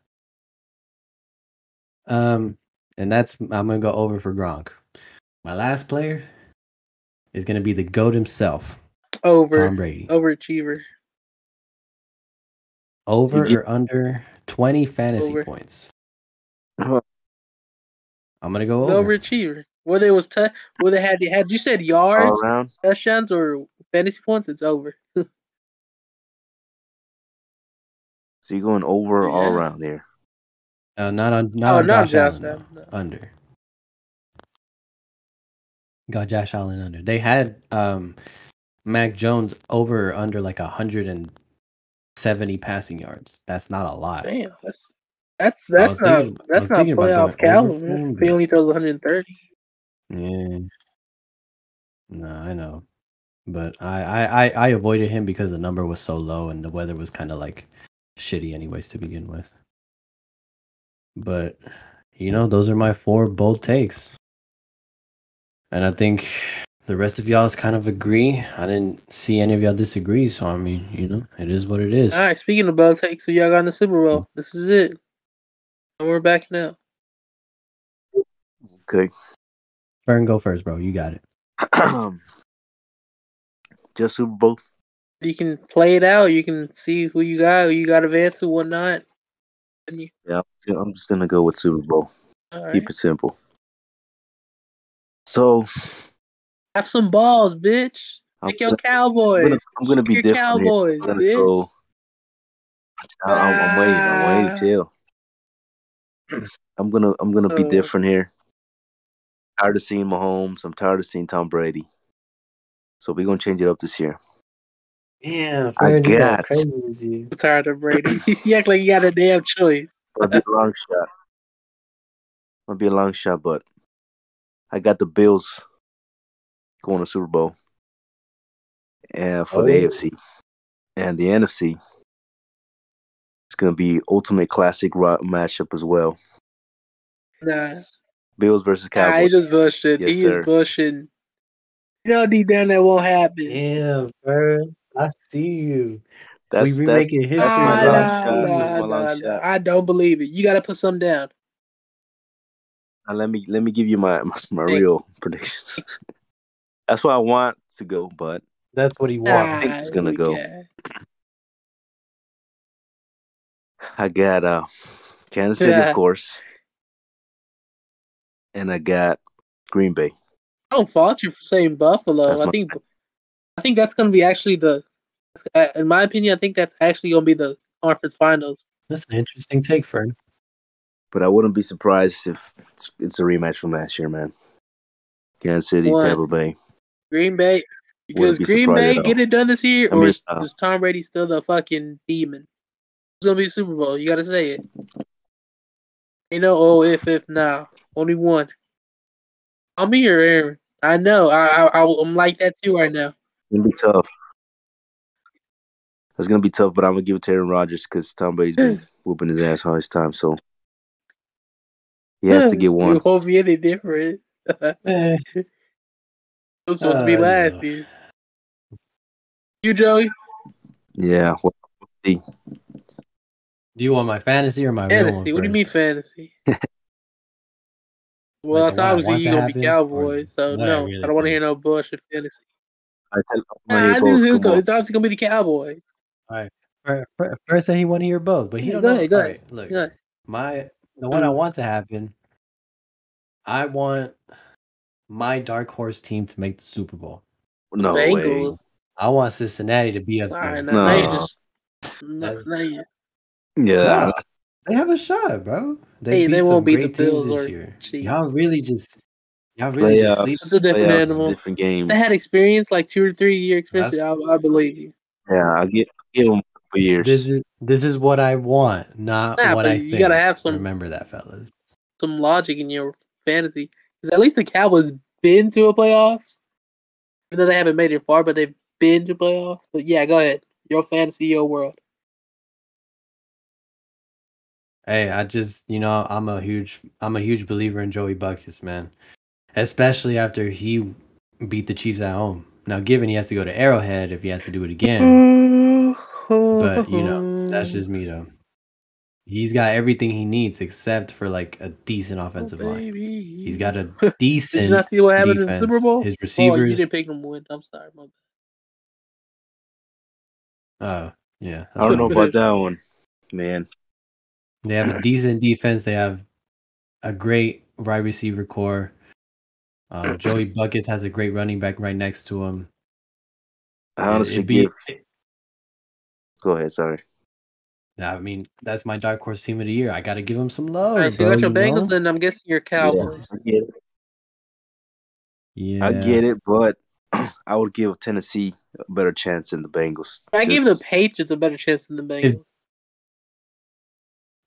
Speaker 1: Um, and that's I'm gonna go over for Gronk. My last player is gonna be the goat himself,
Speaker 2: Over.
Speaker 1: Tom Brady.
Speaker 2: Overachiever.
Speaker 1: Over
Speaker 5: You-
Speaker 1: or under 20 fantasy
Speaker 2: Over. Uh-huh.
Speaker 1: points. I'm gonna go
Speaker 2: He's
Speaker 1: over.
Speaker 2: overachiever. Whether it was t- whether it had had you said
Speaker 3: All
Speaker 2: yards,
Speaker 3: around.
Speaker 2: touchdowns, or fantasy points, it's over.
Speaker 3: So you're going over all
Speaker 2: Yeah.
Speaker 3: around here.
Speaker 1: Uh, not on not
Speaker 2: Oh,
Speaker 1: on
Speaker 2: not
Speaker 1: Josh,
Speaker 2: Josh
Speaker 1: Allen. Uh,
Speaker 2: Allen,
Speaker 1: though.
Speaker 2: no.
Speaker 1: Under. Got Josh Allen under. They had um Mac Jones over or under like 170 passing yards. That's not a lot.
Speaker 2: Damn, that's that's
Speaker 1: I was
Speaker 2: that's not
Speaker 1: thinking- I
Speaker 2: that's
Speaker 1: was
Speaker 2: not
Speaker 1: thinking about
Speaker 2: playoff
Speaker 1: going over
Speaker 2: caliber.
Speaker 1: for him,
Speaker 2: If
Speaker 1: but-
Speaker 2: He only throws 130.
Speaker 1: Yeah. No, I know. But I, I, I, I avoided him because the number was so low and the weather was kind of like shitty, anyways, to begin with. But, you know, those are my four bold takes. And I think the rest of y'all's kind of agree. I didn't see any of y'all disagree. So, I mean, you know, it is what it is.
Speaker 2: All right, speaking of bell takes, who y'all got in the Super Bowl? This is it. And we're back now.
Speaker 3: Okay.
Speaker 1: Burn, go first, bro. You got it.
Speaker 3: Um, Just Super Bowl.
Speaker 2: You can play it out. You can see who you got, who you got advanced, who what not. And you,
Speaker 3: Yeah. I'm- I'm just gonna go with Super Bowl.
Speaker 2: all right.
Speaker 3: Keep it simple. So
Speaker 2: Have some balls, bitch.
Speaker 3: I'm
Speaker 2: Pick your
Speaker 3: gonna- I'm
Speaker 2: Cowboys.
Speaker 3: gonna, I'm gonna be
Speaker 2: Pick your
Speaker 3: different. here.
Speaker 2: Cowboys,
Speaker 3: I'm gonna
Speaker 2: bitch.
Speaker 3: go. I, am waiting. I'm
Speaker 2: Ah.
Speaker 3: waiting. Chill. I'm gonna. I'm gonna be
Speaker 2: Uh.
Speaker 3: different here. Tired of seeing Mahomes. I'm tired of seeing Tom Brady. So we're gonna change it up this year.
Speaker 1: Damn,
Speaker 3: I Ferg, you got got- crazy
Speaker 1: crazy.
Speaker 2: I'm tired of Brady. you act like you got a damn choice.
Speaker 3: Might be a long shot. Might be a long shot, but I got the Bills going to Super Bowl, and for the
Speaker 1: Oh.
Speaker 3: AFC and the NFC, it's gonna be ultimate classic ro- matchup as well.
Speaker 2: Nah,
Speaker 3: Bills versus
Speaker 2: nah he
Speaker 3: Cowboys.
Speaker 2: just bullshit.
Speaker 3: Yes,
Speaker 2: he
Speaker 3: sir.
Speaker 2: is bullshitting. You know deep down that won't happen.
Speaker 1: Damn, Ferg. I see you.
Speaker 3: That's
Speaker 1: we
Speaker 3: that's,
Speaker 1: remaking history.
Speaker 3: that's my
Speaker 1: bro.
Speaker 3: long
Speaker 2: Ah,
Speaker 3: shot.
Speaker 2: nah,
Speaker 3: That's my
Speaker 2: nah,
Speaker 3: long
Speaker 2: nah,
Speaker 3: shot.
Speaker 2: I don't believe it. You got to put something down.
Speaker 3: Now let me let me give you my my, my
Speaker 2: Hey.
Speaker 3: real predictions. That's what I want to go, but
Speaker 1: That's what he
Speaker 2: Nah,
Speaker 1: wants.
Speaker 3: think it's gonna
Speaker 2: we
Speaker 3: go.
Speaker 2: can't.
Speaker 3: I got uh Kansas City,
Speaker 2: Yeah.
Speaker 3: of course, and I got Green Bay.
Speaker 2: I don't fault you for saying Buffalo.
Speaker 3: That's
Speaker 2: I
Speaker 3: my-
Speaker 2: think, I think that's gonna be actually the, uh, in my opinion, I think that's actually gonna be the conference finals.
Speaker 1: That's an interesting take, Fern.
Speaker 3: But I wouldn't be surprised if it's, it's a rematch from last year, man. Kansas City,
Speaker 2: What?
Speaker 3: Tampa Bay.
Speaker 2: Green Bay, because
Speaker 3: be
Speaker 2: Green
Speaker 3: surprised
Speaker 2: Bay
Speaker 3: at all.
Speaker 2: get it done this year,
Speaker 3: I
Speaker 2: or
Speaker 3: mean,
Speaker 2: is,
Speaker 3: uh,
Speaker 2: is Tom Brady still the fucking demon? It's gonna be Super Bowl. You gotta say it. You know, oh if if now only one. I'm here, Aaron. I know. I, I I- I'm like that too right now.
Speaker 3: It's gonna be tough. It's gonna be tough, but I'm gonna give it to Aaron Rodgers because Tom Brady's been whooping his ass all his time, so he has to get
Speaker 2: It
Speaker 3: one.
Speaker 2: won't be any different. it
Speaker 1: Eh,
Speaker 2: was supposed to be
Speaker 1: Uh,
Speaker 2: last
Speaker 1: no.
Speaker 2: year. You Joey,
Speaker 3: Yeah, well,
Speaker 1: Do you want my fantasy or my
Speaker 2: fantasy.
Speaker 1: Real one
Speaker 2: What do you
Speaker 1: first?
Speaker 2: mean fantasy? well,
Speaker 1: Like,
Speaker 2: it's
Speaker 1: what I
Speaker 2: obviously
Speaker 1: want
Speaker 2: you
Speaker 1: to
Speaker 2: gonna be
Speaker 1: happen, or
Speaker 2: Cowboys, so
Speaker 1: what I
Speaker 2: no, I,
Speaker 1: really
Speaker 2: don't want to
Speaker 1: think.
Speaker 2: hear no bullshit fantasy.
Speaker 3: I tell, I'm
Speaker 2: Nah,
Speaker 3: gonna
Speaker 2: I
Speaker 3: hear
Speaker 2: think
Speaker 3: both.
Speaker 2: it's
Speaker 3: Come
Speaker 2: gonna-
Speaker 3: on.
Speaker 2: it's obviously gonna be the Cowboys.
Speaker 1: Fer- Fer- Fer said he want to hear both, but he
Speaker 2: Yeah,
Speaker 1: don't
Speaker 2: go
Speaker 1: know.
Speaker 2: ahead, go
Speaker 1: All
Speaker 2: ahead,
Speaker 1: right, look,
Speaker 2: Yeah.
Speaker 1: my the one I
Speaker 2: Um,
Speaker 1: want to happen. I want my dark horse team to make the Super Bowl.
Speaker 3: No way.
Speaker 2: Bengals.
Speaker 1: I want Cincinnati to be up
Speaker 2: All right,
Speaker 1: there.
Speaker 2: now, now you
Speaker 3: Nah.
Speaker 2: just now, now you,
Speaker 3: Yeah,
Speaker 1: Nah, they have a shot, bro. They
Speaker 2: Hey,
Speaker 1: beat
Speaker 2: they won't
Speaker 1: some
Speaker 2: beat
Speaker 1: great
Speaker 2: the Bills
Speaker 1: teams this
Speaker 2: or
Speaker 1: year.
Speaker 2: Chiefs.
Speaker 1: Y'all really just, y'all really just
Speaker 3: Playoffs.
Speaker 1: sleep.
Speaker 2: it's a different
Speaker 3: playoffs is
Speaker 2: animal.
Speaker 3: a different game.
Speaker 2: If they had experience like two or three year experience. I, I believe you.
Speaker 3: Yeah, I get give him a couple years.
Speaker 1: This is this is what I want, not
Speaker 2: Nah,
Speaker 1: what
Speaker 2: but
Speaker 1: I
Speaker 2: you
Speaker 1: think.
Speaker 2: gotta have some-
Speaker 1: Remember that, fellas.
Speaker 2: Some logic in your fantasy because at least the Cowboys been to a playoffs, even though they haven't made it far, but they've been to playoffs. But yeah, go ahead. Your fantasy, your world.
Speaker 1: Hey, I just you know I'm a huge I'm a huge believer in Joey Buckus, man. Especially after he beat the Chiefs at home. Now, given he has to go to Arrowhead if he has to do it again,
Speaker 2: but Mm-hmm.
Speaker 1: but you know that's just me though. He's got everything he needs except for like a decent offensive line.
Speaker 2: Oh, baby.
Speaker 1: He's got a
Speaker 2: Did you
Speaker 1: decent
Speaker 2: not see what happened
Speaker 1: defense.
Speaker 2: in the Super Bowl?
Speaker 1: His
Speaker 2: Oh, you
Speaker 1: receivers.
Speaker 2: didn't pick him to win. I'm sorry, my bad.
Speaker 1: Oh, yeah. that's
Speaker 3: I don't
Speaker 1: what
Speaker 3: know
Speaker 1: I'm-
Speaker 3: about that one, man.
Speaker 1: They have a decent defense. They have a great wide receiver core. Um, Joey Buckets has a great running back right next to him.
Speaker 3: I honestly
Speaker 1: It'd be-
Speaker 3: give. Go ahead, sorry.
Speaker 1: I mean, that's my dark horse team of the year. I got to give him some love.
Speaker 2: All right, so
Speaker 1: bro,
Speaker 2: you got your
Speaker 1: you know?
Speaker 2: Bengals, and I'm guessing your Cowboys.
Speaker 3: I get it,
Speaker 1: Yeah.
Speaker 3: I get it but I would give Tennessee a better chance than the Bengals.
Speaker 2: I give the
Speaker 3: Just-
Speaker 2: Patriots a better chance than the Bengals.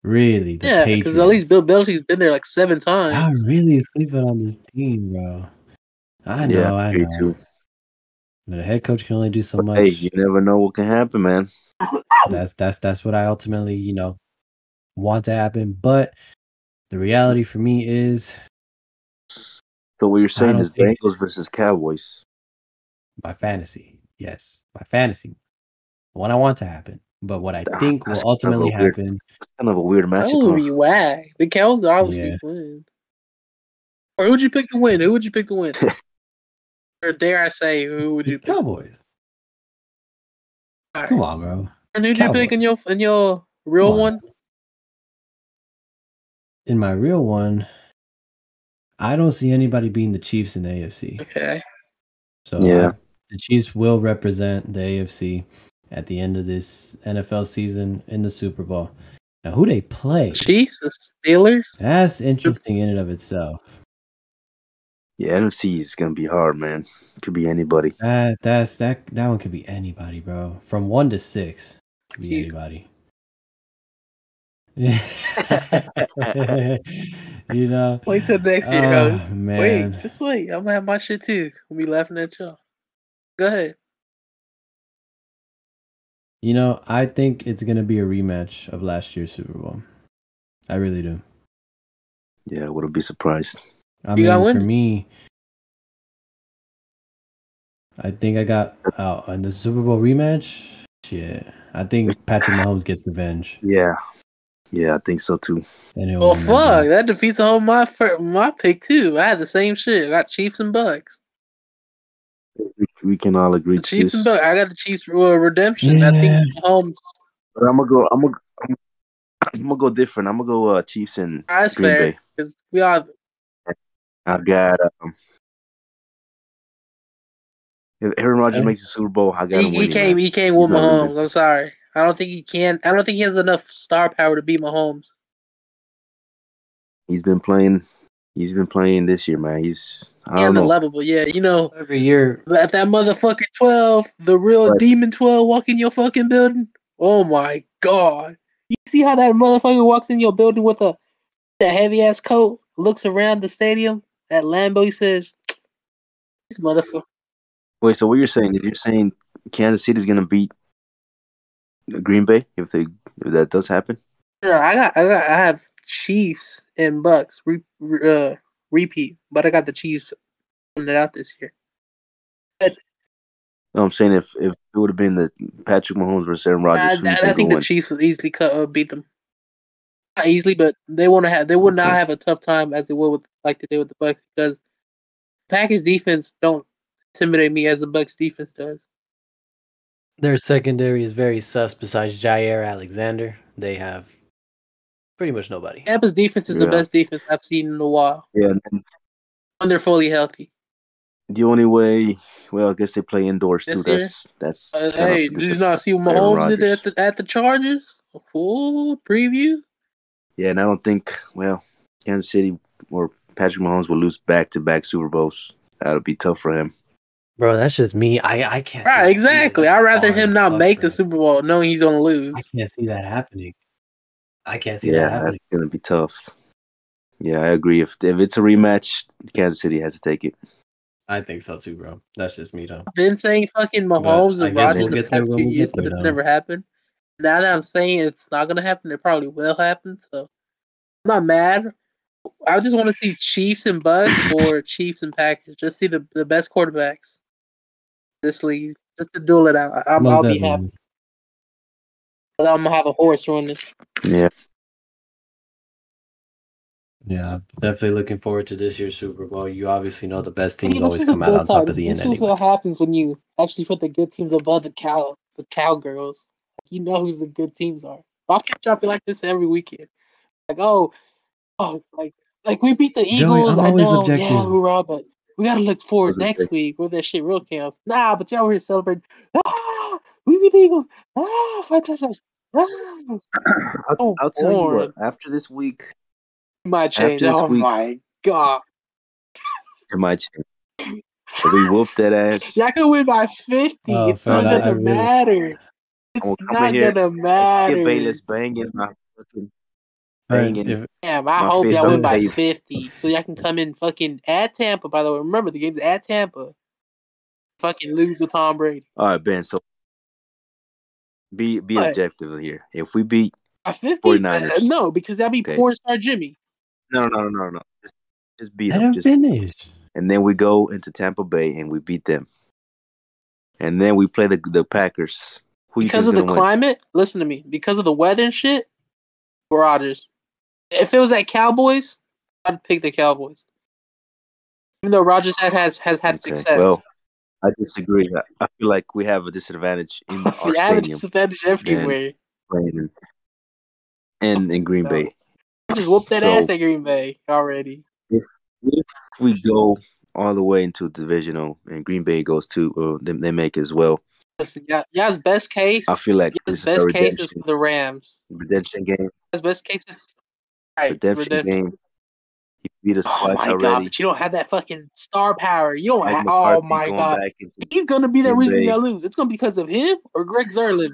Speaker 1: Really? The
Speaker 2: yeah,
Speaker 1: Patriots.
Speaker 2: because at least Bill Belichick's been there like seven
Speaker 1: I'm
Speaker 2: times.
Speaker 1: really sleeping on this team, bro. I know,
Speaker 3: yeah,
Speaker 1: I
Speaker 3: me
Speaker 1: know.
Speaker 3: too.
Speaker 1: But a head coach can only do so
Speaker 3: But
Speaker 1: much.
Speaker 3: hey, you never know what can happen, man.
Speaker 1: that's that's that's what I ultimately, you know, want to happen. But the reality for me is
Speaker 3: So what you're saying
Speaker 1: don't
Speaker 3: is
Speaker 1: think-
Speaker 3: Bengals versus Cowboys.
Speaker 1: my fantasy. Yes, my fantasy. What I want to happen. But what I
Speaker 3: Ah,
Speaker 1: think
Speaker 3: that's
Speaker 1: will
Speaker 3: kind of a
Speaker 1: ultimately
Speaker 3: weird
Speaker 1: happen.
Speaker 3: Kind of a weird
Speaker 2: That
Speaker 3: matchup.
Speaker 2: would
Speaker 3: huh?
Speaker 2: be whack. The Cowboys are obviously
Speaker 1: Yeah.
Speaker 2: win. Or who would you pick to win? Who would you pick to win? or dare I say, who would you pick?
Speaker 1: Cowboys.
Speaker 2: All right.
Speaker 1: Come on, bro.
Speaker 2: And who'd you pick
Speaker 1: Cowboys.
Speaker 2: in your in your real
Speaker 1: Come on.
Speaker 2: one?
Speaker 1: In my real one, I don't see anybody beating the Chiefs in the AFC.
Speaker 2: Okay.
Speaker 1: So
Speaker 3: Yeah.
Speaker 1: I- the Chiefs will represent the AFC at the end of this NFL season in the Super Bowl. Now, who they play?
Speaker 2: Chiefs, the Steelers.
Speaker 1: That's interesting in and of itself.
Speaker 3: Yeah, NFC is gonna be hard, man. Could be anybody.
Speaker 1: That that's that that one could be anybody, bro. From one to six, could be
Speaker 2: Cute.
Speaker 1: anybody. you know.
Speaker 2: Wait till next year,
Speaker 1: Ah,
Speaker 2: host.
Speaker 1: man.
Speaker 2: Wait, just wait. I'm gonna have my shit too. We'll be laughing at y'all. Go ahead.
Speaker 1: You know, I think it's gonna be a rematch of last year's Super Bowl. I really do.
Speaker 3: Yeah, I wouldn't be surprised.
Speaker 1: I
Speaker 2: You
Speaker 1: mean,
Speaker 2: got
Speaker 1: for
Speaker 2: one?
Speaker 1: me, I think I got out in the Super Bowl rematch. Shit, I think Patrick Mahomes gets revenge.
Speaker 3: Yeah. Yeah, I think so too.
Speaker 1: And he'll
Speaker 2: Well,
Speaker 1: win that
Speaker 2: Oh, fuck.
Speaker 1: game.
Speaker 2: That defeats the whole my fir- my pick too. I had the same shit. I got Chiefs and Bucks.
Speaker 3: We, we can all agree
Speaker 2: The
Speaker 3: to
Speaker 2: Chiefs
Speaker 3: this.
Speaker 2: and Bucks. I got the Chiefs uh, redemption.
Speaker 1: Yeah.
Speaker 2: I think Mahomes
Speaker 3: But I'm gonna go. I'm gonna. I'm, I'm gonna go different. I'm gonna go uh, Chiefs and
Speaker 2: That's
Speaker 3: Green
Speaker 2: fair.
Speaker 3: Bay.
Speaker 2: Because we all
Speaker 3: I got. Um, if Aaron Rodgers
Speaker 1: Okay.
Speaker 3: makes the Super Bowl, I got
Speaker 2: he,
Speaker 3: him
Speaker 2: he
Speaker 3: winning.
Speaker 2: can't
Speaker 3: man.
Speaker 2: he can't
Speaker 3: He's
Speaker 2: win
Speaker 3: not
Speaker 2: Mahomes.
Speaker 3: losing.
Speaker 2: I'm sorry. I don't think he can. I don't think he has enough star power to beat Mahomes.
Speaker 3: He's been playing. He's been playing this year, man. He's. I
Speaker 2: And
Speaker 3: don't know.
Speaker 2: unlovable. Yeah, you know.
Speaker 1: Every year,
Speaker 2: Let that motherfucking twelve, the real
Speaker 3: Right.
Speaker 2: demon twelve, walk in your fucking building. Oh my god! You see how that motherfucker walks in your building with a that heavy ass coat, looks around the stadium at Lambeau. He says, "This motherfucker."
Speaker 3: Wait. So what you're saying is you're saying Kansas City's gonna beat Green Bay if they if that does happen?
Speaker 2: No, I got, I got, I have Chiefs and Bucks re, re- uh, repeat, but I got the Chiefs putting it out this year.
Speaker 3: No, I'm saying if if it would have been the Patrick Mahomes versus Aaron
Speaker 2: I,
Speaker 3: Rodgers, who do you
Speaker 2: I- I think
Speaker 3: would
Speaker 2: the
Speaker 3: win?
Speaker 2: Chiefs would easily cut, uh, beat them. Not easily, but they want to have. They would not
Speaker 3: Okay.
Speaker 2: have a tough time as they would with like they did with the Bucks because Packers defense don't intimidate me as the Bucks defense does.
Speaker 1: their secondary is very sus. Besides Jair Alexander, they have pretty much nobody.
Speaker 2: Tampa's defense is the
Speaker 3: Yeah.
Speaker 2: best defense I've seen in a while
Speaker 3: Yeah, and then
Speaker 2: when they're fully healthy.
Speaker 3: the only way. Well, I guess they play indoors too.
Speaker 2: This year?
Speaker 3: That's that's.
Speaker 2: Uh,
Speaker 3: kind of
Speaker 2: hey, did you
Speaker 3: dis-
Speaker 2: not see what
Speaker 3: Aaron
Speaker 2: Mahomes did
Speaker 3: Rodgers.
Speaker 2: at the at the Chargers? A full preview.
Speaker 3: yeah, and I don't think well, Kansas City or Patrick Mahomes will lose back to back Super Bowls. That'll be tough for him.
Speaker 1: Bro, that's just me. I I can't. see that
Speaker 2: Right,
Speaker 1: either.
Speaker 2: exactly.
Speaker 1: That's
Speaker 2: I'd rather
Speaker 1: hard
Speaker 2: him
Speaker 1: as
Speaker 2: not
Speaker 1: fuck,
Speaker 2: make
Speaker 1: bro.
Speaker 2: the Super Bowl knowing he's gonna lose.
Speaker 1: I can't see that happening. I can't see that
Speaker 3: yeah,
Speaker 1: happening.
Speaker 3: that's gonna be tough. Yeah, I agree. If if it's a rematch, Kansas City has to take it.
Speaker 1: I think so too, bro. That's just me though.
Speaker 2: I've been saying fucking Mahomes
Speaker 1: I
Speaker 2: and
Speaker 1: guess
Speaker 2: Rodgers
Speaker 1: we'll
Speaker 2: the
Speaker 1: get there
Speaker 2: past
Speaker 1: when
Speaker 2: two
Speaker 1: we
Speaker 2: years,
Speaker 1: get
Speaker 2: but
Speaker 1: there,
Speaker 2: it's
Speaker 1: though.
Speaker 2: never happened. Now that I'm saying it's not gonna happen, it probably will happen. So I'm not mad. I just want to see Chiefs and Bucks or Chiefs and Packers. Just see the, the best quarterbacks this league, just to duel it out. I, I'm,
Speaker 1: Most
Speaker 2: I'll be
Speaker 1: definitely.
Speaker 2: happy. I'm gonna have a horse running.
Speaker 3: Yeah,
Speaker 1: Yeah, definitely looking forward to this year's Super Bowl. You obviously know the best
Speaker 2: See,
Speaker 1: teams always
Speaker 2: a
Speaker 1: come out
Speaker 2: good
Speaker 1: on top
Speaker 2: time.
Speaker 1: of the end.
Speaker 2: This is
Speaker 1: anyway.
Speaker 2: what happens when you actually put the good teams above the cow, the cowgirls. You know who the good teams are. Why can't y'all be like this every weekend? Like, oh, oh, like, like we beat the Eagles.
Speaker 1: I'm
Speaker 2: I
Speaker 1: always
Speaker 2: know,
Speaker 1: objective.
Speaker 2: yeah, hoorah, but we gotta look forward
Speaker 3: Always
Speaker 2: next week where that shit real counts. Nah, but y'all were here celebrating. Ah, we beat the Eagles. Ah, five touchdowns. Ah,
Speaker 3: I'll,
Speaker 2: Oh,
Speaker 3: I'll tell you what.
Speaker 2: Lord.
Speaker 3: After this week,
Speaker 2: my change.
Speaker 3: After this
Speaker 2: Oh
Speaker 3: week-
Speaker 2: my god,
Speaker 3: it might change. We whoop that ass.
Speaker 2: y'all could win by fifty.
Speaker 1: Oh,
Speaker 2: it's not
Speaker 1: Fred, I-
Speaker 2: gonna
Speaker 1: I really-
Speaker 2: matter.
Speaker 3: I'll
Speaker 2: It's
Speaker 3: come
Speaker 2: not
Speaker 3: here
Speaker 2: gonna
Speaker 3: Get
Speaker 2: matter.
Speaker 3: Bayless banging my fucking
Speaker 1: But
Speaker 3: banging.
Speaker 1: if-
Speaker 2: Damn, I
Speaker 3: My
Speaker 2: hope
Speaker 3: fist
Speaker 2: y'all
Speaker 1: on
Speaker 2: win
Speaker 1: the
Speaker 2: by
Speaker 3: table.
Speaker 2: fifty, so y'all can come in fucking at Tampa. By the way, remember the game's at Tampa. Fucking lose to Tom Brady.
Speaker 3: All right, Ben. So be be
Speaker 2: What?
Speaker 3: objective here. If we beat,
Speaker 2: By fifty? uh,
Speaker 3: 49ers.
Speaker 2: no, because that'd be
Speaker 3: Okay.
Speaker 2: porn star Jimmy.
Speaker 3: no, no, no, no, no, just, just beat
Speaker 1: let
Speaker 3: them.
Speaker 1: him
Speaker 3: Just,
Speaker 1: finish.
Speaker 3: and then we go into Tampa Bay and we beat them. And then we play the the Packers. Who
Speaker 2: Because
Speaker 3: you
Speaker 2: of the
Speaker 3: think's gonna win?
Speaker 2: climate, listen to me. Because of the weather and shit, Marauders. If it was at Cowboys, I'd pick the Cowboys. Even though Rogers had has has had
Speaker 3: Okay,
Speaker 2: success.
Speaker 3: Well, I disagree. I, I feel like we have a disadvantage in our
Speaker 2: we have a
Speaker 3: stadium
Speaker 2: disadvantage everywhere.
Speaker 3: playing in, and in Green
Speaker 2: No.
Speaker 3: Bay.
Speaker 2: We just whooped that
Speaker 3: So-
Speaker 2: ass at Green Bay already.
Speaker 3: If if we go all the way into divisional and Green Bay goes to uh, they, they make it as well,
Speaker 2: Listen, y'all, y'all's best case,
Speaker 3: I feel like
Speaker 2: y'all's
Speaker 3: this is a
Speaker 2: best case is
Speaker 3: redemption
Speaker 2: for the Rams.
Speaker 3: redemption game.
Speaker 2: Y'all's best case is right,
Speaker 3: Redemption, game. You beat us
Speaker 2: Oh
Speaker 3: twice
Speaker 2: my god!
Speaker 3: already.
Speaker 2: But you don't have that fucking star power. You don't.
Speaker 3: Mike
Speaker 2: have, oh
Speaker 3: McCarthy
Speaker 2: my
Speaker 3: going
Speaker 2: god!
Speaker 3: back into
Speaker 2: He's gonna be the
Speaker 3: Green
Speaker 2: reason
Speaker 3: Bay.
Speaker 2: y'all lose. It's gonna be because of him or Greg Zerlin.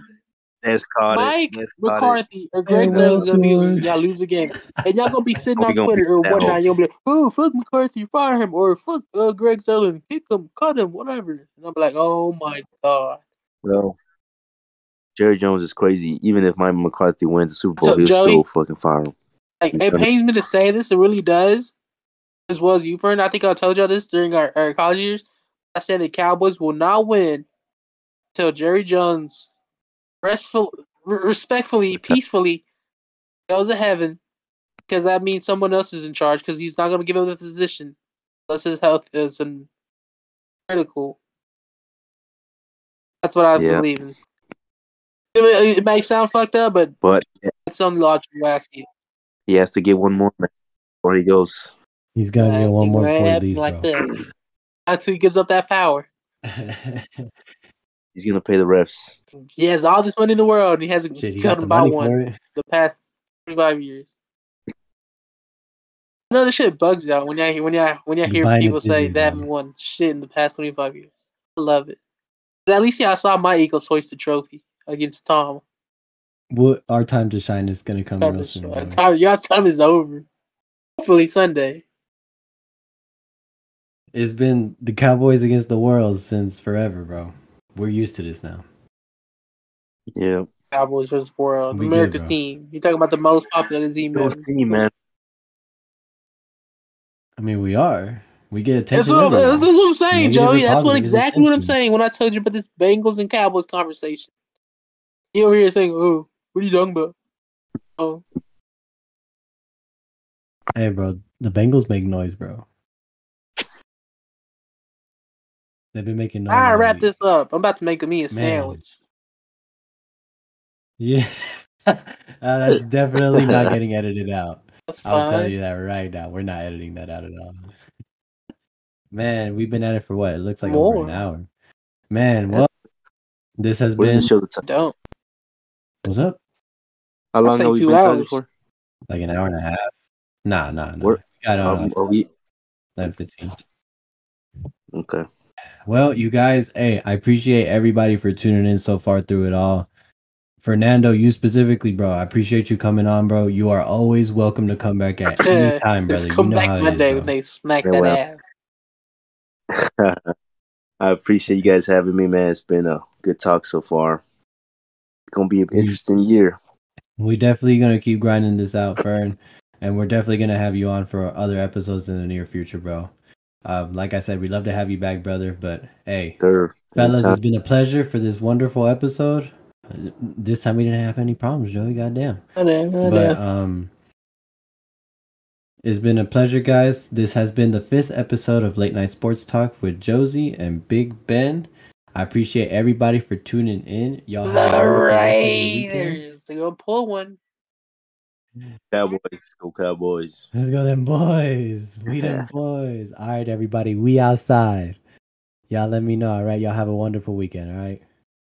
Speaker 3: Nez caught
Speaker 2: Mike
Speaker 3: it. Nez caught it.
Speaker 2: McCarthy or Greg
Speaker 1: Hey,
Speaker 2: Zerlin's gonna be
Speaker 1: Walter.
Speaker 2: y'all lose again, and y'all gonna be sitting
Speaker 3: We
Speaker 2: on
Speaker 3: gonna
Speaker 2: Twitter or
Speaker 3: that
Speaker 2: whatnot.
Speaker 3: whole-
Speaker 2: You'll be like, "Oh fuck McCarthy, fire him," or "Fuck uh, Greg Zerlin, kick him, cut him, whatever." And I'll be like, "Oh my god!"
Speaker 3: Well, Jerry Jones is crazy. Even if Mike McCarthy wins the Super
Speaker 2: What's
Speaker 3: Bowl,
Speaker 2: up,
Speaker 3: he'll
Speaker 2: Joey?
Speaker 3: still fucking fire him.
Speaker 2: Like, it pains me to say this, it really does. As well as you, friend. I think I told y'all this during our, our college years. I said the Cowboys will not win till Jerry Jones restful, re- respectfully,
Speaker 3: Retire.
Speaker 2: peacefully goes to heaven because that means someone else is in charge because he's not going to give him the position unless his health is in critical. That's what I
Speaker 3: Yeah.
Speaker 2: believe in. It, may- it may sound fucked up, but
Speaker 3: But
Speaker 2: that's some logical asking.
Speaker 3: he has to get one more man before he goes.
Speaker 1: He's gonna get one more before he leaves,
Speaker 2: like
Speaker 1: bro.
Speaker 2: that. That's who he gives up that power.
Speaker 3: He's gonna pay the refs.
Speaker 2: He has all this money in the world. And he hasn't
Speaker 1: Shit, he got
Speaker 2: killed
Speaker 1: the
Speaker 2: about
Speaker 1: money
Speaker 2: one
Speaker 1: for it.
Speaker 2: the past twenty-five years. I know this shit bugs y'all when y'all when y'all when y'all
Speaker 1: You're
Speaker 2: hear
Speaker 1: buying
Speaker 2: people
Speaker 1: it
Speaker 2: say
Speaker 1: dizzy,
Speaker 2: they haven't
Speaker 1: bro.
Speaker 2: won shit in the past twenty-five years. I love it. 'Cause At least y'all saw my Eagles hoist the trophy against Tom.
Speaker 1: What our time to shine is gonna come
Speaker 2: Time
Speaker 1: real
Speaker 2: is-
Speaker 1: soon.
Speaker 2: uh,
Speaker 1: brother.
Speaker 2: time- y'all's time is over. Hopefully Sunday.
Speaker 1: It's been the Cowboys against the world since forever, bro. We're used to this now.
Speaker 3: Yeah.
Speaker 2: Cowboys versus World,
Speaker 1: We good,
Speaker 2: America's
Speaker 1: bro.
Speaker 2: team. You talking about the most popular team?
Speaker 3: Go
Speaker 2: ever.
Speaker 3: see, man.
Speaker 1: I mean, we are. We get
Speaker 2: That's
Speaker 1: attention.
Speaker 2: what, I'm,
Speaker 1: everywhere.
Speaker 2: that's what I'm saying,
Speaker 1: Negative
Speaker 2: Joey.
Speaker 1: or
Speaker 2: That's what
Speaker 1: positive, it's
Speaker 2: exactly what I'm
Speaker 1: attention.
Speaker 2: saying when I told you about this Bengals and Cowboys conversation. You over here saying, "Oh, what are you talking about?" Oh,
Speaker 1: Hey, bro, the Bengals make noise, bro. They've been making noise.
Speaker 2: all right,
Speaker 1: all
Speaker 2: wrap
Speaker 1: week.
Speaker 2: Ah, this up. I'm about to make me a
Speaker 1: Man.
Speaker 2: sandwich.
Speaker 1: Yeah, Uh, that's definitely not getting edited out.
Speaker 2: That's
Speaker 1: I'll tell
Speaker 2: fine.
Speaker 1: you that right now. We're not editing that out at all. Man, we've been at it for what? It looks like over
Speaker 2: More.
Speaker 1: an hour. Man,
Speaker 3: Yeah.
Speaker 1: well, this has
Speaker 3: Where's
Speaker 1: been.
Speaker 3: the show? The time.
Speaker 2: Don't.
Speaker 1: What's up?
Speaker 3: How long
Speaker 2: say
Speaker 3: have we
Speaker 2: two
Speaker 3: been
Speaker 2: hours.
Speaker 3: tied for?
Speaker 1: Like an hour and a half? Nah, nah, nah.
Speaker 3: We're-
Speaker 1: I don't
Speaker 3: Um, are we
Speaker 1: know. 15.
Speaker 3: okay?
Speaker 1: Well, you guys, hey, I appreciate everybody for tuning in so far through it all. Fernando, you specifically, bro, I appreciate you coming on, bro. You are always welcome to come back at any
Speaker 2: Yeah,
Speaker 1: time, brother.
Speaker 2: Just
Speaker 1: You
Speaker 2: come
Speaker 1: know
Speaker 2: back
Speaker 1: how it
Speaker 2: Monday
Speaker 1: is,
Speaker 2: when
Speaker 1: bro.
Speaker 2: they smack
Speaker 3: Yeah,
Speaker 2: that
Speaker 3: well.
Speaker 2: ass.
Speaker 3: I appreciate you guys having me, man. It's been a good talk so far. It's gonna be an
Speaker 1: You-
Speaker 3: interesting year.
Speaker 1: We definitely gonna keep grinding this out, Fern, and we're definitely gonna have you on for other episodes in the near future, bro. Um, like I said, we'd love to have you back, brother. But hey,
Speaker 3: Sure.
Speaker 1: fellas,
Speaker 3: Anytime.
Speaker 1: it's been a pleasure for this wonderful episode. This
Speaker 2: uh, Oh,
Speaker 1: uh, time we didn't have any problems, Joey. Goddamn.
Speaker 2: Goddamn,
Speaker 1: But
Speaker 2: goddamn.
Speaker 1: um, It's been a pleasure, guys. This has been the fifth episode of Late Night Sports Talk with Josie and Big Ben. I appreciate everybody for tuning in. Y'all have a
Speaker 2: The
Speaker 1: wonderful rest of the weekend.
Speaker 2: Raiders. They gonna pull one.
Speaker 4: Cowboys, go Cowboys.
Speaker 1: Let's go, them boys. We them boys. All right, everybody. We outside. Y'all let me know. All right. Y'all have a wonderful weekend. All right.